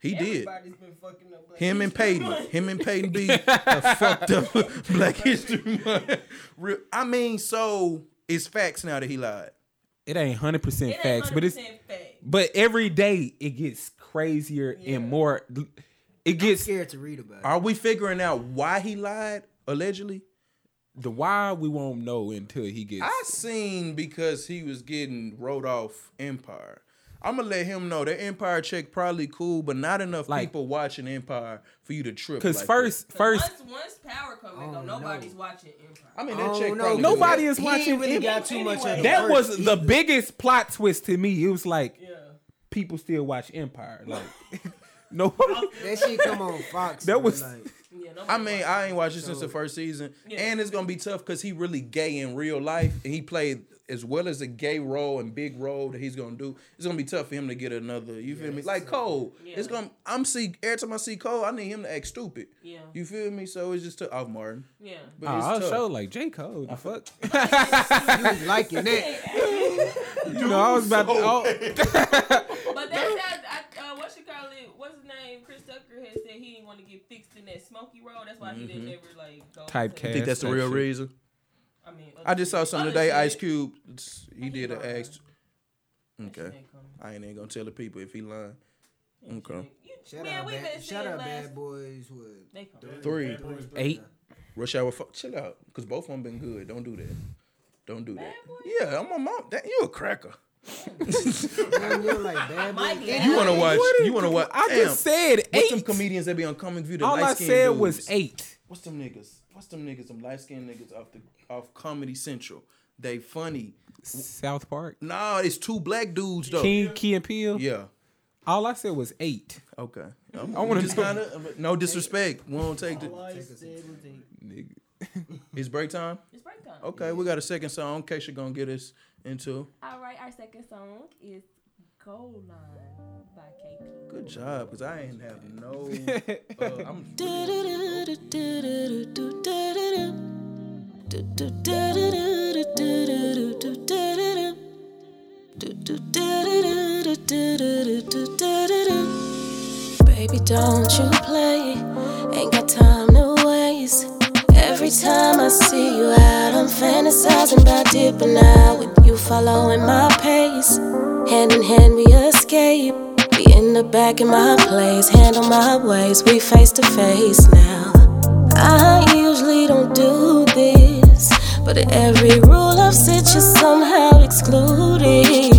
[SPEAKER 2] He did.
[SPEAKER 1] Everybody's been fucking up. Black
[SPEAKER 2] Him and
[SPEAKER 1] History
[SPEAKER 2] Peyton.
[SPEAKER 1] Month.
[SPEAKER 2] Him and Peyton B. have fucked up Black History Month. Real- I mean, so it's facts now that he lied.
[SPEAKER 4] it ain't 100 percent
[SPEAKER 1] It ain't
[SPEAKER 4] facts, but it's
[SPEAKER 1] 100% fact.
[SPEAKER 4] but every day it gets crazier and more. It gets
[SPEAKER 3] Scared to read about. it.
[SPEAKER 2] Are we figuring out why he lied allegedly?
[SPEAKER 4] the why we won't know until he gets.
[SPEAKER 2] I seen because he was getting wrote off Empire. I'm gonna let him know that Empire check probably cool, but not enough
[SPEAKER 4] Like-
[SPEAKER 2] people watching Empire for you to trip.
[SPEAKER 4] Because
[SPEAKER 2] like that.
[SPEAKER 4] first, first,
[SPEAKER 1] Once, once power come
[SPEAKER 3] Oh,
[SPEAKER 1] and go, nobody's watching Empire.
[SPEAKER 2] I mean
[SPEAKER 3] I
[SPEAKER 2] that
[SPEAKER 3] don't
[SPEAKER 2] check
[SPEAKER 3] know,
[SPEAKER 2] probably
[SPEAKER 3] dude.
[SPEAKER 4] Nobody is
[SPEAKER 3] He
[SPEAKER 4] watching
[SPEAKER 3] ain't really
[SPEAKER 4] him
[SPEAKER 3] got too much. of the
[SPEAKER 4] that
[SPEAKER 3] works
[SPEAKER 4] was the
[SPEAKER 3] either.
[SPEAKER 4] biggest plot twist to me. It was like
[SPEAKER 1] yeah.
[SPEAKER 4] people still watch Empire. Like nobody.
[SPEAKER 3] That shit come on Fox.
[SPEAKER 4] That
[SPEAKER 3] bro,
[SPEAKER 4] was-
[SPEAKER 3] like,
[SPEAKER 1] Yeah, nobody
[SPEAKER 2] I mean,
[SPEAKER 1] watching.
[SPEAKER 2] I ain't watched it since the first season, and it's gonna be tough because he really gay in real life, and he played as well as a gay role and big role that he's gonna do. It's gonna be tough for him to get another. You feel me? Like Cole, it's gonna. I'm see every time I see Cole, I need him to act stupid.
[SPEAKER 1] Yeah.
[SPEAKER 2] You feel me? So it's just tough. Off Martin,
[SPEAKER 1] yeah.
[SPEAKER 2] but
[SPEAKER 4] Oh,
[SPEAKER 2] it's
[SPEAKER 4] I'll
[SPEAKER 2] tough.
[SPEAKER 4] show like J Cole. The fuck.
[SPEAKER 3] you was liking that.
[SPEAKER 4] You know, I was about to. Oh,
[SPEAKER 1] But that's that. I, uh, what you call it? What's his name? Chris Tucker had said he didn't want to get fixed in that smoky road. That's why he didn't
[SPEAKER 2] Mm-hmm.
[SPEAKER 1] ever like go.
[SPEAKER 4] Typecast.
[SPEAKER 1] To,
[SPEAKER 2] I think that's the
[SPEAKER 4] That
[SPEAKER 2] real
[SPEAKER 4] shit.
[SPEAKER 2] reason.
[SPEAKER 1] I mean,
[SPEAKER 2] I just saw something
[SPEAKER 1] other
[SPEAKER 2] today.
[SPEAKER 1] Oh, shit-
[SPEAKER 2] Ice Cube, it's- he did an
[SPEAKER 1] lying.
[SPEAKER 2] act.
[SPEAKER 1] that shit
[SPEAKER 2] Okay,
[SPEAKER 1] ain't coming.
[SPEAKER 2] I ain't even gonna tell the people if he lying. Okay.
[SPEAKER 3] Shout
[SPEAKER 1] Man,
[SPEAKER 3] out,
[SPEAKER 1] we been
[SPEAKER 3] bad, shout
[SPEAKER 1] seeing
[SPEAKER 3] out
[SPEAKER 1] last-
[SPEAKER 3] Bad Boys. What?
[SPEAKER 1] They come.
[SPEAKER 2] Three.
[SPEAKER 4] Eight.
[SPEAKER 2] Rush Hour. Fuck. Chill out. Because both of them been good. Don't do that. Don't do that. Yeah, I'm a mom. That, you a cracker.
[SPEAKER 3] Damn, you like Bad Boys?
[SPEAKER 1] Mike Lee.
[SPEAKER 2] You want to watch.
[SPEAKER 4] What is-
[SPEAKER 2] You want to watch.
[SPEAKER 4] I just said
[SPEAKER 2] What's them
[SPEAKER 4] eight.
[SPEAKER 2] comedians that be on Common View? the
[SPEAKER 4] All I
[SPEAKER 2] light-skinned
[SPEAKER 4] said
[SPEAKER 2] dudes?
[SPEAKER 4] was eight.
[SPEAKER 2] What's them niggas? What's them niggas? Them light skinned niggas off the off Comedy Central. They funny.
[SPEAKER 4] South Park,
[SPEAKER 2] Nah, it's two black dudes though.
[SPEAKER 4] King, Key and Peele.
[SPEAKER 2] Yeah.
[SPEAKER 4] All I said was eight.
[SPEAKER 2] Okay.
[SPEAKER 4] I wanna
[SPEAKER 2] just
[SPEAKER 4] know.
[SPEAKER 2] kinda- no disrespect. We don't take the,
[SPEAKER 4] Nigga.
[SPEAKER 2] it's break time.
[SPEAKER 1] It's break time.
[SPEAKER 2] Okay, we got a second song. Keisha gonna get us into.
[SPEAKER 1] All right, our second song is Gold Line by KP.
[SPEAKER 2] Good job, cause I ain't have no. Uh, I'm
[SPEAKER 8] Baby, don't you play. Ain't got time to waste. Every time I see you out, I'm fantasizing about dipping out with you following my pace. Hand in hand, we escape. Be in the back in my place, handle my ways. We face to face now. I usually don't do this, but every rule I've set, you're somehow excluded.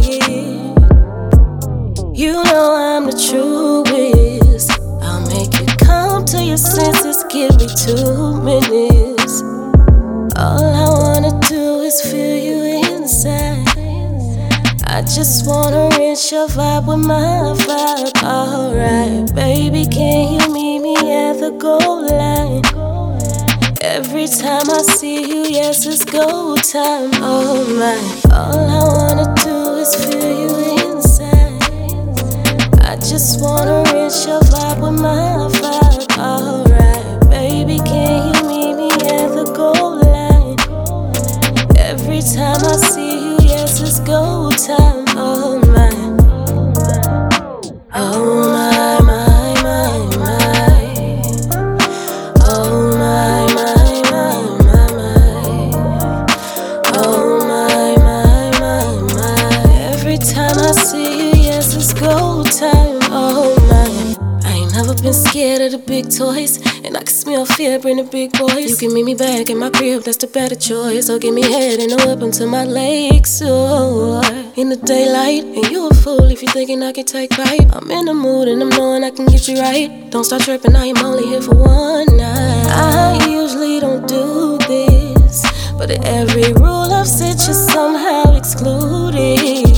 [SPEAKER 8] You know I'm the truest. I'll make you come to your senses. Give me two minutes. All I wanna do is feel you inside. I just wanna rinse your vibe with my vibe. Alright, baby, can you meet me at the goal line? Every time I see you, yes, it's go time. Oh my, all I wanna do is feel you inside. I just wanna rinse your vibe with my vibe. Alright, baby, can you meet me at the goal line? Every time I see you, yes, it's go time. Oh my, oh my, my, my, my. Oh my, my, my, my, my. Oh my, my, my, my. Every time I see you, yes, it's go time. Oh my. I ain't never been scared of the big toys. And I can smell fear, bring the big boys. You can meet me back in my crib, that's the better choice. So give me head and a weapon to my legs. Oh, in the daylight, and you a fool if you thinking I can take pipe. I'm in the mood and I'm knowing I can get you right. Don't start tripping, I am only here for one night. I usually don't do this, but every rule I've set, you're somehow excluded.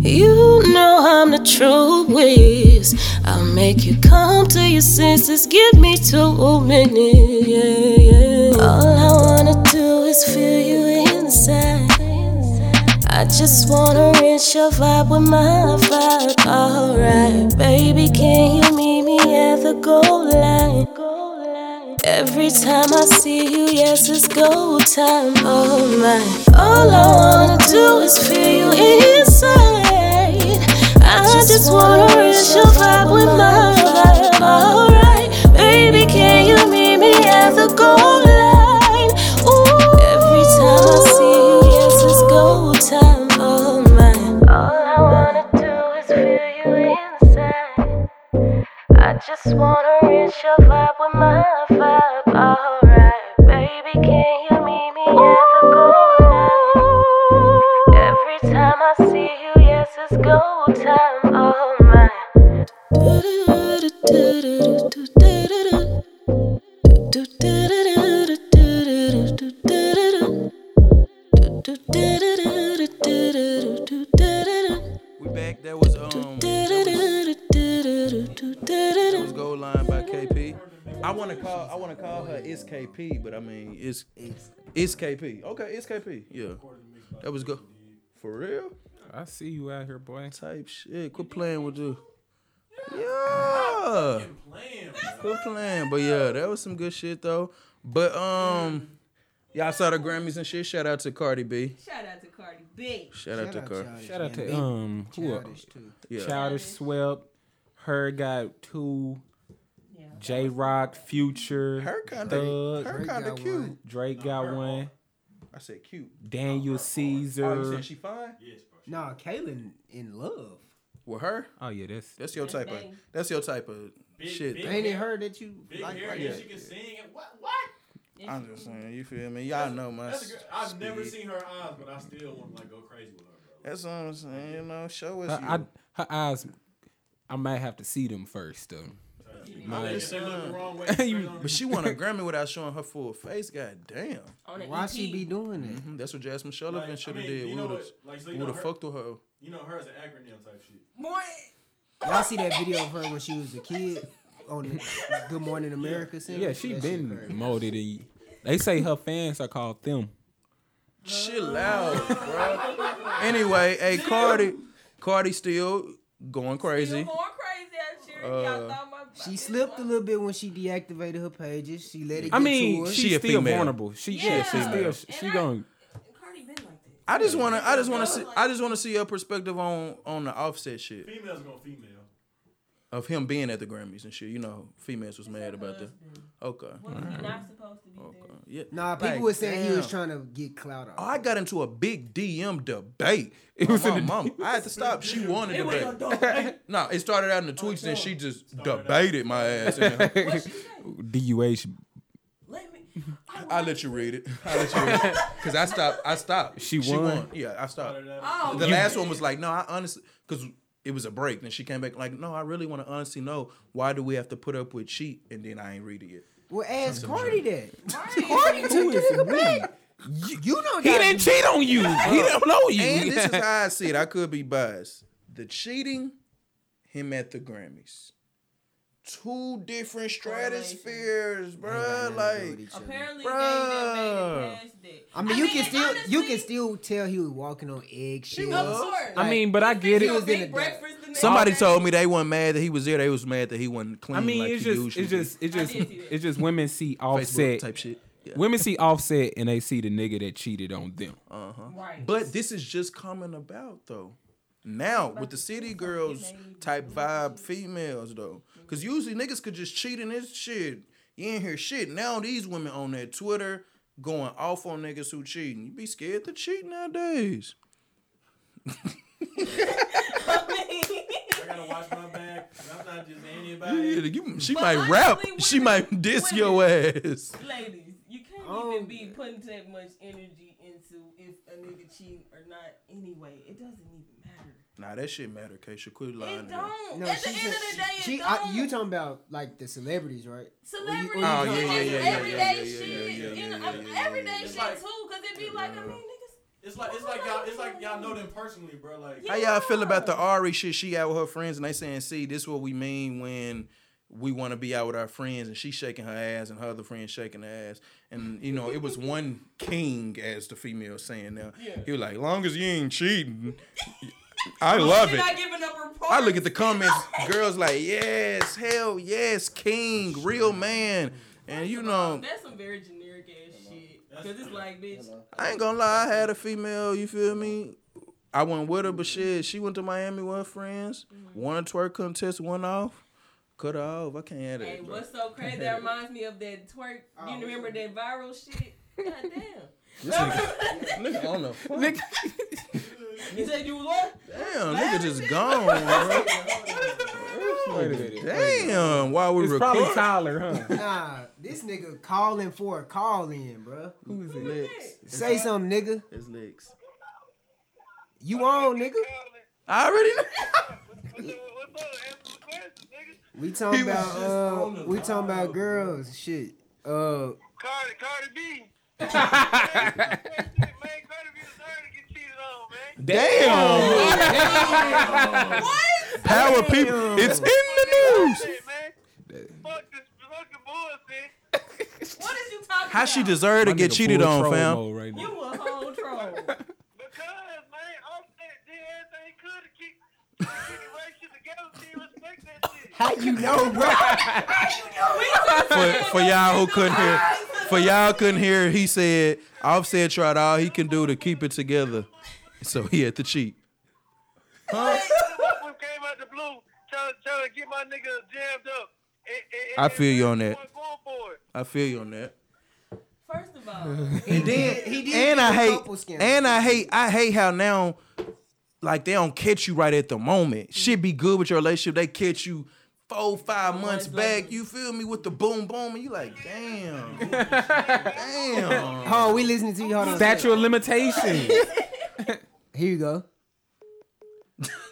[SPEAKER 8] You know I'm the truest. I'll make you come to your senses. Give me two minutes. yeah, yeah. All I wanna do is feel you inside. I just wanna rinse your vibe with my vibe. Alright, baby, can you meet me at the goal line? Every time I see you, yes, it's go time. Oh my, all I wanna do is feel you inside. I just wanna rinse your vibe with my vibe. Alright, baby, can you meet me at the goal line? Ooh, every time I see you, yes, it's go time. Oh my, all I wanna do is feel you inside. I just wanna rinse your vibe with my vibe. Alright, baby, can you meet me at the goal line? Every time I see you, yes, it's go time. Oh my.
[SPEAKER 2] we back. That was um.
[SPEAKER 8] Oh,
[SPEAKER 2] That was Gold Line by KP. I wanna call. I wanna call her It's KP, but I mean it's it's KP. Okay, it's KP. Yeah. That was good. For real?
[SPEAKER 4] I see you out here, boy.
[SPEAKER 2] Type shit. Quit playing with you. Yeah. Quit playing. But yeah, that was some good shit though. But um, y'all saw the Grammys and shit. Shout out to Cardi B.
[SPEAKER 1] Shout out to Cardi B.
[SPEAKER 2] Shout, out to Cardi.
[SPEAKER 4] Shout out to um who else?
[SPEAKER 2] Yeah.
[SPEAKER 4] Childish Swept. Her got two.
[SPEAKER 1] Yeah.
[SPEAKER 4] J Rock, Future,
[SPEAKER 2] Her kind of
[SPEAKER 4] Thug,
[SPEAKER 2] her kind of cute.
[SPEAKER 4] Drake got one.
[SPEAKER 2] I said cute.
[SPEAKER 4] Daniel
[SPEAKER 2] Oh, you
[SPEAKER 4] Caesar.
[SPEAKER 2] saying she fine?
[SPEAKER 3] Nah, Kaylin in love.
[SPEAKER 2] With her?
[SPEAKER 4] Oh yeah, that's
[SPEAKER 2] That's your
[SPEAKER 1] That's
[SPEAKER 2] type of
[SPEAKER 1] Dame.
[SPEAKER 2] that's your type of
[SPEAKER 5] Big-
[SPEAKER 2] shit.
[SPEAKER 5] big-
[SPEAKER 2] though.
[SPEAKER 3] Ain't it her that you
[SPEAKER 5] Big
[SPEAKER 3] like?
[SPEAKER 5] hair,
[SPEAKER 3] like
[SPEAKER 5] and
[SPEAKER 3] that?
[SPEAKER 5] she can sing. And what? What?
[SPEAKER 2] I'm just saying, you feel me? Y'all know my
[SPEAKER 5] That's a girl. I've
[SPEAKER 2] speed.
[SPEAKER 5] never seen her eyes, but I still want to like go crazy with her, bro.
[SPEAKER 2] That's what I'm saying. You know, show us.
[SPEAKER 4] Her,
[SPEAKER 2] you.
[SPEAKER 4] I, her eyes. I might have to see them first though.
[SPEAKER 5] Like,
[SPEAKER 4] Might-
[SPEAKER 5] if they look the wrong way,
[SPEAKER 4] You-
[SPEAKER 5] straight on
[SPEAKER 2] but she won a Grammy without showing her full face. God damn.
[SPEAKER 1] On an E
[SPEAKER 3] Why
[SPEAKER 1] EP.
[SPEAKER 5] E
[SPEAKER 3] she be doing that?
[SPEAKER 2] Mhm, That's what Jasmine Sullivan
[SPEAKER 5] Like, I
[SPEAKER 2] should have
[SPEAKER 5] mean,
[SPEAKER 2] did.
[SPEAKER 5] you
[SPEAKER 2] We
[SPEAKER 5] know
[SPEAKER 2] would have
[SPEAKER 5] what? Like, so
[SPEAKER 2] we
[SPEAKER 5] you know
[SPEAKER 2] would have
[SPEAKER 5] her-
[SPEAKER 2] fucked with her.
[SPEAKER 5] You know her as an acronym type shit.
[SPEAKER 1] Boy,
[SPEAKER 3] Y'all see that video of her when she was a kid on the Good Morning America scene?
[SPEAKER 4] Yeah, she
[SPEAKER 3] That shit
[SPEAKER 4] been
[SPEAKER 3] crazy.
[SPEAKER 4] molded. And they say her fans are called them.
[SPEAKER 2] Chill out, bro. anyway, hey Cardi, Cardi still going
[SPEAKER 1] you
[SPEAKER 2] crazy.
[SPEAKER 1] going crazy out here.
[SPEAKER 2] Uh,
[SPEAKER 1] Y'all thought my
[SPEAKER 3] She slipped a little bit when she deactivated her pages. She let it get
[SPEAKER 4] I mean,
[SPEAKER 3] to her.
[SPEAKER 4] she's
[SPEAKER 2] She a
[SPEAKER 4] still
[SPEAKER 2] female.
[SPEAKER 4] vulnerable. She yeah,
[SPEAKER 1] Yeah.
[SPEAKER 4] she's still
[SPEAKER 2] Female.
[SPEAKER 4] she
[SPEAKER 1] And I-
[SPEAKER 4] going.
[SPEAKER 1] Cardi been like that.
[SPEAKER 2] I just wanna, I just wanna see, I just wanna see your perspective on on the Offset shit
[SPEAKER 5] Females gonna female.
[SPEAKER 2] of him being at the Grammys and shit. You know, females was mad about that. Okay.
[SPEAKER 1] Well, you're not supposed to be there.
[SPEAKER 2] Yeah.
[SPEAKER 3] nah, people
[SPEAKER 2] Like,
[SPEAKER 3] were saying he was
[SPEAKER 2] damn.
[SPEAKER 3] trying to get clout off.
[SPEAKER 2] Oh, I got into a big DM debate.
[SPEAKER 4] It was
[SPEAKER 2] with my
[SPEAKER 4] in the-
[SPEAKER 2] mom. I had to stop. She wanted
[SPEAKER 1] It was
[SPEAKER 2] debate.
[SPEAKER 1] a dog. Hey,
[SPEAKER 2] No, it started out in the tweets, then she just debated my ass.
[SPEAKER 1] What she say?
[SPEAKER 4] DUH.
[SPEAKER 1] Let me. I
[SPEAKER 2] I let you read it. I let you read it because I stopped. I stopped.
[SPEAKER 4] She won?
[SPEAKER 2] Yeah, I stopped.
[SPEAKER 5] Started out-
[SPEAKER 1] Oh,
[SPEAKER 2] The last one was like, no, I honestly, because it was a break. Then she came back like, no, I really want to honestly know why do we have to put up with cheat? And then I ain't read it yet.
[SPEAKER 3] well, ask Cardi that.
[SPEAKER 1] Cardi.
[SPEAKER 3] Took the nigga back. You, don't.
[SPEAKER 4] He
[SPEAKER 3] gotta
[SPEAKER 4] didn't
[SPEAKER 3] be-
[SPEAKER 4] cheat on you. He don't know you.
[SPEAKER 2] And this is how I see it. I could be biased. The cheating, him at the Grammys. Two different stratospheres, bruh. Like,
[SPEAKER 1] Apparently,
[SPEAKER 2] Bruh.
[SPEAKER 1] they made it past that.
[SPEAKER 3] I mean, you can
[SPEAKER 1] and
[SPEAKER 3] still you
[SPEAKER 1] honestly,
[SPEAKER 3] can still tell he was walking on eggshells.
[SPEAKER 1] Of course.
[SPEAKER 4] I mean, but I get
[SPEAKER 1] She was
[SPEAKER 4] it.
[SPEAKER 1] big
[SPEAKER 3] in the
[SPEAKER 1] breakfast the next
[SPEAKER 2] somebody
[SPEAKER 1] day.
[SPEAKER 2] told me they weren't mad that he was there. They was mad that he wasn't clean.
[SPEAKER 4] I mean,
[SPEAKER 2] like
[SPEAKER 4] it's
[SPEAKER 2] he
[SPEAKER 4] just,
[SPEAKER 2] usually
[SPEAKER 4] it's just, it's just,
[SPEAKER 1] did see that.
[SPEAKER 4] it's just women see
[SPEAKER 2] do. Facebook
[SPEAKER 4] offset.
[SPEAKER 2] type shit. Yeah.
[SPEAKER 4] Women see offset and they see the nigga that cheated on them.
[SPEAKER 1] Right.
[SPEAKER 2] But this is just coming about though. Now with the city girls type vibe females though, because usually niggas could just cheat in this shit. You ain't hear shit. Now these women on their Twitter going off on niggas who cheating. You be scared to cheat nowadays.
[SPEAKER 5] I gotta watch my back. I'm not just
[SPEAKER 2] Yeah,
[SPEAKER 5] anybody.
[SPEAKER 2] you- she
[SPEAKER 1] But
[SPEAKER 2] might rap.
[SPEAKER 1] honestly,
[SPEAKER 2] She
[SPEAKER 1] women-
[SPEAKER 2] might diss
[SPEAKER 1] women-
[SPEAKER 2] your ass.
[SPEAKER 1] Ladies, you can't even be putting that much energy into if a nigga cheat or not. Anyway, it doesn't even matter.
[SPEAKER 2] Nah, that shit matter. Keisha, quit lying.
[SPEAKER 1] It
[SPEAKER 2] to me.
[SPEAKER 1] don't.
[SPEAKER 3] No,
[SPEAKER 1] At the
[SPEAKER 3] she
[SPEAKER 1] end
[SPEAKER 3] said-
[SPEAKER 1] of the day, it
[SPEAKER 3] she,
[SPEAKER 1] don't.
[SPEAKER 3] I, you talking about like the celebrities, right?
[SPEAKER 1] Celebrities,
[SPEAKER 3] Oh, yeah,
[SPEAKER 1] it's
[SPEAKER 2] yeah,
[SPEAKER 1] just
[SPEAKER 2] yeah, yeah,
[SPEAKER 1] everyday
[SPEAKER 2] yeah, yeah,
[SPEAKER 1] shit.
[SPEAKER 2] yeah, yeah,
[SPEAKER 1] you
[SPEAKER 2] yeah,
[SPEAKER 1] know,
[SPEAKER 2] yeah, yeah,
[SPEAKER 1] everyday
[SPEAKER 2] yeah, yeah.
[SPEAKER 1] shit
[SPEAKER 5] Like-
[SPEAKER 1] too, because it be like, I mean, niggas.
[SPEAKER 5] It's like it's like y'all it's like y'all know them personally, bro. Like
[SPEAKER 2] How y'all feel about the Ari shit? She out with her friends and they saying, "See, this what we mean when we want to be out with our friends." And she shaking her ass, and her other friend shaking her ass. And you know, it was one king as the female saying now. He was like, "Long as you ain't cheating, I love
[SPEAKER 1] She
[SPEAKER 2] it."
[SPEAKER 1] not giving up her part.
[SPEAKER 2] I look at the comments, girls like, "Yes, hell yes, king, real man." And you know,
[SPEAKER 1] That's some very generic ass shit. Because it's like, bitch,
[SPEAKER 2] I ain't gonna lie, I had a female, you feel me? I went with her, but shit, she went to Miami with her friends. One twerk contest, one off. Cut her off. I can't have
[SPEAKER 1] hey,
[SPEAKER 2] it. bro.
[SPEAKER 1] what's so crazy? That reminds me of that twerk. You remember that viral shit? God damn.
[SPEAKER 2] Nigga, I don't know.
[SPEAKER 4] Nigga,
[SPEAKER 1] You said you was what?
[SPEAKER 2] Damn, nigga just gone, bro.
[SPEAKER 4] wait a minute.
[SPEAKER 2] Damn, while we
[SPEAKER 4] It's probably
[SPEAKER 2] recording.
[SPEAKER 4] Tyler, huh?
[SPEAKER 3] Nah, this nigga calling for a call in, bruh.
[SPEAKER 2] Who is it?
[SPEAKER 3] Say something, nigga.
[SPEAKER 2] It's Lex.
[SPEAKER 3] You on, nigga?
[SPEAKER 2] I already know.
[SPEAKER 3] We talking
[SPEAKER 2] He was
[SPEAKER 3] about
[SPEAKER 2] just
[SPEAKER 3] uh, we talking about girls, shit. Uh,
[SPEAKER 10] Cardi, Cardi B. Man, Cardi B deserved to get cheated on, man.
[SPEAKER 2] Damn. Power people. It's in the news.
[SPEAKER 10] Shit, man. Fuck this, fuck the bullshit.
[SPEAKER 1] What is you talking
[SPEAKER 2] How she
[SPEAKER 1] about?
[SPEAKER 2] deserve to get cheated on, fam?
[SPEAKER 4] Right
[SPEAKER 1] You
[SPEAKER 4] now.
[SPEAKER 1] a whole troll.
[SPEAKER 10] Because, man, Offset did everything he could to keep to keep the right shit together. She didn't respect that shit.
[SPEAKER 3] how you know,
[SPEAKER 2] for,
[SPEAKER 3] bro?
[SPEAKER 2] for y'all who couldn't hear, for y'all couldn't hear, he said Offset tried all he can do to keep it together, so he had to cheat.
[SPEAKER 10] Fuck who came out the blue trying, trying to get my niggas jammed up. And, and,
[SPEAKER 2] I feel you on that.
[SPEAKER 10] wasn't Going for it.
[SPEAKER 2] I feel you on that.
[SPEAKER 1] First of all,
[SPEAKER 3] He did. He did.
[SPEAKER 2] And I
[SPEAKER 3] get a
[SPEAKER 2] hate,
[SPEAKER 3] couple scandals.
[SPEAKER 2] and I hate, I hate how now, like they don't catch you right at the moment.
[SPEAKER 3] Mm-hmm.
[SPEAKER 2] Shit be good with your relationship. They catch you four, five months back. You feel me with the boom boom, and you like, damn, damn.
[SPEAKER 3] Hold on, we listening to you. Hold on.
[SPEAKER 4] Statue of limitations.
[SPEAKER 3] Here you go.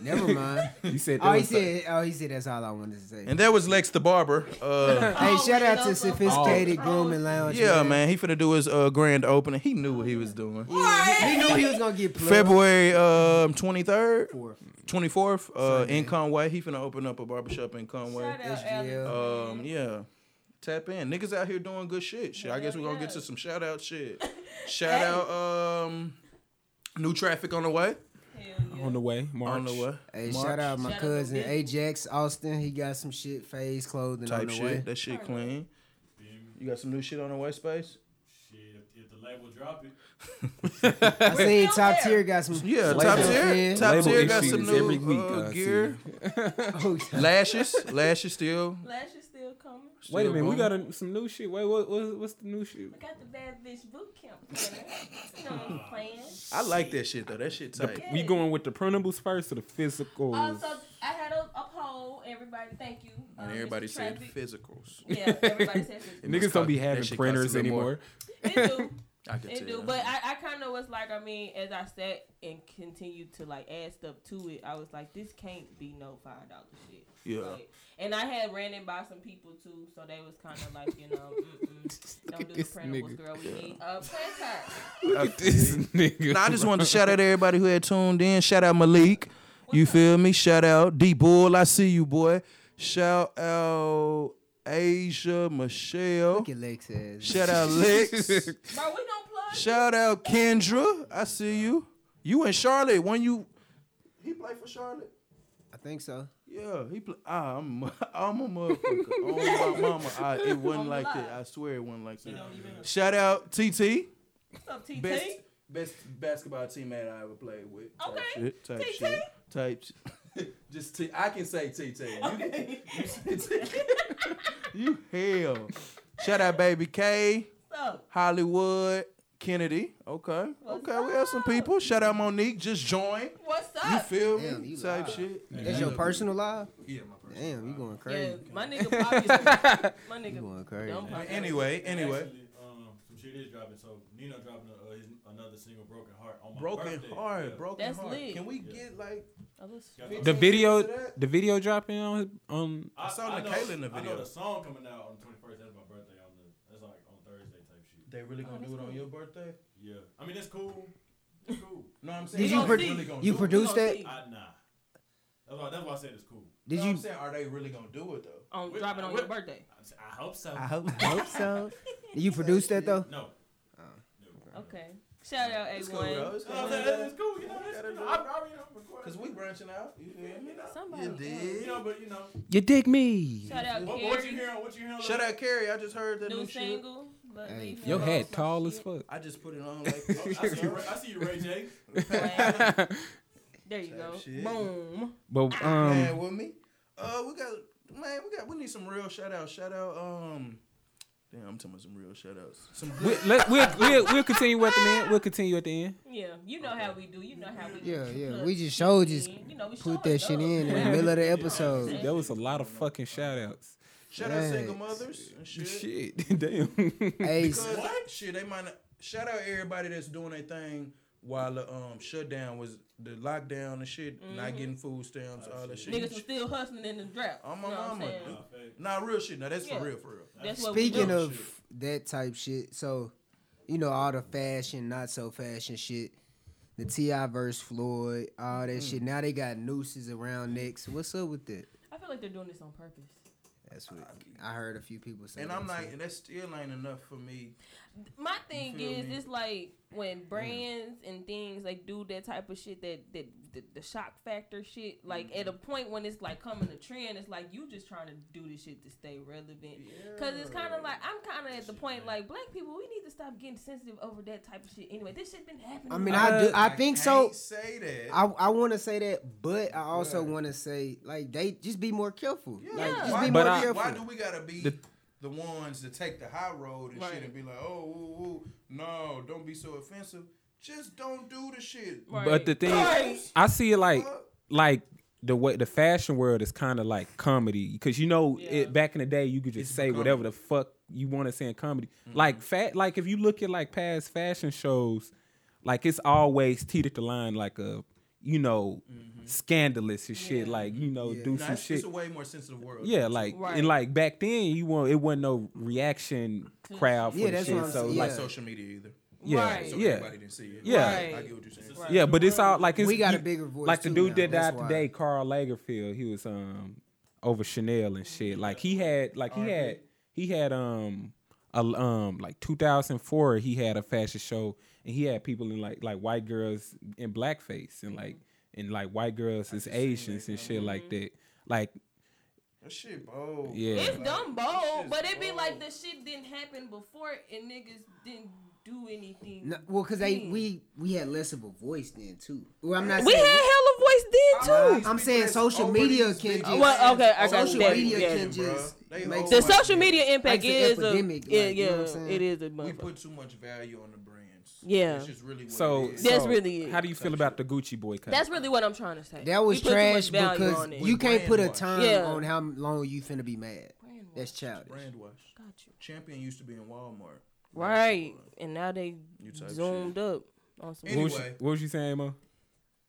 [SPEAKER 3] Never mind.
[SPEAKER 4] You said that
[SPEAKER 3] Oh, he
[SPEAKER 4] was the-
[SPEAKER 3] said. Oh, he said. That's all I wanted to say.
[SPEAKER 2] And that was Lex the barber. Uh,
[SPEAKER 1] Oh,
[SPEAKER 3] Hey, shout out to sophisticated grooming lounge.
[SPEAKER 2] Oh. yeah, man, he finna do his uh, grand opening. He knew what he was doing.
[SPEAKER 3] He knew he was gonna get plugged.
[SPEAKER 2] February um, 23rd, 24th, uh, in Conway. He finna open up a barbershop in Conway.
[SPEAKER 3] Yeah.
[SPEAKER 1] Uh, Mm-hmm.
[SPEAKER 2] Um, yeah. Tap in. Niggas out here doing good shit. Shit. I guess we're gonna get to some shout out shit. Shout out um new traffic on the way.
[SPEAKER 4] on the way. March.
[SPEAKER 2] On the way.
[SPEAKER 3] Hey,
[SPEAKER 2] March
[SPEAKER 3] shout out my cousin Ajax Austin. He got some shit phase clothing on
[SPEAKER 2] type
[SPEAKER 3] the
[SPEAKER 2] shit.
[SPEAKER 3] way.
[SPEAKER 2] That shit clean. You got some new shit on the way, space?
[SPEAKER 5] Shit, if, if the label drop it,
[SPEAKER 3] I seen top tier got some.
[SPEAKER 2] Yeah,
[SPEAKER 3] Label
[SPEAKER 2] top tier.
[SPEAKER 3] in.
[SPEAKER 2] Top
[SPEAKER 4] Label
[SPEAKER 2] tier got some
[SPEAKER 4] issues
[SPEAKER 2] new
[SPEAKER 4] every week,
[SPEAKER 2] uh,
[SPEAKER 4] I see.
[SPEAKER 2] gear.
[SPEAKER 3] Oh, yeah.
[SPEAKER 2] Lashes. Lashes still.
[SPEAKER 1] Lashes still coming.
[SPEAKER 2] still
[SPEAKER 4] Wait a minute, we
[SPEAKER 2] going.
[SPEAKER 4] got a, some new shit. Wait, what, what, what's the new shit?
[SPEAKER 1] I got the bad bitch boot camp. You know what I'm playing.
[SPEAKER 2] I like that shit though. That shit tight.
[SPEAKER 4] We going with the printables first or the physicals?
[SPEAKER 1] Also,
[SPEAKER 2] Oh,
[SPEAKER 1] I had a, a poll. Everybody, thank you. um,
[SPEAKER 2] And everybody
[SPEAKER 1] Mr.
[SPEAKER 2] said
[SPEAKER 1] Traffic.
[SPEAKER 2] physicals.
[SPEAKER 1] Yeah, everybody said this.
[SPEAKER 2] must
[SPEAKER 4] Niggas don't be
[SPEAKER 2] cost- that shit
[SPEAKER 4] having
[SPEAKER 2] cost a
[SPEAKER 4] printers
[SPEAKER 2] bit more.
[SPEAKER 4] anymore.
[SPEAKER 1] It do.
[SPEAKER 2] I could
[SPEAKER 1] It
[SPEAKER 2] tell.
[SPEAKER 1] do. But I, I kind of was like, I mean, as I sat and continued to like add stuff to it, I was like, this can't be no five dollar shit.
[SPEAKER 2] Yeah.
[SPEAKER 1] Like, and I had ran it by some people too, so they was kind of like, you know, Mm-mm,
[SPEAKER 4] at
[SPEAKER 1] don't do the
[SPEAKER 4] this
[SPEAKER 1] printables,
[SPEAKER 4] nigga.
[SPEAKER 1] girl. We need a print card.
[SPEAKER 2] I
[SPEAKER 4] This nigga.
[SPEAKER 2] Nah, I just wanted to shout out everybody who had tuned in. Shout out Malik. You feel me? Shout out D Bull. I see you, boy. Shout out Asia Michelle.
[SPEAKER 3] Look at Lex ass.
[SPEAKER 2] Shout out Lex.
[SPEAKER 1] Bro, we gonna plug.
[SPEAKER 2] shout out Kendra. I see you. You and Charlotte. When you he played for Charlotte.
[SPEAKER 3] I think so.
[SPEAKER 2] Yeah, he play. Ah, I'm, I'm a motherfucker. oh my mama, I, it wasn't like that. I swear it wasn't like that. Shout out TT,
[SPEAKER 1] What's up, TT?
[SPEAKER 2] best best basketball teammate I ever played with. Type
[SPEAKER 1] Okay.
[SPEAKER 2] shit, type
[SPEAKER 1] TT.
[SPEAKER 2] shit, type. sh- Just t- I can say TT. You can. You, say TT. you hell. Shout out baby K,
[SPEAKER 1] What's up?
[SPEAKER 2] Hollywood, Kennedy. Okay,
[SPEAKER 1] What's
[SPEAKER 2] okay, we have some
[SPEAKER 1] up? Ah.
[SPEAKER 2] people. Shout out Monique, just joined.
[SPEAKER 1] What's
[SPEAKER 2] You
[SPEAKER 1] up?
[SPEAKER 2] feel me?
[SPEAKER 3] Damn, you
[SPEAKER 2] type
[SPEAKER 3] loud.
[SPEAKER 2] shit.
[SPEAKER 3] That's your personal live.
[SPEAKER 2] Yeah, my person.
[SPEAKER 3] Damn, you going
[SPEAKER 1] Yeah,
[SPEAKER 3] crazy.
[SPEAKER 1] my nigga Bobby. is- My
[SPEAKER 3] You
[SPEAKER 1] nigga.
[SPEAKER 3] going crazy.
[SPEAKER 1] Dumb Bobby.
[SPEAKER 2] Anyway, anyway.
[SPEAKER 5] Actually, um, some shit is dropping. So Nino dropping a, uh, his, another single, Broken Heart. On my
[SPEAKER 2] Broken
[SPEAKER 5] birthday.
[SPEAKER 2] heart,
[SPEAKER 5] Yeah.
[SPEAKER 2] broken
[SPEAKER 1] That's
[SPEAKER 2] heart.
[SPEAKER 1] lit.
[SPEAKER 2] Can we get like
[SPEAKER 1] I was-
[SPEAKER 4] the
[SPEAKER 2] 15
[SPEAKER 4] video,
[SPEAKER 2] minutes of that?
[SPEAKER 4] the video dropping on his, um.
[SPEAKER 5] I,
[SPEAKER 2] saw
[SPEAKER 5] I
[SPEAKER 2] the
[SPEAKER 5] know-
[SPEAKER 2] Kayla in the
[SPEAKER 5] I
[SPEAKER 2] video.
[SPEAKER 5] know the song coming out on the 21st. That's my birthday. On the that's like on Thursday type shit.
[SPEAKER 2] They really
[SPEAKER 1] Oh,
[SPEAKER 2] gonna do it on your birthday?
[SPEAKER 5] Yeah, I mean it's cool. It's cool.
[SPEAKER 2] No, I'm saying.
[SPEAKER 3] Did
[SPEAKER 1] We
[SPEAKER 3] you
[SPEAKER 1] gonna
[SPEAKER 3] pro-
[SPEAKER 1] see.
[SPEAKER 2] Really gonna
[SPEAKER 3] you
[SPEAKER 2] do it.
[SPEAKER 3] produce
[SPEAKER 1] We gonna
[SPEAKER 3] that?
[SPEAKER 1] see.
[SPEAKER 5] I, nah, that's why that's why I said it's cool.
[SPEAKER 3] Did
[SPEAKER 2] No, I'm
[SPEAKER 3] you?
[SPEAKER 2] saying, are they really gonna do it though?
[SPEAKER 1] On dropping on your birthday.
[SPEAKER 5] I, said, I hope so.
[SPEAKER 3] I hope, hope so. Did you produce that though?
[SPEAKER 5] no,
[SPEAKER 1] Okay. Shout out A
[SPEAKER 2] It's cool though.
[SPEAKER 1] one.
[SPEAKER 2] It's
[SPEAKER 5] You know what
[SPEAKER 2] cool.
[SPEAKER 5] I'm saying? That's- it's cool. You know, that's, you know, I, I already know I'm
[SPEAKER 2] Cause
[SPEAKER 5] recording.
[SPEAKER 2] we branching out. You feel me?
[SPEAKER 1] Somebody.
[SPEAKER 5] You know, but you know,
[SPEAKER 4] You dig me?
[SPEAKER 1] Shout out
[SPEAKER 5] what,
[SPEAKER 1] Gary.
[SPEAKER 5] what you hearing? What you hearing?
[SPEAKER 2] Shout
[SPEAKER 5] like-
[SPEAKER 2] out Carrie. I just heard that new,
[SPEAKER 1] New
[SPEAKER 2] shit.
[SPEAKER 1] single. But
[SPEAKER 3] Hey,
[SPEAKER 1] leave me
[SPEAKER 4] Your
[SPEAKER 1] alone.
[SPEAKER 4] head
[SPEAKER 1] My
[SPEAKER 4] tall as
[SPEAKER 1] shit.
[SPEAKER 4] fuck.
[SPEAKER 2] I just put it on like. oh, I
[SPEAKER 5] I see,
[SPEAKER 2] saw
[SPEAKER 5] you, Ray- I see you, Ray J.
[SPEAKER 1] Wow. there you go.
[SPEAKER 2] shit.
[SPEAKER 1] Boom.
[SPEAKER 4] But
[SPEAKER 2] it.
[SPEAKER 4] um,
[SPEAKER 2] man with me. Uh, we got man. We got. We need some real shout out. Shout out. Um. Damn, I'm talking about some real shout outs. Some good.
[SPEAKER 4] we, let, we'll, we'll we'll continue at the end. We'll continue at the end.
[SPEAKER 1] Yeah, you know how we do. You know how we.
[SPEAKER 3] Yeah, yeah.
[SPEAKER 1] plug
[SPEAKER 3] We just showed just
[SPEAKER 1] in. You know, we
[SPEAKER 3] put
[SPEAKER 1] showing
[SPEAKER 3] that shit
[SPEAKER 1] love.
[SPEAKER 3] in in the middle of the episode.
[SPEAKER 4] That was a lot of fucking shout outs.
[SPEAKER 2] Shout out single
[SPEAKER 3] Yikes.
[SPEAKER 2] mothers and shit.
[SPEAKER 4] Shit, damn.
[SPEAKER 3] Hey,
[SPEAKER 2] Because shit, they might not, shout out everybody that's doing their thing while the um shutdown was the lockdown and shit, not getting food stamps, all that Oh, shit.
[SPEAKER 1] Niggas was still hustling in the drought.
[SPEAKER 2] I'm
[SPEAKER 1] you know
[SPEAKER 2] a
[SPEAKER 1] what I'm
[SPEAKER 2] mama.
[SPEAKER 1] saying?
[SPEAKER 2] Nah, real shit. Now that's
[SPEAKER 1] Yeah.
[SPEAKER 2] for real, for real.
[SPEAKER 1] That's what we
[SPEAKER 3] Speaking
[SPEAKER 1] do.
[SPEAKER 3] of that type shit, so you know all the fashion, not so fashion shit. The Ti verse Floyd, all that shit. Now they got nooses around necks. What's up with that?
[SPEAKER 1] I feel like they're doing this on purpose.
[SPEAKER 3] That's what I heard a few people say.
[SPEAKER 2] And I'm
[SPEAKER 3] that,
[SPEAKER 2] like,
[SPEAKER 3] too.
[SPEAKER 2] and that still ain't enough for me.
[SPEAKER 1] My thing
[SPEAKER 2] feel
[SPEAKER 1] is,
[SPEAKER 2] me?
[SPEAKER 1] it's like
[SPEAKER 2] Mm.
[SPEAKER 1] when brands and things like do that type of shit that that the, the shock factor shit. Like
[SPEAKER 2] Mm.
[SPEAKER 1] at a point when it's like coming a trend, it's like you just trying to do this shit to stay relevant. Cause it's kind of like I'm kind of at the point like black people, we need to stop getting sensitive over that type of shit. Anyway, this shit been happening.
[SPEAKER 3] I mean,
[SPEAKER 1] like-
[SPEAKER 3] I do. I think so.
[SPEAKER 2] can't Say that.
[SPEAKER 3] I, I want to say that, but I also want to say like they just be more careful. Like
[SPEAKER 1] Yeah.
[SPEAKER 3] just be
[SPEAKER 4] But
[SPEAKER 3] more
[SPEAKER 4] I-
[SPEAKER 3] careful.
[SPEAKER 2] Why do we gotta be the,
[SPEAKER 4] The-
[SPEAKER 2] ones to take the high road and
[SPEAKER 1] Right.
[SPEAKER 2] shit and be like, oh, ooh, ooh, no, don't be so offensive. Just don't do the shit.
[SPEAKER 4] But the thing,
[SPEAKER 2] Guys!
[SPEAKER 4] I see it like
[SPEAKER 2] Uh-huh.
[SPEAKER 4] like the way the fashion world is kind of like comedy because you know it back in the day you could just say whatever the fuck you want to say in comedy. Like fat, like if you look at like past fashion shows, like it's always teetered the line like a you know scandalous and shit. Like you know do
[SPEAKER 2] Nah,
[SPEAKER 4] some
[SPEAKER 2] it's, it's
[SPEAKER 4] shit.
[SPEAKER 2] a way more sensitive world.
[SPEAKER 4] Yeah, like and like back then, you want it wasn't no reaction crowd for
[SPEAKER 2] Yeah,
[SPEAKER 4] the
[SPEAKER 2] that's
[SPEAKER 4] shit.
[SPEAKER 2] what I'm
[SPEAKER 4] so
[SPEAKER 2] saying.
[SPEAKER 4] like
[SPEAKER 2] Like social media either.
[SPEAKER 4] Yeah,
[SPEAKER 2] Right. So
[SPEAKER 4] yeah,
[SPEAKER 2] everybody didn't see it.
[SPEAKER 4] yeah.
[SPEAKER 2] Right. I get what you're saying. Right.
[SPEAKER 4] Yeah, but it's all like it's,
[SPEAKER 3] We got a
[SPEAKER 4] you-
[SPEAKER 3] bigger voice
[SPEAKER 4] Like the
[SPEAKER 3] too
[SPEAKER 4] dude
[SPEAKER 3] now,
[SPEAKER 4] that
[SPEAKER 3] that's
[SPEAKER 4] died
[SPEAKER 3] why.
[SPEAKER 4] today, Carl Lagerfeld. He was um over Chanel and shit. Like he had like he
[SPEAKER 2] R.I.P.
[SPEAKER 4] had he had um a, um like 2004 he had a fashion show and he had people in like like white girls in blackface and like and like white girls is Asians and shit like
[SPEAKER 1] Mm-hmm.
[SPEAKER 4] that. Like
[SPEAKER 2] That shit bold.
[SPEAKER 4] Yeah.
[SPEAKER 1] It's
[SPEAKER 4] Like,
[SPEAKER 1] dumb bold, but it be
[SPEAKER 2] bold.
[SPEAKER 1] like the shit didn't happen before and niggas didn't do anything.
[SPEAKER 3] No, well, because they
[SPEAKER 1] then.
[SPEAKER 3] we we had less of a voice then too. Well, I'm not.
[SPEAKER 1] we
[SPEAKER 3] saying
[SPEAKER 1] had hella voice then too.
[SPEAKER 3] I'm, saying social media can just.
[SPEAKER 1] bitches. Well, okay, I got
[SPEAKER 3] social
[SPEAKER 1] that,
[SPEAKER 3] media
[SPEAKER 1] yeah.
[SPEAKER 3] can just.
[SPEAKER 2] They
[SPEAKER 3] make
[SPEAKER 2] old
[SPEAKER 1] the
[SPEAKER 2] white
[SPEAKER 1] social
[SPEAKER 2] men.
[SPEAKER 1] media impact
[SPEAKER 3] Like, it's an
[SPEAKER 1] is a
[SPEAKER 3] epidemic,
[SPEAKER 1] yeah,
[SPEAKER 3] like, you know what I'm
[SPEAKER 1] yeah,
[SPEAKER 3] saying?
[SPEAKER 1] it is a
[SPEAKER 2] We
[SPEAKER 1] motherfucker.
[SPEAKER 2] put too much value on the brands.
[SPEAKER 1] Yeah.
[SPEAKER 2] It's just really what
[SPEAKER 4] so
[SPEAKER 2] it is.
[SPEAKER 1] That's
[SPEAKER 4] so
[SPEAKER 1] really it.
[SPEAKER 4] How do you feel about the Gucci boycott?
[SPEAKER 1] That's really what I'm trying to say.
[SPEAKER 3] That was
[SPEAKER 1] We put too much value
[SPEAKER 3] trash because
[SPEAKER 1] on it.
[SPEAKER 3] you can't put a
[SPEAKER 2] Brainwash.
[SPEAKER 3] time
[SPEAKER 1] Yeah.
[SPEAKER 3] on how long you finna be mad. That's childish.
[SPEAKER 2] Brand wash.
[SPEAKER 1] Got you.
[SPEAKER 2] Champion used to be in Walmart.
[SPEAKER 1] right, and now they
[SPEAKER 2] You type
[SPEAKER 1] zoomed up on some.
[SPEAKER 4] what, was you,
[SPEAKER 2] Anyway.
[SPEAKER 4] what was you saying, Mo?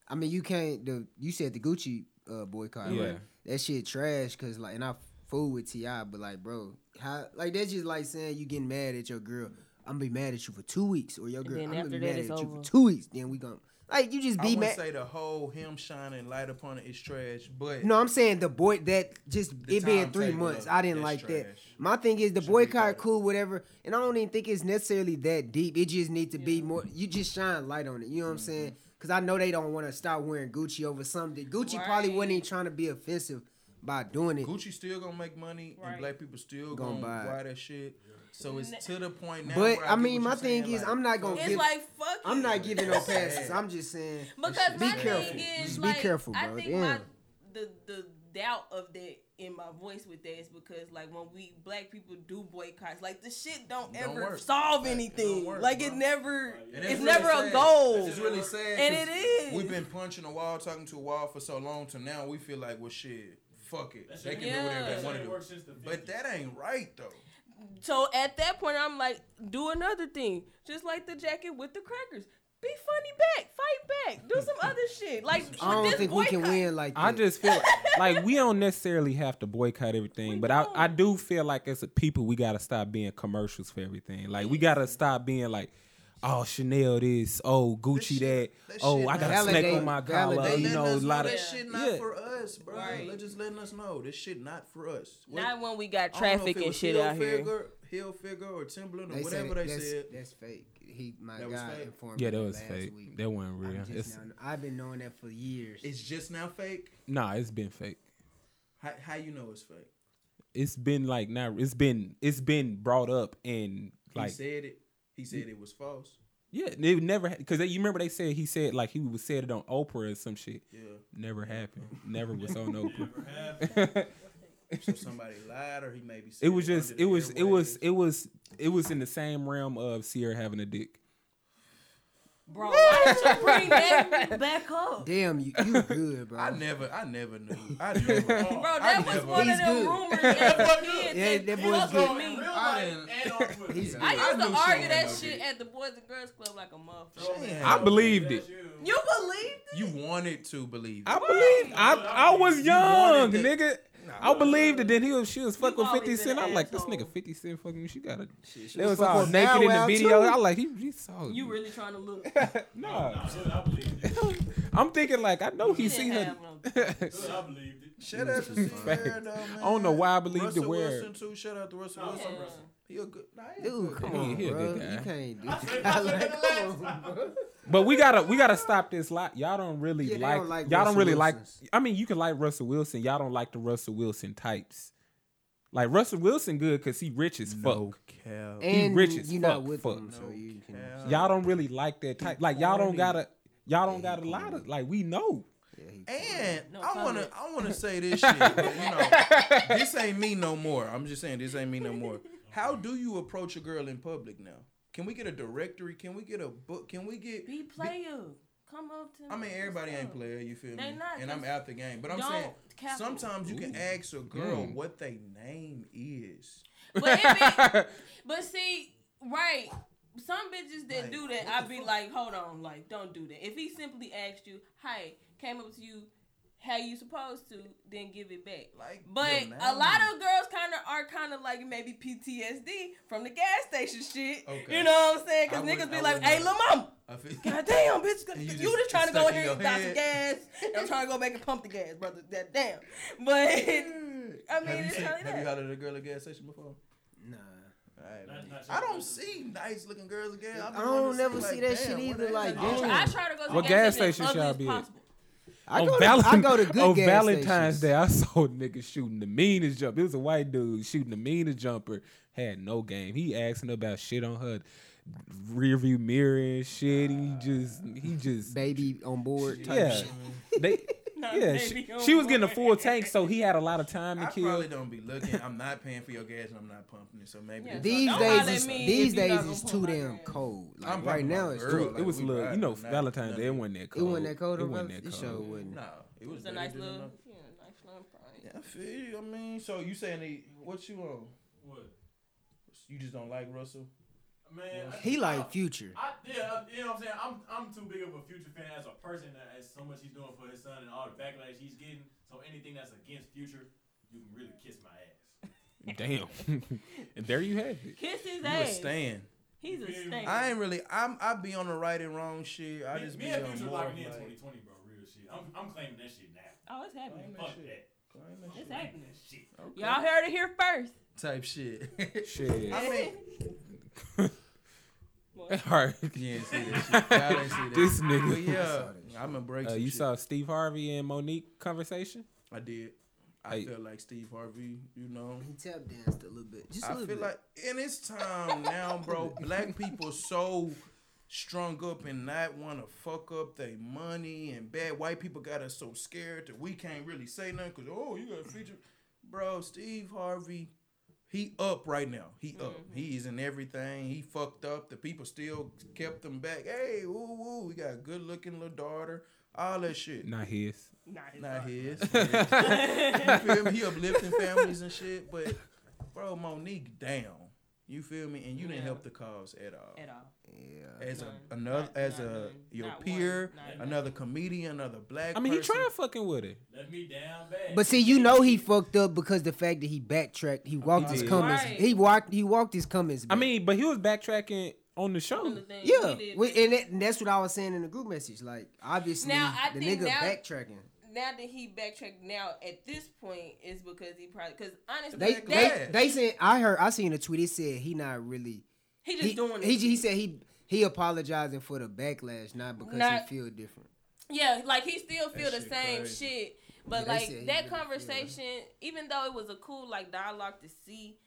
[SPEAKER 3] I mean, you can't. The you said the Gucci uh, boycott.
[SPEAKER 4] Yeah.
[SPEAKER 3] Right? That shit trash. Cause like, and I fool with Ti, but like, bro, how like that's just like saying you getting mad at your girl. I'm gonna be mad at you for two weeks, or your girl.
[SPEAKER 1] then
[SPEAKER 3] I'm gonna
[SPEAKER 1] after
[SPEAKER 3] be
[SPEAKER 1] that,
[SPEAKER 3] mad
[SPEAKER 1] it's
[SPEAKER 3] at you
[SPEAKER 1] over.
[SPEAKER 3] for two weeks. Then we gonna like you just
[SPEAKER 2] I
[SPEAKER 3] be
[SPEAKER 2] wouldn't
[SPEAKER 3] mad.
[SPEAKER 2] say the whole him shining light upon it is trash, but
[SPEAKER 3] No, I'm saying the boy that just
[SPEAKER 2] The
[SPEAKER 3] it being three
[SPEAKER 2] timetable
[SPEAKER 3] months.
[SPEAKER 2] of
[SPEAKER 3] I didn't like
[SPEAKER 2] that's
[SPEAKER 3] that.
[SPEAKER 2] trash.
[SPEAKER 3] My thing is the boycott, cool, whatever. And I don't even think it's necessarily that deep. It just needs to be more. You just shine light on it. You know what I'm
[SPEAKER 2] Mm-hmm.
[SPEAKER 3] saying? Because I know they don't want to stop wearing Gucci over something. Gucci probably wasn't even trying to be offensive by doing it.
[SPEAKER 2] Gucci still gonna make money, and black people still
[SPEAKER 3] Gonna
[SPEAKER 2] gonna,
[SPEAKER 3] buy it.
[SPEAKER 2] buy that shit. So it's to the point now.
[SPEAKER 3] But
[SPEAKER 2] where
[SPEAKER 3] I
[SPEAKER 2] get what
[SPEAKER 3] mean, my
[SPEAKER 2] you're saying,
[SPEAKER 3] thing is,
[SPEAKER 2] like,
[SPEAKER 3] I'm not gonna.
[SPEAKER 1] It's
[SPEAKER 3] give,
[SPEAKER 1] like fuck.
[SPEAKER 3] I'm
[SPEAKER 1] it.
[SPEAKER 3] not giving no
[SPEAKER 2] It's sad.
[SPEAKER 3] passes. I'm just saying.
[SPEAKER 1] Because
[SPEAKER 3] be
[SPEAKER 1] my
[SPEAKER 3] careful.
[SPEAKER 1] thing is,
[SPEAKER 3] Just be
[SPEAKER 1] like,
[SPEAKER 3] careful,
[SPEAKER 1] I
[SPEAKER 3] bro.
[SPEAKER 1] think
[SPEAKER 3] Damn.
[SPEAKER 1] my, the the doubt of that in my voice with that is because like when we black people do boycotts, like the shit don't,
[SPEAKER 2] Don't
[SPEAKER 1] ever
[SPEAKER 2] work.
[SPEAKER 1] solve
[SPEAKER 2] Like, it
[SPEAKER 1] anything.
[SPEAKER 2] don't work,
[SPEAKER 1] like
[SPEAKER 2] bro.
[SPEAKER 1] it never,
[SPEAKER 2] And that's
[SPEAKER 1] it's,
[SPEAKER 2] really
[SPEAKER 1] never a
[SPEAKER 2] sad.
[SPEAKER 1] goal.
[SPEAKER 2] It's really sad.
[SPEAKER 1] And
[SPEAKER 2] 'cause
[SPEAKER 1] it is.
[SPEAKER 2] We've been punching a wall, talking to a wall for so long, till now we feel like, well, shit, fuck it. They can do whatever
[SPEAKER 1] Yeah.
[SPEAKER 2] they want to do.
[SPEAKER 5] Works since the
[SPEAKER 2] But that ain't right though.
[SPEAKER 1] So at that point, I'm like, do another thing, just like the jacket with the crackers. Be funny back, fight back, do some other shit. Like with
[SPEAKER 3] I
[SPEAKER 1] this
[SPEAKER 3] don't think we can
[SPEAKER 1] boycott.
[SPEAKER 3] win like that.
[SPEAKER 4] I just feel like, like we don't necessarily have to boycott everything, but I, I do feel like as a people we gotta stop being commercials for everything. Like we gotta stop being like, oh Chanel this, oh Gucci that,
[SPEAKER 2] that shit
[SPEAKER 4] oh I got a
[SPEAKER 3] not-
[SPEAKER 4] snake on my
[SPEAKER 3] Validate-
[SPEAKER 2] They
[SPEAKER 4] collar,
[SPEAKER 3] validate.
[SPEAKER 4] you
[SPEAKER 2] letting
[SPEAKER 4] know, a
[SPEAKER 2] us know
[SPEAKER 4] lot of
[SPEAKER 2] this shit not
[SPEAKER 4] yeah.
[SPEAKER 2] for us, bro.
[SPEAKER 1] Right.
[SPEAKER 2] They're just letting us know this shit not for us. What-
[SPEAKER 1] Not when we got
[SPEAKER 2] I don't know if
[SPEAKER 1] traffic
[SPEAKER 2] it
[SPEAKER 1] and
[SPEAKER 2] was
[SPEAKER 1] shit out here.
[SPEAKER 2] Hilfiger- Hilfiger or Timberland or
[SPEAKER 3] They said
[SPEAKER 2] whatever they
[SPEAKER 3] that's,
[SPEAKER 2] said.
[SPEAKER 3] that's fake. He my
[SPEAKER 2] That was
[SPEAKER 3] guy
[SPEAKER 2] fake?
[SPEAKER 3] informed
[SPEAKER 4] Yeah,
[SPEAKER 3] me
[SPEAKER 4] that was
[SPEAKER 3] last
[SPEAKER 4] fake.
[SPEAKER 3] week.
[SPEAKER 4] That wasn't
[SPEAKER 3] I'm
[SPEAKER 4] real.
[SPEAKER 3] just
[SPEAKER 4] It's,
[SPEAKER 3] now- I've been knowing that for years.
[SPEAKER 2] It's just now fake.
[SPEAKER 4] nah, it's been fake.
[SPEAKER 2] How, how you know it's fake?
[SPEAKER 4] It's been like not. It's been it's been brought up and like
[SPEAKER 2] he said it. He said it was false.
[SPEAKER 4] yeah, it never because you remember they said he said like he was said it on Oprah or some shit.
[SPEAKER 2] Yeah.
[SPEAKER 4] Never happened. Never was on Oprah.
[SPEAKER 2] So somebody lied, or he maybe. Said
[SPEAKER 4] it was just
[SPEAKER 2] under the
[SPEAKER 4] it was it was
[SPEAKER 2] airwaves.
[SPEAKER 4] it was it was in the same realm of Sierra having a dick.
[SPEAKER 1] Bro, why did you bring that back up?
[SPEAKER 3] Damn, you, you good, bro.
[SPEAKER 2] I never, I never knew. I never. Bro,
[SPEAKER 1] Bro, that was one of
[SPEAKER 3] He's
[SPEAKER 1] them
[SPEAKER 3] good.
[SPEAKER 1] rumors as a kid
[SPEAKER 3] Yeah,
[SPEAKER 1] that,
[SPEAKER 3] that boy's
[SPEAKER 1] fucked
[SPEAKER 3] good.
[SPEAKER 1] with me.
[SPEAKER 2] I didn't.
[SPEAKER 3] He's
[SPEAKER 1] I
[SPEAKER 3] good.
[SPEAKER 2] knew she
[SPEAKER 1] used to argue
[SPEAKER 2] wasn't
[SPEAKER 1] that
[SPEAKER 2] no
[SPEAKER 1] shit
[SPEAKER 2] bitch.
[SPEAKER 1] at the Boys and Girls Club like a motherfucker.
[SPEAKER 2] She ain't had
[SPEAKER 4] I
[SPEAKER 2] no
[SPEAKER 4] believed it.
[SPEAKER 1] You believed it?
[SPEAKER 2] You wanted to believe.
[SPEAKER 4] I
[SPEAKER 2] it.
[SPEAKER 4] believed. I I was young,
[SPEAKER 2] wanted that-
[SPEAKER 4] nigga. I believed it. Then he was she was fucking with
[SPEAKER 1] always
[SPEAKER 4] Fifty
[SPEAKER 1] been
[SPEAKER 4] Cent.
[SPEAKER 1] an
[SPEAKER 4] I'm like, this
[SPEAKER 1] asshole.
[SPEAKER 4] nigga Fifty Cent fucking. me. She got a.
[SPEAKER 3] she
[SPEAKER 4] They
[SPEAKER 3] was
[SPEAKER 4] was all
[SPEAKER 3] fucking with
[SPEAKER 4] naked in
[SPEAKER 3] Bow
[SPEAKER 4] the
[SPEAKER 3] Wow,
[SPEAKER 4] video.
[SPEAKER 3] too.
[SPEAKER 4] I like he, he saw it.
[SPEAKER 1] You really trying to look.
[SPEAKER 4] nah.
[SPEAKER 5] I believed it.
[SPEAKER 4] I'm thinking like I know he
[SPEAKER 1] You
[SPEAKER 4] seen
[SPEAKER 1] didn't
[SPEAKER 4] her.
[SPEAKER 1] have no.
[SPEAKER 5] I believed it.
[SPEAKER 2] Shout out to Sierra, though, man.
[SPEAKER 4] I don't know why I believed
[SPEAKER 2] Russell
[SPEAKER 4] the word.
[SPEAKER 2] Wilson too. Shout out to
[SPEAKER 1] Oh,
[SPEAKER 2] Russell Wilson. He a good. Nah, he a
[SPEAKER 3] Dude,
[SPEAKER 2] good
[SPEAKER 3] come
[SPEAKER 2] guy.
[SPEAKER 3] on,
[SPEAKER 4] he a
[SPEAKER 3] bro.
[SPEAKER 4] good
[SPEAKER 3] You
[SPEAKER 4] guy.
[SPEAKER 3] can't do that. Like, come on, bro.
[SPEAKER 4] But we gotta we gotta stop this. Lot y'all don't really
[SPEAKER 3] Yeah, they
[SPEAKER 4] like,
[SPEAKER 3] don't like
[SPEAKER 4] y'all don't
[SPEAKER 3] Russell
[SPEAKER 4] really
[SPEAKER 3] Wilsons.
[SPEAKER 4] like. I mean, you can like Russell Wilson. Y'all don't like the Russell Wilson types. Like Russell Wilson, good because he rich as fuck.
[SPEAKER 2] Cal.
[SPEAKER 3] And
[SPEAKER 4] rich as
[SPEAKER 3] you're
[SPEAKER 4] fuck,
[SPEAKER 3] not with
[SPEAKER 4] fuck.
[SPEAKER 3] him, so you can.
[SPEAKER 2] Cal.
[SPEAKER 4] y'all don't really like that type. Like y'all don't
[SPEAKER 2] corny.
[SPEAKER 4] gotta, y'all don't got a lot of like we know.
[SPEAKER 3] Yeah, he-
[SPEAKER 2] And
[SPEAKER 1] No
[SPEAKER 2] I wanna
[SPEAKER 1] comment.
[SPEAKER 2] I wanna say this shit. but, you know, this ain't me no more. I'm just saying this ain't me no more. How do you approach a girl in public now? Can we get a directory? Can we get a book? Can we get?
[SPEAKER 1] Be player. Come up to.
[SPEAKER 2] I mean,
[SPEAKER 1] me.
[SPEAKER 2] everybody
[SPEAKER 1] What's
[SPEAKER 2] ain't
[SPEAKER 1] up?
[SPEAKER 2] player. You feel
[SPEAKER 1] They
[SPEAKER 2] me?
[SPEAKER 1] not,
[SPEAKER 2] And I'm
[SPEAKER 1] that's-
[SPEAKER 2] out the game. But I'm
[SPEAKER 1] Don't
[SPEAKER 2] saying
[SPEAKER 1] cap it.
[SPEAKER 2] sometimes you can ask a girl
[SPEAKER 4] Mm.
[SPEAKER 2] what they name is.
[SPEAKER 1] But, if it, but see, right. Some bitches that
[SPEAKER 2] Like,
[SPEAKER 1] do that,
[SPEAKER 2] what
[SPEAKER 1] I'd
[SPEAKER 2] the
[SPEAKER 1] be
[SPEAKER 2] fuck?
[SPEAKER 1] like, hold on, like, don't do that. If he simply asked you, hey, came up to you how you supposed to, then give it back.
[SPEAKER 2] Like,
[SPEAKER 1] But
[SPEAKER 2] your name.
[SPEAKER 1] a lot of girls kind of are kind of like maybe PTSD from the gas station shit.
[SPEAKER 2] Okay.
[SPEAKER 1] You know what I'm saying? Because
[SPEAKER 2] I
[SPEAKER 1] niggas
[SPEAKER 2] wouldn't-
[SPEAKER 1] be
[SPEAKER 2] I
[SPEAKER 1] like,
[SPEAKER 2] wouldn't
[SPEAKER 1] hey,
[SPEAKER 2] know.
[SPEAKER 1] lil' mama.
[SPEAKER 2] I feel-
[SPEAKER 1] God damn, bitch.
[SPEAKER 2] And
[SPEAKER 1] You,
[SPEAKER 2] you
[SPEAKER 1] just,
[SPEAKER 2] just-
[SPEAKER 1] trying to
[SPEAKER 2] it's
[SPEAKER 1] go
[SPEAKER 2] stuck
[SPEAKER 1] here
[SPEAKER 2] in
[SPEAKER 1] and
[SPEAKER 2] your
[SPEAKER 1] buy some gas. And I'm trying to go back and pump the gas, brother. That damn. But, I mean,
[SPEAKER 2] have you,
[SPEAKER 1] it's
[SPEAKER 2] seen,
[SPEAKER 1] really
[SPEAKER 2] have you
[SPEAKER 1] that.
[SPEAKER 2] hollered at a girl at gas station before?
[SPEAKER 3] Nah.
[SPEAKER 2] All right,
[SPEAKER 5] Not-
[SPEAKER 2] man.
[SPEAKER 5] not sure.
[SPEAKER 2] I don't see nice looking girls again.
[SPEAKER 3] I don't never see that shit either, like, damn.
[SPEAKER 1] I try to go to
[SPEAKER 4] What
[SPEAKER 1] the gas
[SPEAKER 4] gas
[SPEAKER 1] station
[SPEAKER 4] station
[SPEAKER 1] as
[SPEAKER 4] y'all
[SPEAKER 1] ugly as
[SPEAKER 4] be at?
[SPEAKER 1] possible.
[SPEAKER 3] I
[SPEAKER 4] on
[SPEAKER 3] go,
[SPEAKER 4] Valen-
[SPEAKER 3] to, I go to good
[SPEAKER 4] on
[SPEAKER 3] gas
[SPEAKER 4] Valentine's
[SPEAKER 3] stations.
[SPEAKER 4] Day, I saw a nigga shooting the meanest jump. It was a white dude shooting the meanest jumper. Had no game. He asking about shit on her rear view mirror and shit. He just he just
[SPEAKER 3] Baby on board. Type
[SPEAKER 4] yeah.
[SPEAKER 3] Shit.
[SPEAKER 4] They
[SPEAKER 1] Not
[SPEAKER 4] yeah.
[SPEAKER 1] baby
[SPEAKER 4] She,
[SPEAKER 1] on
[SPEAKER 4] she was getting a
[SPEAKER 1] board.
[SPEAKER 4] full tank, so he had a lot of time to
[SPEAKER 2] I
[SPEAKER 4] kill.
[SPEAKER 2] probably don't be looking. I'm not paying for your gas and I'm not pumping it. So maybe
[SPEAKER 1] Yeah.
[SPEAKER 2] that's-
[SPEAKER 3] These
[SPEAKER 1] Don't
[SPEAKER 3] days,
[SPEAKER 1] holler at
[SPEAKER 3] it's,
[SPEAKER 1] me
[SPEAKER 3] these
[SPEAKER 1] if you not
[SPEAKER 3] days
[SPEAKER 1] gonna
[SPEAKER 3] it's
[SPEAKER 1] pull
[SPEAKER 3] too
[SPEAKER 1] my
[SPEAKER 3] damn
[SPEAKER 1] gas.
[SPEAKER 3] cold. Like
[SPEAKER 2] I'm
[SPEAKER 3] right
[SPEAKER 2] talking
[SPEAKER 3] now,
[SPEAKER 2] about
[SPEAKER 3] it's
[SPEAKER 4] It was-
[SPEAKER 2] girl.
[SPEAKER 3] cold.
[SPEAKER 2] like,
[SPEAKER 4] it was
[SPEAKER 2] we
[SPEAKER 4] little,
[SPEAKER 2] ride,
[SPEAKER 4] you know,
[SPEAKER 2] not-
[SPEAKER 4] Valentine's Day. It wasn't that
[SPEAKER 3] It
[SPEAKER 4] cold.
[SPEAKER 3] wasn't that cold.
[SPEAKER 4] It
[SPEAKER 3] or
[SPEAKER 4] wasn't
[SPEAKER 3] nothing.
[SPEAKER 4] that
[SPEAKER 3] It sure
[SPEAKER 4] cold.
[SPEAKER 3] wasn't.
[SPEAKER 2] No, it was
[SPEAKER 1] It's a
[SPEAKER 2] better
[SPEAKER 1] nice
[SPEAKER 2] than
[SPEAKER 1] little,
[SPEAKER 2] nothing.
[SPEAKER 1] yeah, nice little prize.
[SPEAKER 2] Yeah, I feel you. I mean, so you saying they, what you on?
[SPEAKER 5] What?
[SPEAKER 2] You just don't like Russell?
[SPEAKER 5] Man, I-
[SPEAKER 3] He like Future.
[SPEAKER 5] I, yeah, you know what I'm saying. I'm I'm too big of a Future fan as a person that as so much he's doing for his son and all the backlash he's getting. So anything that's against Future, you can really kiss my ass.
[SPEAKER 4] Damn. and there you have it.
[SPEAKER 1] Kiss
[SPEAKER 2] You
[SPEAKER 1] his
[SPEAKER 2] a
[SPEAKER 1] ass.
[SPEAKER 2] stan.
[SPEAKER 1] He's a stank.
[SPEAKER 2] I ain't really. I'm. I be on the right and wrong shit. I
[SPEAKER 5] me,
[SPEAKER 2] just
[SPEAKER 5] me
[SPEAKER 2] be
[SPEAKER 5] and
[SPEAKER 2] on
[SPEAKER 5] Future
[SPEAKER 2] more.
[SPEAKER 5] locking
[SPEAKER 2] of,
[SPEAKER 5] in
[SPEAKER 2] Like,
[SPEAKER 5] 2020, bro. Real shit. I'm I'm claiming that shit now.
[SPEAKER 1] Oh, it's happening.
[SPEAKER 5] Fuck that.
[SPEAKER 2] claim that
[SPEAKER 1] It's
[SPEAKER 2] shit.
[SPEAKER 5] Claim
[SPEAKER 1] happening.
[SPEAKER 5] that shit.
[SPEAKER 2] Okay.
[SPEAKER 1] Y'all heard it here first.
[SPEAKER 2] type shit.
[SPEAKER 4] Shit.
[SPEAKER 2] I mean,
[SPEAKER 4] All right.
[SPEAKER 2] you ain't see that shit. Y'all ain't see that.
[SPEAKER 4] This nigga.
[SPEAKER 2] But yeah, I'm gonna break.
[SPEAKER 4] Uh,
[SPEAKER 2] some
[SPEAKER 4] you
[SPEAKER 2] shit.
[SPEAKER 4] saw Steve Harvey and Monique conversation?
[SPEAKER 2] I did. I
[SPEAKER 4] Hey.
[SPEAKER 2] feel like Steve Harvey. You know.
[SPEAKER 3] He tap danced a little bit. Just a
[SPEAKER 2] I
[SPEAKER 3] little
[SPEAKER 2] feel
[SPEAKER 3] bit.
[SPEAKER 2] like in this time now, bro, black people so strung up and not want to fuck up their money and bad white people got us so scared that we can't really say nothing because oh you got a feature bro steve harvey he up right now he up he is in everything he fucked up the people still kept him back hey woo woo we got a good looking little daughter all that shit
[SPEAKER 4] Not his.
[SPEAKER 1] Nah, it's
[SPEAKER 2] not his. you feel me? He uplifting families and shit, but bro, Monique down. You feel me? And you didn't
[SPEAKER 1] Yeah.
[SPEAKER 2] help the cause at all.
[SPEAKER 1] at all.
[SPEAKER 3] Yeah.
[SPEAKER 2] As
[SPEAKER 1] None.
[SPEAKER 2] a another,
[SPEAKER 1] Not-
[SPEAKER 2] as
[SPEAKER 1] not
[SPEAKER 2] a
[SPEAKER 1] none.
[SPEAKER 2] your
[SPEAKER 1] Not one.
[SPEAKER 2] peer,
[SPEAKER 1] Not
[SPEAKER 2] another
[SPEAKER 1] nothing.
[SPEAKER 2] comedian, another black.
[SPEAKER 4] I mean, he
[SPEAKER 2] person.
[SPEAKER 4] tried fucking with her.
[SPEAKER 5] Let me down bad.
[SPEAKER 3] But see, you know he fucked up because the fact that he backtracked, he walked his
[SPEAKER 4] did.
[SPEAKER 3] comments.
[SPEAKER 1] Right.
[SPEAKER 3] He walked. He walked his comments.
[SPEAKER 4] I
[SPEAKER 3] back.
[SPEAKER 4] mean, but he was backtracking on the show.
[SPEAKER 1] On the thing,
[SPEAKER 3] yeah,
[SPEAKER 1] he did
[SPEAKER 3] we,
[SPEAKER 1] that.
[SPEAKER 3] and, that, and that's what I was saying in the group message. Like, obviously,
[SPEAKER 1] Now, I
[SPEAKER 3] the
[SPEAKER 1] think
[SPEAKER 3] nigga
[SPEAKER 1] now-
[SPEAKER 3] backtracking.
[SPEAKER 1] now that he backtracked, now at this point is because he probably because honestly
[SPEAKER 3] They,
[SPEAKER 1] that-
[SPEAKER 3] they, they said I heard I seen a tweet. It said he not really.
[SPEAKER 1] he just
[SPEAKER 3] He,
[SPEAKER 1] doing it.
[SPEAKER 3] he, he said he he apologizing for the backlash, not because
[SPEAKER 1] Not-
[SPEAKER 3] he feel different.
[SPEAKER 1] yeah, like he still feel
[SPEAKER 2] That
[SPEAKER 1] the
[SPEAKER 2] shit
[SPEAKER 1] same
[SPEAKER 2] crazy.
[SPEAKER 1] shit. But
[SPEAKER 3] they said
[SPEAKER 1] like
[SPEAKER 3] he
[SPEAKER 1] that
[SPEAKER 3] really feel it.
[SPEAKER 1] conversation, even though it was a cool like dialogue to see,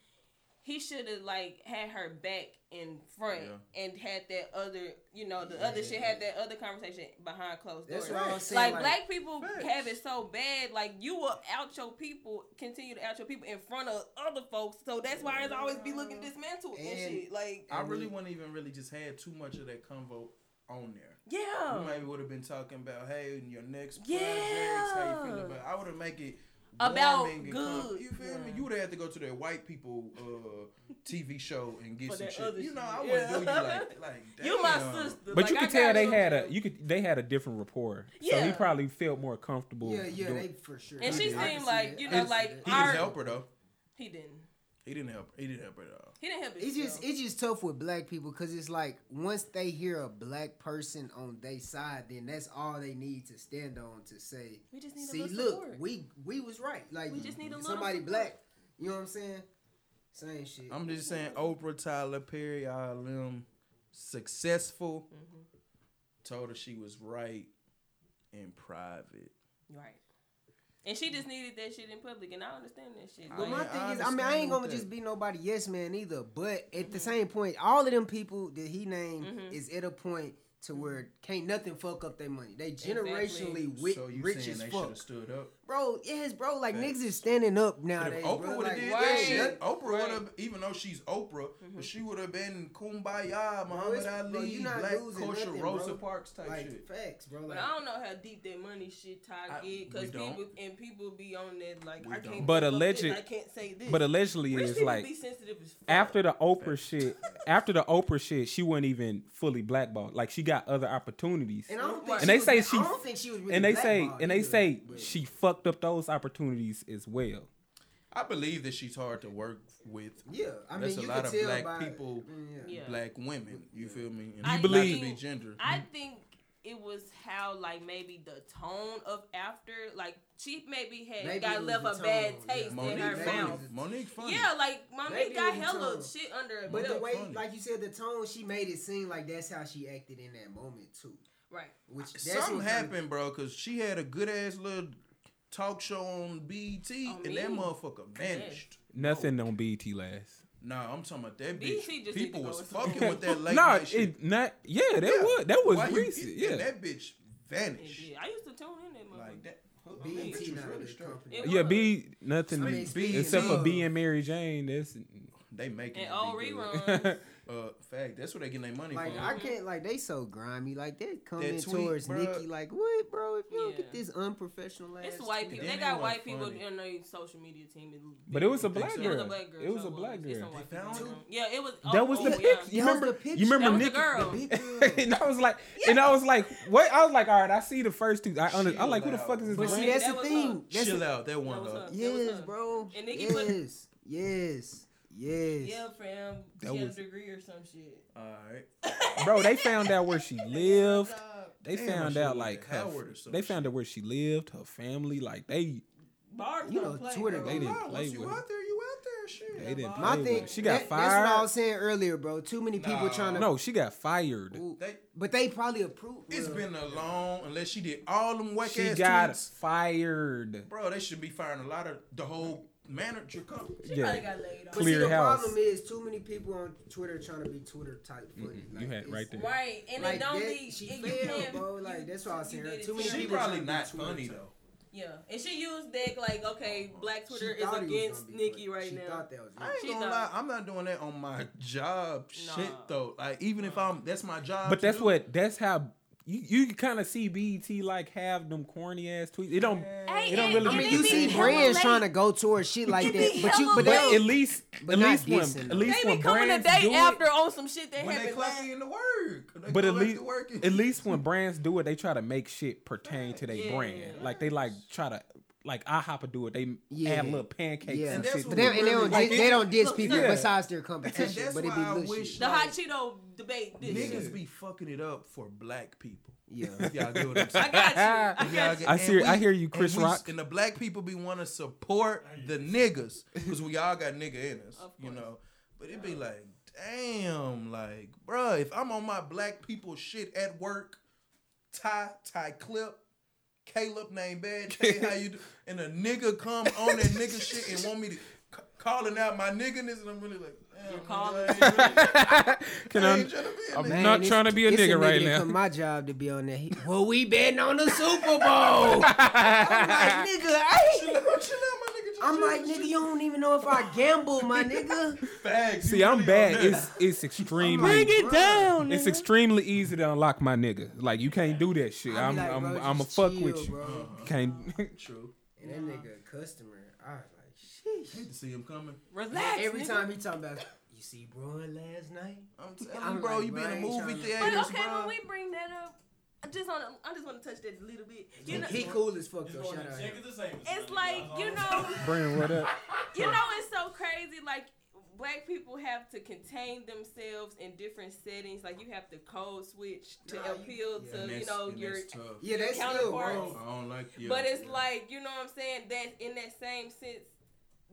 [SPEAKER 1] he should have like had her back in front
[SPEAKER 2] Yeah.
[SPEAKER 1] and had that other, you know, the other shit had that other conversation behind closed doors.
[SPEAKER 3] That's what I was saying.
[SPEAKER 1] like,
[SPEAKER 3] Like,
[SPEAKER 1] black people
[SPEAKER 2] Facts.
[SPEAKER 1] have it so bad. Like you will out your people, continue to out your people in front of other folks. So that's why it's always be looking dismantled and,
[SPEAKER 3] And-
[SPEAKER 1] shit. Like
[SPEAKER 2] I really wouldn't even really just had too much of that convo on there.
[SPEAKER 1] yeah,
[SPEAKER 2] We maybe would have been talking about hey, in your next
[SPEAKER 1] Yeah.
[SPEAKER 2] projects, how you feel about. I would have make it
[SPEAKER 1] About
[SPEAKER 2] warming and com-
[SPEAKER 1] good.
[SPEAKER 2] you feel me?
[SPEAKER 1] Yeah.
[SPEAKER 2] You would have had to go to that white people uh, TV show and get
[SPEAKER 1] For
[SPEAKER 2] some
[SPEAKER 1] that
[SPEAKER 2] shit.
[SPEAKER 1] other
[SPEAKER 2] You know,
[SPEAKER 1] shit.
[SPEAKER 2] I wouldn't do you
[SPEAKER 1] Yeah.
[SPEAKER 2] like like.
[SPEAKER 1] you my
[SPEAKER 2] damn.
[SPEAKER 1] sister.
[SPEAKER 4] But
[SPEAKER 1] Like,
[SPEAKER 4] you
[SPEAKER 1] I
[SPEAKER 4] could tell
[SPEAKER 1] got
[SPEAKER 4] they
[SPEAKER 1] you.
[SPEAKER 4] had a you could they had a different rapport. So he
[SPEAKER 1] Yeah.
[SPEAKER 4] probably felt more comfortable.
[SPEAKER 3] Yeah, yeah,
[SPEAKER 4] doing-
[SPEAKER 3] they for sure.
[SPEAKER 1] And
[SPEAKER 3] I
[SPEAKER 1] she
[SPEAKER 3] can- I can
[SPEAKER 1] seemed
[SPEAKER 3] see
[SPEAKER 1] like,
[SPEAKER 3] that.
[SPEAKER 1] you
[SPEAKER 3] I
[SPEAKER 1] know,
[SPEAKER 3] can see
[SPEAKER 1] like,
[SPEAKER 3] that.
[SPEAKER 2] He didn't
[SPEAKER 1] Our-
[SPEAKER 2] help her though.
[SPEAKER 1] He didn't.
[SPEAKER 2] He didn't help. He didn't help her at all.
[SPEAKER 1] He didn't have it.
[SPEAKER 3] It's just it's just tough with black people because it's like once they hear a black person on their side, then that's all they need to stand on to say.
[SPEAKER 1] We just need a
[SPEAKER 3] See,
[SPEAKER 1] little
[SPEAKER 3] look,
[SPEAKER 1] support."
[SPEAKER 3] we we was right. Like
[SPEAKER 1] We just need a little
[SPEAKER 3] somebody
[SPEAKER 1] support.
[SPEAKER 3] black. You know what I'm saying? Same shit.
[SPEAKER 2] I'm just
[SPEAKER 1] Mm-hmm.
[SPEAKER 2] saying, Oprah, Tyler Perry, all them successful.
[SPEAKER 1] Mm-hmm.
[SPEAKER 2] Told her she was right in private.
[SPEAKER 1] Right. And she just needed that shit in public, and I understand that shit. Like,
[SPEAKER 3] But my
[SPEAKER 2] I
[SPEAKER 3] thing is, I mean, I
[SPEAKER 2] understand
[SPEAKER 3] ain't gonna
[SPEAKER 2] that.
[SPEAKER 3] just be nobody yes man either. But at the same point, all of them people that he named is at a point to where can't nothing fuck up their money. They
[SPEAKER 1] Exactly.
[SPEAKER 3] generationally wi-
[SPEAKER 2] so you
[SPEAKER 3] rich
[SPEAKER 2] saying
[SPEAKER 3] as
[SPEAKER 2] they should
[SPEAKER 3] fuck.
[SPEAKER 2] have stood up?
[SPEAKER 3] Bro, yes, bro. Like niggas is standing up
[SPEAKER 2] But
[SPEAKER 3] nowadays.
[SPEAKER 2] if
[SPEAKER 3] bro.
[SPEAKER 2] Oprah would have
[SPEAKER 3] Like,
[SPEAKER 2] did that
[SPEAKER 3] right.
[SPEAKER 2] shit, Oprah would have, even though she's Oprah, but she would have been Kumbaya, Muhammad
[SPEAKER 3] it's- bro,
[SPEAKER 2] Ali,
[SPEAKER 3] you not
[SPEAKER 2] Black
[SPEAKER 3] losing
[SPEAKER 2] Culture,
[SPEAKER 3] nothing,
[SPEAKER 2] Rosa
[SPEAKER 3] bro.
[SPEAKER 2] Parks type
[SPEAKER 3] Like,
[SPEAKER 2] shit.
[SPEAKER 3] facts, bro.
[SPEAKER 1] But
[SPEAKER 3] Like,
[SPEAKER 1] I don't know how deep that money shit Ty
[SPEAKER 2] I-
[SPEAKER 1] get
[SPEAKER 2] we
[SPEAKER 1] because
[SPEAKER 2] don't.
[SPEAKER 1] people and people be on that like
[SPEAKER 2] We
[SPEAKER 1] I
[SPEAKER 2] don't.
[SPEAKER 1] can't.
[SPEAKER 4] But
[SPEAKER 1] fuck up
[SPEAKER 4] alleged-
[SPEAKER 1] this, I can't say this.
[SPEAKER 4] But allegedly,
[SPEAKER 1] Rich
[SPEAKER 4] it's
[SPEAKER 1] people
[SPEAKER 4] like
[SPEAKER 1] be sensitive as fuck.
[SPEAKER 4] after the Oprah shit, after the Oprah shit, she wasn't even fully blackballed. Like she got other opportunities.
[SPEAKER 3] and I don't think
[SPEAKER 1] And
[SPEAKER 3] she
[SPEAKER 4] they
[SPEAKER 3] was-
[SPEAKER 4] say
[SPEAKER 3] I
[SPEAKER 4] she-
[SPEAKER 3] don't think she was really
[SPEAKER 4] and they say
[SPEAKER 3] blackballed
[SPEAKER 4] and they
[SPEAKER 3] either,
[SPEAKER 4] say
[SPEAKER 3] but-
[SPEAKER 4] she fucked up those opportunities as well.
[SPEAKER 2] I believe that she's hard to work with.
[SPEAKER 3] Yeah, I mean,
[SPEAKER 2] That's
[SPEAKER 3] you
[SPEAKER 2] a
[SPEAKER 3] could
[SPEAKER 2] lot of
[SPEAKER 3] tell
[SPEAKER 2] black
[SPEAKER 3] by- mm,
[SPEAKER 2] people,
[SPEAKER 1] yeah. Yeah.
[SPEAKER 2] black women. You feel me? And
[SPEAKER 1] I
[SPEAKER 2] not
[SPEAKER 4] believe-
[SPEAKER 2] to be gender.
[SPEAKER 1] I
[SPEAKER 4] Mm.
[SPEAKER 1] think it was how like maybe the tone of after like she maybe had
[SPEAKER 3] Maybe it
[SPEAKER 1] got
[SPEAKER 3] was
[SPEAKER 1] left
[SPEAKER 3] the
[SPEAKER 1] a
[SPEAKER 3] tone,
[SPEAKER 1] bad
[SPEAKER 3] yeah.
[SPEAKER 1] taste in
[SPEAKER 2] Monique
[SPEAKER 1] her
[SPEAKER 2] funny.
[SPEAKER 1] mouth.
[SPEAKER 2] Monique funny.
[SPEAKER 1] Yeah, like mommy
[SPEAKER 3] Maybe
[SPEAKER 1] got
[SPEAKER 3] it was the
[SPEAKER 1] hella
[SPEAKER 3] tone.
[SPEAKER 1] shit under her
[SPEAKER 3] But the
[SPEAKER 1] belt.
[SPEAKER 3] way,
[SPEAKER 2] funny.
[SPEAKER 3] like you said, the tone she made it seem like that's how she acted in that moment too.
[SPEAKER 1] right.
[SPEAKER 3] Which that's
[SPEAKER 2] Something
[SPEAKER 3] what kinda-
[SPEAKER 2] happened, bro, because she had a good ass little talk show on BET,
[SPEAKER 1] On
[SPEAKER 2] and that
[SPEAKER 1] me.
[SPEAKER 2] motherfucker vanished.
[SPEAKER 4] Nothing on BT last.
[SPEAKER 2] Nah, I'm talking about that
[SPEAKER 1] BET
[SPEAKER 2] bitch.
[SPEAKER 1] E just need to
[SPEAKER 2] people
[SPEAKER 1] go
[SPEAKER 2] was
[SPEAKER 1] with some-
[SPEAKER 2] fucking with that late
[SPEAKER 4] nah,
[SPEAKER 2] night shit.
[SPEAKER 4] it not. Yeah, that
[SPEAKER 2] Yeah.
[SPEAKER 4] was that was
[SPEAKER 2] Why you-
[SPEAKER 4] recent.
[SPEAKER 2] and
[SPEAKER 4] yeah,
[SPEAKER 2] that bitch
[SPEAKER 1] It
[SPEAKER 2] vanished.
[SPEAKER 1] did. I used to tune in that motherfucker.
[SPEAKER 2] Like that.
[SPEAKER 3] BET
[SPEAKER 2] Bitch was
[SPEAKER 3] not a
[SPEAKER 2] really
[SPEAKER 3] good
[SPEAKER 2] strong.
[SPEAKER 3] company.
[SPEAKER 1] It
[SPEAKER 4] yeah.
[SPEAKER 1] was.
[SPEAKER 4] B E nothing
[SPEAKER 2] I mean, B E
[SPEAKER 4] except for
[SPEAKER 2] and-
[SPEAKER 4] B E and Mary Jane. That's
[SPEAKER 2] They making
[SPEAKER 1] and
[SPEAKER 2] it
[SPEAKER 1] all
[SPEAKER 2] be good.
[SPEAKER 1] reruns.
[SPEAKER 2] Uh, fact, that's where they getting their money
[SPEAKER 3] Like
[SPEAKER 2] from.
[SPEAKER 3] I can't like they so grimy like they coming
[SPEAKER 2] tweet,
[SPEAKER 3] towards
[SPEAKER 2] bruh.
[SPEAKER 3] Nikki like what bro if you don't
[SPEAKER 1] Yeah.
[SPEAKER 3] get this unprofessional ass
[SPEAKER 1] it's white people.
[SPEAKER 2] Then it
[SPEAKER 1] They got
[SPEAKER 2] wasn't
[SPEAKER 1] white people
[SPEAKER 2] funny.
[SPEAKER 1] on their social media team. is-
[SPEAKER 4] but it was a
[SPEAKER 2] think
[SPEAKER 4] black
[SPEAKER 2] so?
[SPEAKER 1] It was a
[SPEAKER 4] girl.
[SPEAKER 1] black girl.
[SPEAKER 4] It was
[SPEAKER 1] so
[SPEAKER 4] a black
[SPEAKER 1] It's some
[SPEAKER 4] girl.
[SPEAKER 1] white
[SPEAKER 2] They
[SPEAKER 1] people
[SPEAKER 2] found
[SPEAKER 1] on it. Yeah, it was. oh,
[SPEAKER 4] That was
[SPEAKER 1] oh,
[SPEAKER 4] the
[SPEAKER 1] yeah.
[SPEAKER 4] picture. You
[SPEAKER 3] That was
[SPEAKER 4] remember?
[SPEAKER 3] the picture.
[SPEAKER 4] You
[SPEAKER 1] That
[SPEAKER 4] remember
[SPEAKER 1] was the
[SPEAKER 4] Nikki?
[SPEAKER 1] girl.
[SPEAKER 3] The big girl.
[SPEAKER 4] and I was like, and I was like, what? I was like, all right, I see the first two. I under, I'm like, who the fuck is this?
[SPEAKER 3] But
[SPEAKER 4] black-
[SPEAKER 3] see that's
[SPEAKER 1] That
[SPEAKER 3] the
[SPEAKER 1] was her.
[SPEAKER 3] thing. That's
[SPEAKER 2] Chill
[SPEAKER 3] the,
[SPEAKER 2] out, that one
[SPEAKER 1] was
[SPEAKER 2] up.
[SPEAKER 1] her. That was
[SPEAKER 3] yes,
[SPEAKER 1] her.
[SPEAKER 3] bro.
[SPEAKER 1] And Nikki put-
[SPEAKER 3] Yes, yes, yes.
[SPEAKER 1] Yeah, fam.
[SPEAKER 4] That
[SPEAKER 1] she had a
[SPEAKER 4] was-
[SPEAKER 1] degree or some shit.
[SPEAKER 2] All right.
[SPEAKER 4] bro, they found out where she lived.
[SPEAKER 1] Uh,
[SPEAKER 4] They
[SPEAKER 2] Damn,
[SPEAKER 4] found
[SPEAKER 2] I should've
[SPEAKER 4] out
[SPEAKER 2] went
[SPEAKER 4] like
[SPEAKER 2] to
[SPEAKER 4] her,
[SPEAKER 2] Howard or some
[SPEAKER 4] they
[SPEAKER 2] shit.
[SPEAKER 4] found out where she lived, her family. Like they,
[SPEAKER 1] Barb's
[SPEAKER 3] You
[SPEAKER 1] don't
[SPEAKER 3] know,
[SPEAKER 1] play,
[SPEAKER 3] Twitter,
[SPEAKER 1] bro.
[SPEAKER 4] they didn't
[SPEAKER 2] Nah,
[SPEAKER 4] play
[SPEAKER 2] once you
[SPEAKER 4] with. her.
[SPEAKER 2] out there, you out there. Shit.
[SPEAKER 4] They didn't
[SPEAKER 3] My
[SPEAKER 4] play with.
[SPEAKER 3] thing.
[SPEAKER 4] her. She got
[SPEAKER 3] that-
[SPEAKER 4] fired.
[SPEAKER 3] That's what I was saying earlier, bro. Too many people
[SPEAKER 2] Nah.
[SPEAKER 3] trying to.
[SPEAKER 4] No, she got fired.
[SPEAKER 3] Ooh,
[SPEAKER 2] They-
[SPEAKER 3] but they probably approve.
[SPEAKER 2] It's
[SPEAKER 3] well,
[SPEAKER 2] been a long, unless she did all them whack
[SPEAKER 4] She
[SPEAKER 2] ass
[SPEAKER 4] got
[SPEAKER 2] tweets.
[SPEAKER 4] fired.
[SPEAKER 2] Bro, they should be firing a lot of the whole manager company.
[SPEAKER 1] She probably
[SPEAKER 4] Yeah,
[SPEAKER 1] got laid off.
[SPEAKER 3] But see,
[SPEAKER 4] clear
[SPEAKER 3] the
[SPEAKER 4] house.
[SPEAKER 3] problem is too many people on Twitter trying to be Twitter type funny. Like,
[SPEAKER 4] you had
[SPEAKER 3] it's-
[SPEAKER 4] right there.
[SPEAKER 1] Right, and
[SPEAKER 3] Like
[SPEAKER 1] it don't
[SPEAKER 3] that,
[SPEAKER 1] be.
[SPEAKER 3] she
[SPEAKER 1] it, you
[SPEAKER 3] failed,
[SPEAKER 1] can't-
[SPEAKER 3] bro.
[SPEAKER 1] you-
[SPEAKER 3] Like, that's what I was
[SPEAKER 1] you
[SPEAKER 3] saying.
[SPEAKER 1] did
[SPEAKER 3] Too
[SPEAKER 1] it
[SPEAKER 3] many
[SPEAKER 2] She
[SPEAKER 3] people
[SPEAKER 2] probably
[SPEAKER 3] trying to
[SPEAKER 2] not
[SPEAKER 3] be Twitter
[SPEAKER 2] funny
[SPEAKER 3] type.
[SPEAKER 2] though.
[SPEAKER 1] Yeah, and she used that like, okay, Black Twitter
[SPEAKER 3] She
[SPEAKER 1] is
[SPEAKER 3] thought he was gonna
[SPEAKER 1] against
[SPEAKER 3] be
[SPEAKER 1] Nikki
[SPEAKER 3] funny.
[SPEAKER 1] right
[SPEAKER 3] she
[SPEAKER 1] now.
[SPEAKER 3] Thought that was
[SPEAKER 2] I ain't
[SPEAKER 1] She
[SPEAKER 2] gonna
[SPEAKER 1] done.
[SPEAKER 2] lie, I'm not doing that on my job shit
[SPEAKER 1] Nah.
[SPEAKER 2] though. Like even if I'm that's my job.
[SPEAKER 4] but
[SPEAKER 2] to
[SPEAKER 4] that's
[SPEAKER 2] do.
[SPEAKER 4] what. That's how you you kind of see BET like have them corny ass tweets. It don't.
[SPEAKER 1] Hey,
[SPEAKER 4] It don't really.
[SPEAKER 3] I mean,
[SPEAKER 4] get
[SPEAKER 3] you
[SPEAKER 4] that.
[SPEAKER 3] see brands trying to go towards shit like
[SPEAKER 1] It
[SPEAKER 3] that,
[SPEAKER 1] be
[SPEAKER 3] but you,
[SPEAKER 1] hella
[SPEAKER 3] but
[SPEAKER 4] But
[SPEAKER 3] they,
[SPEAKER 4] at least,
[SPEAKER 3] But
[SPEAKER 4] at
[SPEAKER 3] not
[SPEAKER 4] least when,
[SPEAKER 3] dissing, though.
[SPEAKER 4] at least
[SPEAKER 1] They
[SPEAKER 4] when
[SPEAKER 1] be coming a
[SPEAKER 4] brands
[SPEAKER 1] day
[SPEAKER 4] do
[SPEAKER 1] after
[SPEAKER 4] it,
[SPEAKER 1] on some shit that
[SPEAKER 2] when they
[SPEAKER 1] happened.
[SPEAKER 2] clock
[SPEAKER 1] last-
[SPEAKER 2] in to work. They
[SPEAKER 4] but
[SPEAKER 2] go
[SPEAKER 4] at
[SPEAKER 2] back to
[SPEAKER 4] least,
[SPEAKER 2] work and-
[SPEAKER 4] at least when brands do it, they try to make shit pertain to their
[SPEAKER 1] Yeah.
[SPEAKER 4] brand. Like they like try to, like IHOP do it. They
[SPEAKER 3] Yeah.
[SPEAKER 4] add little pancakes
[SPEAKER 3] yeah.
[SPEAKER 4] and
[SPEAKER 2] that's
[SPEAKER 4] shit.
[SPEAKER 2] what
[SPEAKER 3] But they,
[SPEAKER 2] we
[SPEAKER 3] and they don't,
[SPEAKER 2] really-
[SPEAKER 3] diss,
[SPEAKER 2] Like,
[SPEAKER 3] they don't diss people
[SPEAKER 4] yeah.
[SPEAKER 3] besides their
[SPEAKER 2] And
[SPEAKER 3] competition,
[SPEAKER 2] that's
[SPEAKER 3] but it
[SPEAKER 2] why I
[SPEAKER 3] be good
[SPEAKER 2] wish
[SPEAKER 3] shit.
[SPEAKER 1] The hot Cheeto debate. This
[SPEAKER 2] niggas
[SPEAKER 1] shit.
[SPEAKER 2] be fucking it up for black people.
[SPEAKER 3] Yeah.
[SPEAKER 2] If y'all get what I'm saying.
[SPEAKER 1] I got you. I
[SPEAKER 2] Y'all
[SPEAKER 1] got you.
[SPEAKER 2] get-
[SPEAKER 4] I
[SPEAKER 2] and
[SPEAKER 4] see- I hear you,
[SPEAKER 2] and
[SPEAKER 4] Chris
[SPEAKER 2] we-
[SPEAKER 4] Rock.
[SPEAKER 2] And the black people be want to support the niggas because we all got nigga in us,
[SPEAKER 1] Of
[SPEAKER 2] you
[SPEAKER 1] course.
[SPEAKER 2] know. But it be like, damn, like, bruh, if I'm on my black people shit at work, Ty, Ty Clip, Caleb name bad, hey, how you do? And a nigga come on that nigga shit and want me to c- calling out my nigganess, and I'm really like, damn,
[SPEAKER 1] You're
[SPEAKER 2] nigga,
[SPEAKER 1] calling-
[SPEAKER 2] I ain't really-
[SPEAKER 4] Can
[SPEAKER 2] I
[SPEAKER 4] I,
[SPEAKER 2] ain't tryna be a nigga.
[SPEAKER 4] I'm not
[SPEAKER 3] it's-
[SPEAKER 4] trying to be a
[SPEAKER 3] it's
[SPEAKER 4] nigga right
[SPEAKER 3] that
[SPEAKER 4] now.
[SPEAKER 3] Come my job to be on that. He- Well, we betting on the Super Bowl. I'm like, nigga, I.
[SPEAKER 2] Chill out, chill out, my nigga. Just
[SPEAKER 3] I'm
[SPEAKER 2] chill,
[SPEAKER 3] like,
[SPEAKER 2] just
[SPEAKER 3] nigga,
[SPEAKER 2] chill.
[SPEAKER 3] you don't even know if I gamble, my nigga.
[SPEAKER 2] Facts,
[SPEAKER 4] See,
[SPEAKER 2] you
[SPEAKER 4] I'm
[SPEAKER 2] really
[SPEAKER 4] bad.
[SPEAKER 2] on that.
[SPEAKER 4] It's it's extremely.
[SPEAKER 3] Bring it down.
[SPEAKER 4] It's extremely easy to unlock my nigga. Like you can't do that shit.
[SPEAKER 3] I
[SPEAKER 4] I'm
[SPEAKER 3] be like,
[SPEAKER 4] I'm
[SPEAKER 3] bro,
[SPEAKER 4] I'm a
[SPEAKER 3] just
[SPEAKER 4] fuck
[SPEAKER 3] chill,
[SPEAKER 4] with you.
[SPEAKER 3] bro.
[SPEAKER 4] Can't.
[SPEAKER 2] True.
[SPEAKER 3] And that nigga a customer, I was like, sheesh.
[SPEAKER 2] Hate to see him coming.
[SPEAKER 1] Relax.
[SPEAKER 3] Every
[SPEAKER 1] nigga.
[SPEAKER 3] time he talking about, you see Bruin last night?
[SPEAKER 2] I'm telling
[SPEAKER 3] I'm
[SPEAKER 2] you, bro,
[SPEAKER 3] like,
[SPEAKER 2] you be
[SPEAKER 3] bro, I
[SPEAKER 2] in
[SPEAKER 3] ain't
[SPEAKER 2] the movie
[SPEAKER 3] tryna-
[SPEAKER 1] But
[SPEAKER 2] theaters,
[SPEAKER 1] okay,
[SPEAKER 2] bro.
[SPEAKER 1] when we bring that up, I just want to. I just want to touch that a little bit. You know,
[SPEAKER 3] He cool as fuck
[SPEAKER 5] Just
[SPEAKER 3] though,
[SPEAKER 5] go
[SPEAKER 3] shout
[SPEAKER 5] ahead
[SPEAKER 3] out.
[SPEAKER 5] and
[SPEAKER 3] him.
[SPEAKER 5] check it the same as
[SPEAKER 1] it's
[SPEAKER 5] Sunday,
[SPEAKER 1] like
[SPEAKER 5] that's
[SPEAKER 1] you
[SPEAKER 5] all.
[SPEAKER 1] know.
[SPEAKER 4] Bring what up?
[SPEAKER 1] You know, it's so crazy. Like, black people have to contain themselves in different settings. Like, you have to code switch to
[SPEAKER 3] Nah, you-
[SPEAKER 1] appeal
[SPEAKER 3] yeah.
[SPEAKER 1] to,
[SPEAKER 2] And
[SPEAKER 1] you
[SPEAKER 2] that's-
[SPEAKER 1] know,
[SPEAKER 2] and
[SPEAKER 1] your.
[SPEAKER 2] that's tough.
[SPEAKER 3] Yeah, that's still
[SPEAKER 1] Counterparts.
[SPEAKER 3] wrong.
[SPEAKER 2] I don't like. Yeah,
[SPEAKER 1] But it's
[SPEAKER 2] yeah.
[SPEAKER 1] like, you know what I'm saying? That in that same sense,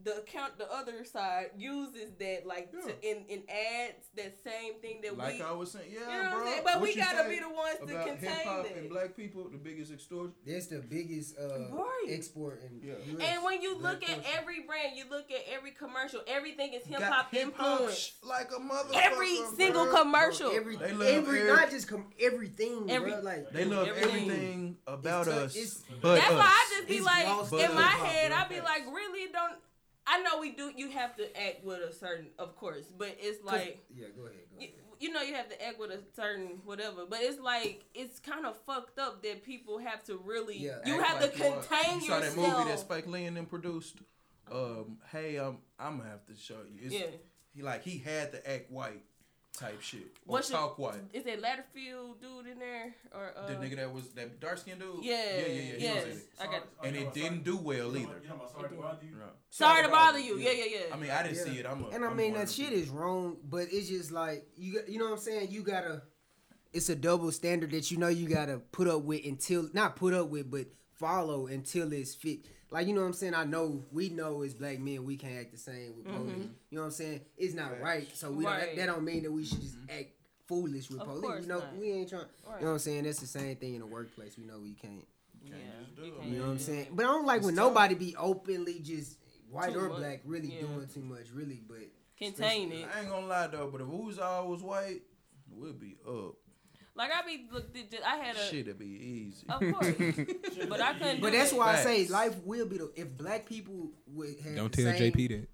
[SPEAKER 1] the account, the other side uses that like to, in in ads that same thing that
[SPEAKER 2] Like
[SPEAKER 1] we.
[SPEAKER 2] I was saying, yeah,
[SPEAKER 1] You know what I'm
[SPEAKER 2] bro.
[SPEAKER 1] saying? But we
[SPEAKER 2] you
[SPEAKER 1] gotta
[SPEAKER 2] say
[SPEAKER 1] be the ones to
[SPEAKER 2] about
[SPEAKER 1] contain
[SPEAKER 2] hip-hop
[SPEAKER 1] that.
[SPEAKER 2] and black people, the biggest extortion.
[SPEAKER 3] That's the biggest uh,
[SPEAKER 1] Right.
[SPEAKER 3] export in
[SPEAKER 2] Yeah.
[SPEAKER 3] US.
[SPEAKER 1] and when you
[SPEAKER 2] Black
[SPEAKER 1] look at
[SPEAKER 2] culture.
[SPEAKER 1] every brand, you look at every commercial, everything is hip
[SPEAKER 2] Got
[SPEAKER 1] hop
[SPEAKER 2] hip-hop
[SPEAKER 1] influence.
[SPEAKER 2] sh- like a motherfucker.
[SPEAKER 1] Every single
[SPEAKER 2] bro.
[SPEAKER 1] commercial.
[SPEAKER 3] every,
[SPEAKER 2] They love
[SPEAKER 3] every,
[SPEAKER 2] every-
[SPEAKER 3] not just com- everything,
[SPEAKER 1] Every-
[SPEAKER 3] bro. Like
[SPEAKER 2] They love
[SPEAKER 1] Everything.
[SPEAKER 2] everything, about
[SPEAKER 3] It's-
[SPEAKER 2] us.
[SPEAKER 3] it's-
[SPEAKER 2] but
[SPEAKER 1] That's
[SPEAKER 2] us.
[SPEAKER 1] why I just be
[SPEAKER 3] It's
[SPEAKER 1] like,
[SPEAKER 3] lost
[SPEAKER 2] but
[SPEAKER 1] in my
[SPEAKER 2] us.
[SPEAKER 1] head, I be
[SPEAKER 3] Yes.
[SPEAKER 1] like, really don't. I know we do. You have to act with a certain, of course, but it's like.
[SPEAKER 3] yeah, go ahead, go
[SPEAKER 1] you,
[SPEAKER 3] ahead.
[SPEAKER 1] you know you have to act with a certain whatever, but it's like it's kind of fucked up that people have to really
[SPEAKER 3] Yeah,
[SPEAKER 1] you
[SPEAKER 2] act
[SPEAKER 1] have
[SPEAKER 2] like
[SPEAKER 1] to
[SPEAKER 2] you are.
[SPEAKER 1] contain
[SPEAKER 2] You saw that
[SPEAKER 1] yourself.
[SPEAKER 2] movie that Spike Lee and them produced. Um, hey, um, I'm gonna have to show you. It's,
[SPEAKER 1] yeah,
[SPEAKER 2] He like he had to act white, type shit. Or
[SPEAKER 1] What's your-
[SPEAKER 2] talk white.
[SPEAKER 1] is that Latterfield dude in there or uh,
[SPEAKER 2] the nigga that was that dark skinned dude.
[SPEAKER 1] Yeah,
[SPEAKER 2] yeah, yeah. yeah, he was
[SPEAKER 1] yes,
[SPEAKER 2] in it.
[SPEAKER 1] I got.
[SPEAKER 3] Oh,
[SPEAKER 2] And it didn't do well either.
[SPEAKER 5] You know, I'm sorry to bother you.
[SPEAKER 2] No.
[SPEAKER 1] Sorry to bother you. Yeah, yeah, yeah.
[SPEAKER 2] I mean, I didn't
[SPEAKER 3] Yeah.
[SPEAKER 2] see it. I'm a,
[SPEAKER 3] And I
[SPEAKER 2] I'm
[SPEAKER 3] mean
[SPEAKER 2] one
[SPEAKER 3] that
[SPEAKER 2] of them
[SPEAKER 3] shit
[SPEAKER 2] people.
[SPEAKER 3] is wrong, but it's just like you got- you know what I'm saying. You gotta, it's a double standard that you know you gotta put up with until not put up with, but follow until it's fit. Like you know what I'm saying. I know we know as black men we can't act the same with police. You know what I'm saying. It's not right. So we don't, that,
[SPEAKER 1] Mm-hmm. Right.
[SPEAKER 3] that don't mean that we should just
[SPEAKER 2] Mm-hmm.
[SPEAKER 3] act foolish with
[SPEAKER 1] Of
[SPEAKER 3] police.
[SPEAKER 1] course
[SPEAKER 3] You know
[SPEAKER 1] not.
[SPEAKER 3] we ain't trying.
[SPEAKER 1] Right.
[SPEAKER 3] You know what I'm saying. That's the same thing in the workplace. We know we can't.
[SPEAKER 1] yeah.
[SPEAKER 2] just do
[SPEAKER 1] you
[SPEAKER 2] it.
[SPEAKER 1] can't
[SPEAKER 3] You know what I'm
[SPEAKER 1] do
[SPEAKER 3] saying?
[SPEAKER 1] it.
[SPEAKER 3] But I don't like
[SPEAKER 2] It's
[SPEAKER 3] when
[SPEAKER 2] tough.
[SPEAKER 3] nobody be openly just white
[SPEAKER 1] Too
[SPEAKER 3] or
[SPEAKER 1] much.
[SPEAKER 3] black really
[SPEAKER 1] Yeah.
[SPEAKER 3] doing too much. Really, but.
[SPEAKER 1] contain it.
[SPEAKER 2] I ain't gonna lie though, but if we was always white, we'd be up.
[SPEAKER 1] Like I be look, did- did- I had a
[SPEAKER 2] Shit'd be easy.
[SPEAKER 1] of course, but I couldn't. do
[SPEAKER 3] But that's
[SPEAKER 1] that.
[SPEAKER 3] why I
[SPEAKER 2] Facts.
[SPEAKER 3] say life will be the if black people would have
[SPEAKER 4] Don't
[SPEAKER 3] the
[SPEAKER 4] tell
[SPEAKER 3] same
[SPEAKER 4] JP that.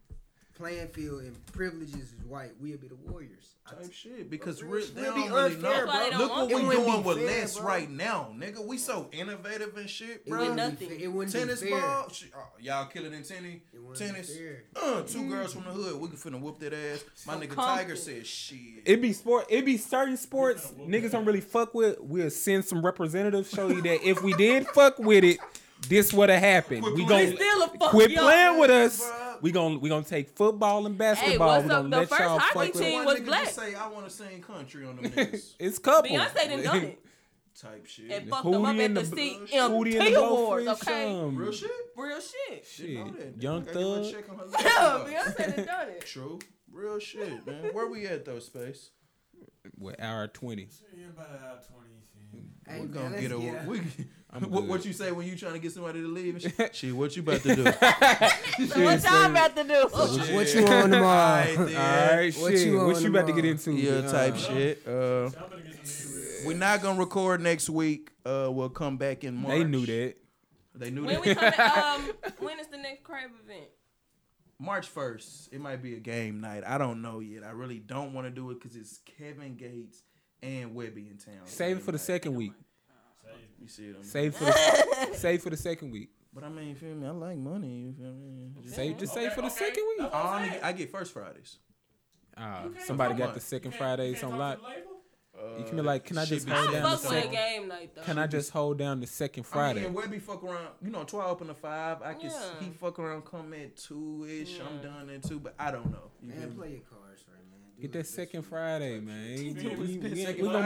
[SPEAKER 3] playing field and privileges as white, we'll be the warriors. I
[SPEAKER 2] Type shit because
[SPEAKER 3] Real
[SPEAKER 2] we're,
[SPEAKER 3] shit.
[SPEAKER 2] they
[SPEAKER 3] It'd be
[SPEAKER 2] don't really
[SPEAKER 3] unfair,
[SPEAKER 2] know.
[SPEAKER 1] bro. That's why they
[SPEAKER 2] Look
[SPEAKER 1] don't
[SPEAKER 2] what
[SPEAKER 1] want
[SPEAKER 2] we're
[SPEAKER 3] it. It
[SPEAKER 2] doing
[SPEAKER 3] wouldn't be
[SPEAKER 2] with
[SPEAKER 3] fair,
[SPEAKER 2] less
[SPEAKER 3] bro.
[SPEAKER 2] right now, nigga. We so innovative and shit,
[SPEAKER 3] It
[SPEAKER 2] bro.
[SPEAKER 3] wouldn't be
[SPEAKER 1] nothing.
[SPEAKER 3] fair- It wouldn't
[SPEAKER 2] tennis
[SPEAKER 3] be fair.
[SPEAKER 2] ball. Sh- oh, y'all killing in tennis.
[SPEAKER 3] It wouldn't
[SPEAKER 2] Tennis.
[SPEAKER 3] Be fair.
[SPEAKER 2] Uh, two
[SPEAKER 3] Mm.
[SPEAKER 2] girls from the hood. We can finna whoop that ass. My nigga Tiger
[SPEAKER 1] confident.
[SPEAKER 2] said shit.
[SPEAKER 4] It be sport. It be certain sports niggas don't really fuck with. We'll send some representatives show you that if we did fuck with it, this would have happened.
[SPEAKER 2] Quit
[SPEAKER 4] We
[SPEAKER 2] playing.
[SPEAKER 4] gon'
[SPEAKER 1] Still a fuck
[SPEAKER 4] quit
[SPEAKER 1] yo.
[SPEAKER 4] playing with us.
[SPEAKER 2] Bruh.
[SPEAKER 4] We gon' we gonna take football and
[SPEAKER 1] Hey,
[SPEAKER 4] basketball.
[SPEAKER 1] what's
[SPEAKER 4] We
[SPEAKER 1] up?
[SPEAKER 4] gonna
[SPEAKER 1] The
[SPEAKER 4] let
[SPEAKER 1] first
[SPEAKER 4] y'all
[SPEAKER 1] hockey
[SPEAKER 4] fuck with
[SPEAKER 1] team
[SPEAKER 4] it.
[SPEAKER 2] One
[SPEAKER 1] was
[SPEAKER 2] nigga
[SPEAKER 1] black.
[SPEAKER 2] just say I want to sing country on the niggas
[SPEAKER 4] It's couple.
[SPEAKER 1] Beyonce done done it
[SPEAKER 2] type shit.
[SPEAKER 1] and
[SPEAKER 2] Real
[SPEAKER 1] fucked them up
[SPEAKER 4] Hootie
[SPEAKER 1] at
[SPEAKER 4] and
[SPEAKER 1] the
[SPEAKER 4] the Bl- Hootie and
[SPEAKER 1] CMT
[SPEAKER 4] the
[SPEAKER 1] Awards.
[SPEAKER 4] Blowfish,
[SPEAKER 1] Okay,
[SPEAKER 4] um,
[SPEAKER 2] shit.
[SPEAKER 1] real shit.
[SPEAKER 2] Didn't know
[SPEAKER 4] Shit.
[SPEAKER 2] that.
[SPEAKER 4] Young
[SPEAKER 2] I gotta give her a
[SPEAKER 4] Thug.
[SPEAKER 2] check on her
[SPEAKER 1] Yeah,
[SPEAKER 2] laptop.
[SPEAKER 1] Beyonce done done it.
[SPEAKER 2] True. Real shit, man. Where we at though, space?
[SPEAKER 4] What hour twenty?
[SPEAKER 5] Yeah, about an hour 20. fam.
[SPEAKER 3] Hey,
[SPEAKER 2] we
[SPEAKER 3] man,
[SPEAKER 2] gonna
[SPEAKER 3] let's
[SPEAKER 2] get a.
[SPEAKER 3] out.
[SPEAKER 2] we,
[SPEAKER 4] I'm
[SPEAKER 2] what,
[SPEAKER 4] good.
[SPEAKER 2] what you say when you trying to get somebody to leave? and shit? Shit, what you about to do?
[SPEAKER 1] So what y'all about to do?
[SPEAKER 3] What- What you on tomorrow?
[SPEAKER 2] All right,
[SPEAKER 4] All
[SPEAKER 2] then.
[SPEAKER 4] right,
[SPEAKER 3] What
[SPEAKER 4] shit.
[SPEAKER 3] you
[SPEAKER 4] what
[SPEAKER 3] on
[SPEAKER 4] you about to get
[SPEAKER 3] tomorrow?
[SPEAKER 4] into?
[SPEAKER 2] Yeah,
[SPEAKER 4] Uh,
[SPEAKER 2] type shit. Uh,
[SPEAKER 5] I'm gonna get some new
[SPEAKER 2] we're not gonna record next week. Uh, we'll come back in March.
[SPEAKER 4] They knew that.
[SPEAKER 2] They knew
[SPEAKER 1] when
[SPEAKER 2] that.
[SPEAKER 1] we coming? Um, when is the next crab event?
[SPEAKER 2] March first, it might be a game night. I don't know yet. I really don't want to do it because it's Kevin Gates and Webby in town.
[SPEAKER 4] Save it for the second week.
[SPEAKER 2] You see them.
[SPEAKER 4] Save for the, save for the second week.
[SPEAKER 2] But I mean, you feel me? I like money. You feel me? Just-
[SPEAKER 4] Save just save for the second week.
[SPEAKER 2] I, only, I get first Fridays.
[SPEAKER 4] Ah, somebody got the second Fridays on lock. You can be like, can I
[SPEAKER 2] shit
[SPEAKER 4] just
[SPEAKER 2] be
[SPEAKER 4] hold
[SPEAKER 2] Yeah,
[SPEAKER 4] down the
[SPEAKER 1] Fuck with a
[SPEAKER 4] second?
[SPEAKER 1] game night though.
[SPEAKER 4] Can I just hold down the second
[SPEAKER 2] I
[SPEAKER 4] Friday?
[SPEAKER 2] mean, Webby fuck around. You know, twelve open to five. I can s
[SPEAKER 1] Yeah.
[SPEAKER 2] he fuck around come at two ish. I'm
[SPEAKER 1] Yeah.
[SPEAKER 2] done at two, but I don't know. You feel
[SPEAKER 3] Man,
[SPEAKER 2] me?
[SPEAKER 3] play your cards right, man. Do
[SPEAKER 4] Get
[SPEAKER 3] it.
[SPEAKER 4] that second Friday, man. We,
[SPEAKER 2] Yeah,
[SPEAKER 4] we-
[SPEAKER 2] it's- it's-
[SPEAKER 4] we- we gonna be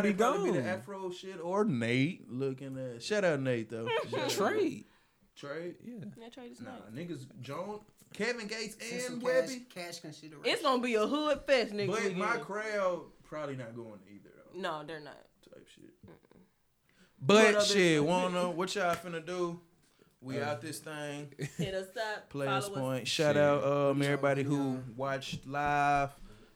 [SPEAKER 2] it'd probably the
[SPEAKER 4] gone.
[SPEAKER 2] Afro shit or Nate looking at. Shout out Nate though. Shout out Nate.
[SPEAKER 4] Trade.
[SPEAKER 2] Trade.
[SPEAKER 4] Yeah.
[SPEAKER 1] Yeah, try this
[SPEAKER 2] Nah,
[SPEAKER 1] night.
[SPEAKER 2] niggas. John, Kevin Gates
[SPEAKER 3] That's some
[SPEAKER 2] and
[SPEAKER 3] cash,
[SPEAKER 2] Webby.
[SPEAKER 3] cash consideration.
[SPEAKER 1] It's gonna be a hood fest, nigga.
[SPEAKER 2] But
[SPEAKER 1] weekend.
[SPEAKER 2] my crowd probably not going either though.
[SPEAKER 1] no, they're not.
[SPEAKER 2] Type shit. But
[SPEAKER 1] other-
[SPEAKER 2] shit, wanna what y'all finna do? We out this thing.
[SPEAKER 1] Hit us up.
[SPEAKER 2] Players
[SPEAKER 1] follow us.
[SPEAKER 2] Point. Shout
[SPEAKER 4] Shit.
[SPEAKER 2] out um, everybody
[SPEAKER 3] yeah.
[SPEAKER 2] who watched live.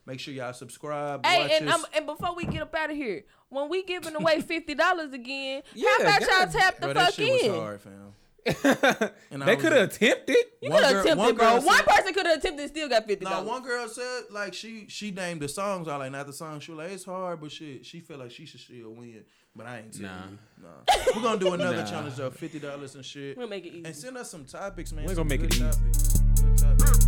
[SPEAKER 2] Make sure y'all subscribe. watch
[SPEAKER 1] Hey, and,
[SPEAKER 2] us.
[SPEAKER 1] um, and before we get up out of here, when we giving away fifty dollars again, how
[SPEAKER 4] Yeah,
[SPEAKER 1] about y'all
[SPEAKER 4] God.
[SPEAKER 1] tap the
[SPEAKER 2] Bro, that
[SPEAKER 1] fuck
[SPEAKER 2] shit
[SPEAKER 1] in?
[SPEAKER 2] was hard, fam. And I
[SPEAKER 4] they
[SPEAKER 2] was-
[SPEAKER 4] could have attempted.
[SPEAKER 1] You
[SPEAKER 2] One
[SPEAKER 1] could have
[SPEAKER 2] girl-
[SPEAKER 1] attempted,
[SPEAKER 2] one
[SPEAKER 1] bro.
[SPEAKER 2] girl
[SPEAKER 1] one
[SPEAKER 2] said-
[SPEAKER 1] person could have attempted and still got fifty
[SPEAKER 2] Nah,
[SPEAKER 1] dollars.
[SPEAKER 2] one girl said like she she named the songs. I like not the song. She was like it's hard, but shit, she felt like she should still win. But I ain't telling
[SPEAKER 4] Nah.
[SPEAKER 2] you. Nah, we're gonna do another
[SPEAKER 4] Nah.
[SPEAKER 2] challenge of fifty dollars and shit,
[SPEAKER 1] We'll make it easy.
[SPEAKER 2] and send us some topics, man.
[SPEAKER 4] We're
[SPEAKER 2] Some
[SPEAKER 4] gonna make
[SPEAKER 2] good
[SPEAKER 4] it easy.
[SPEAKER 2] topics. Good topics.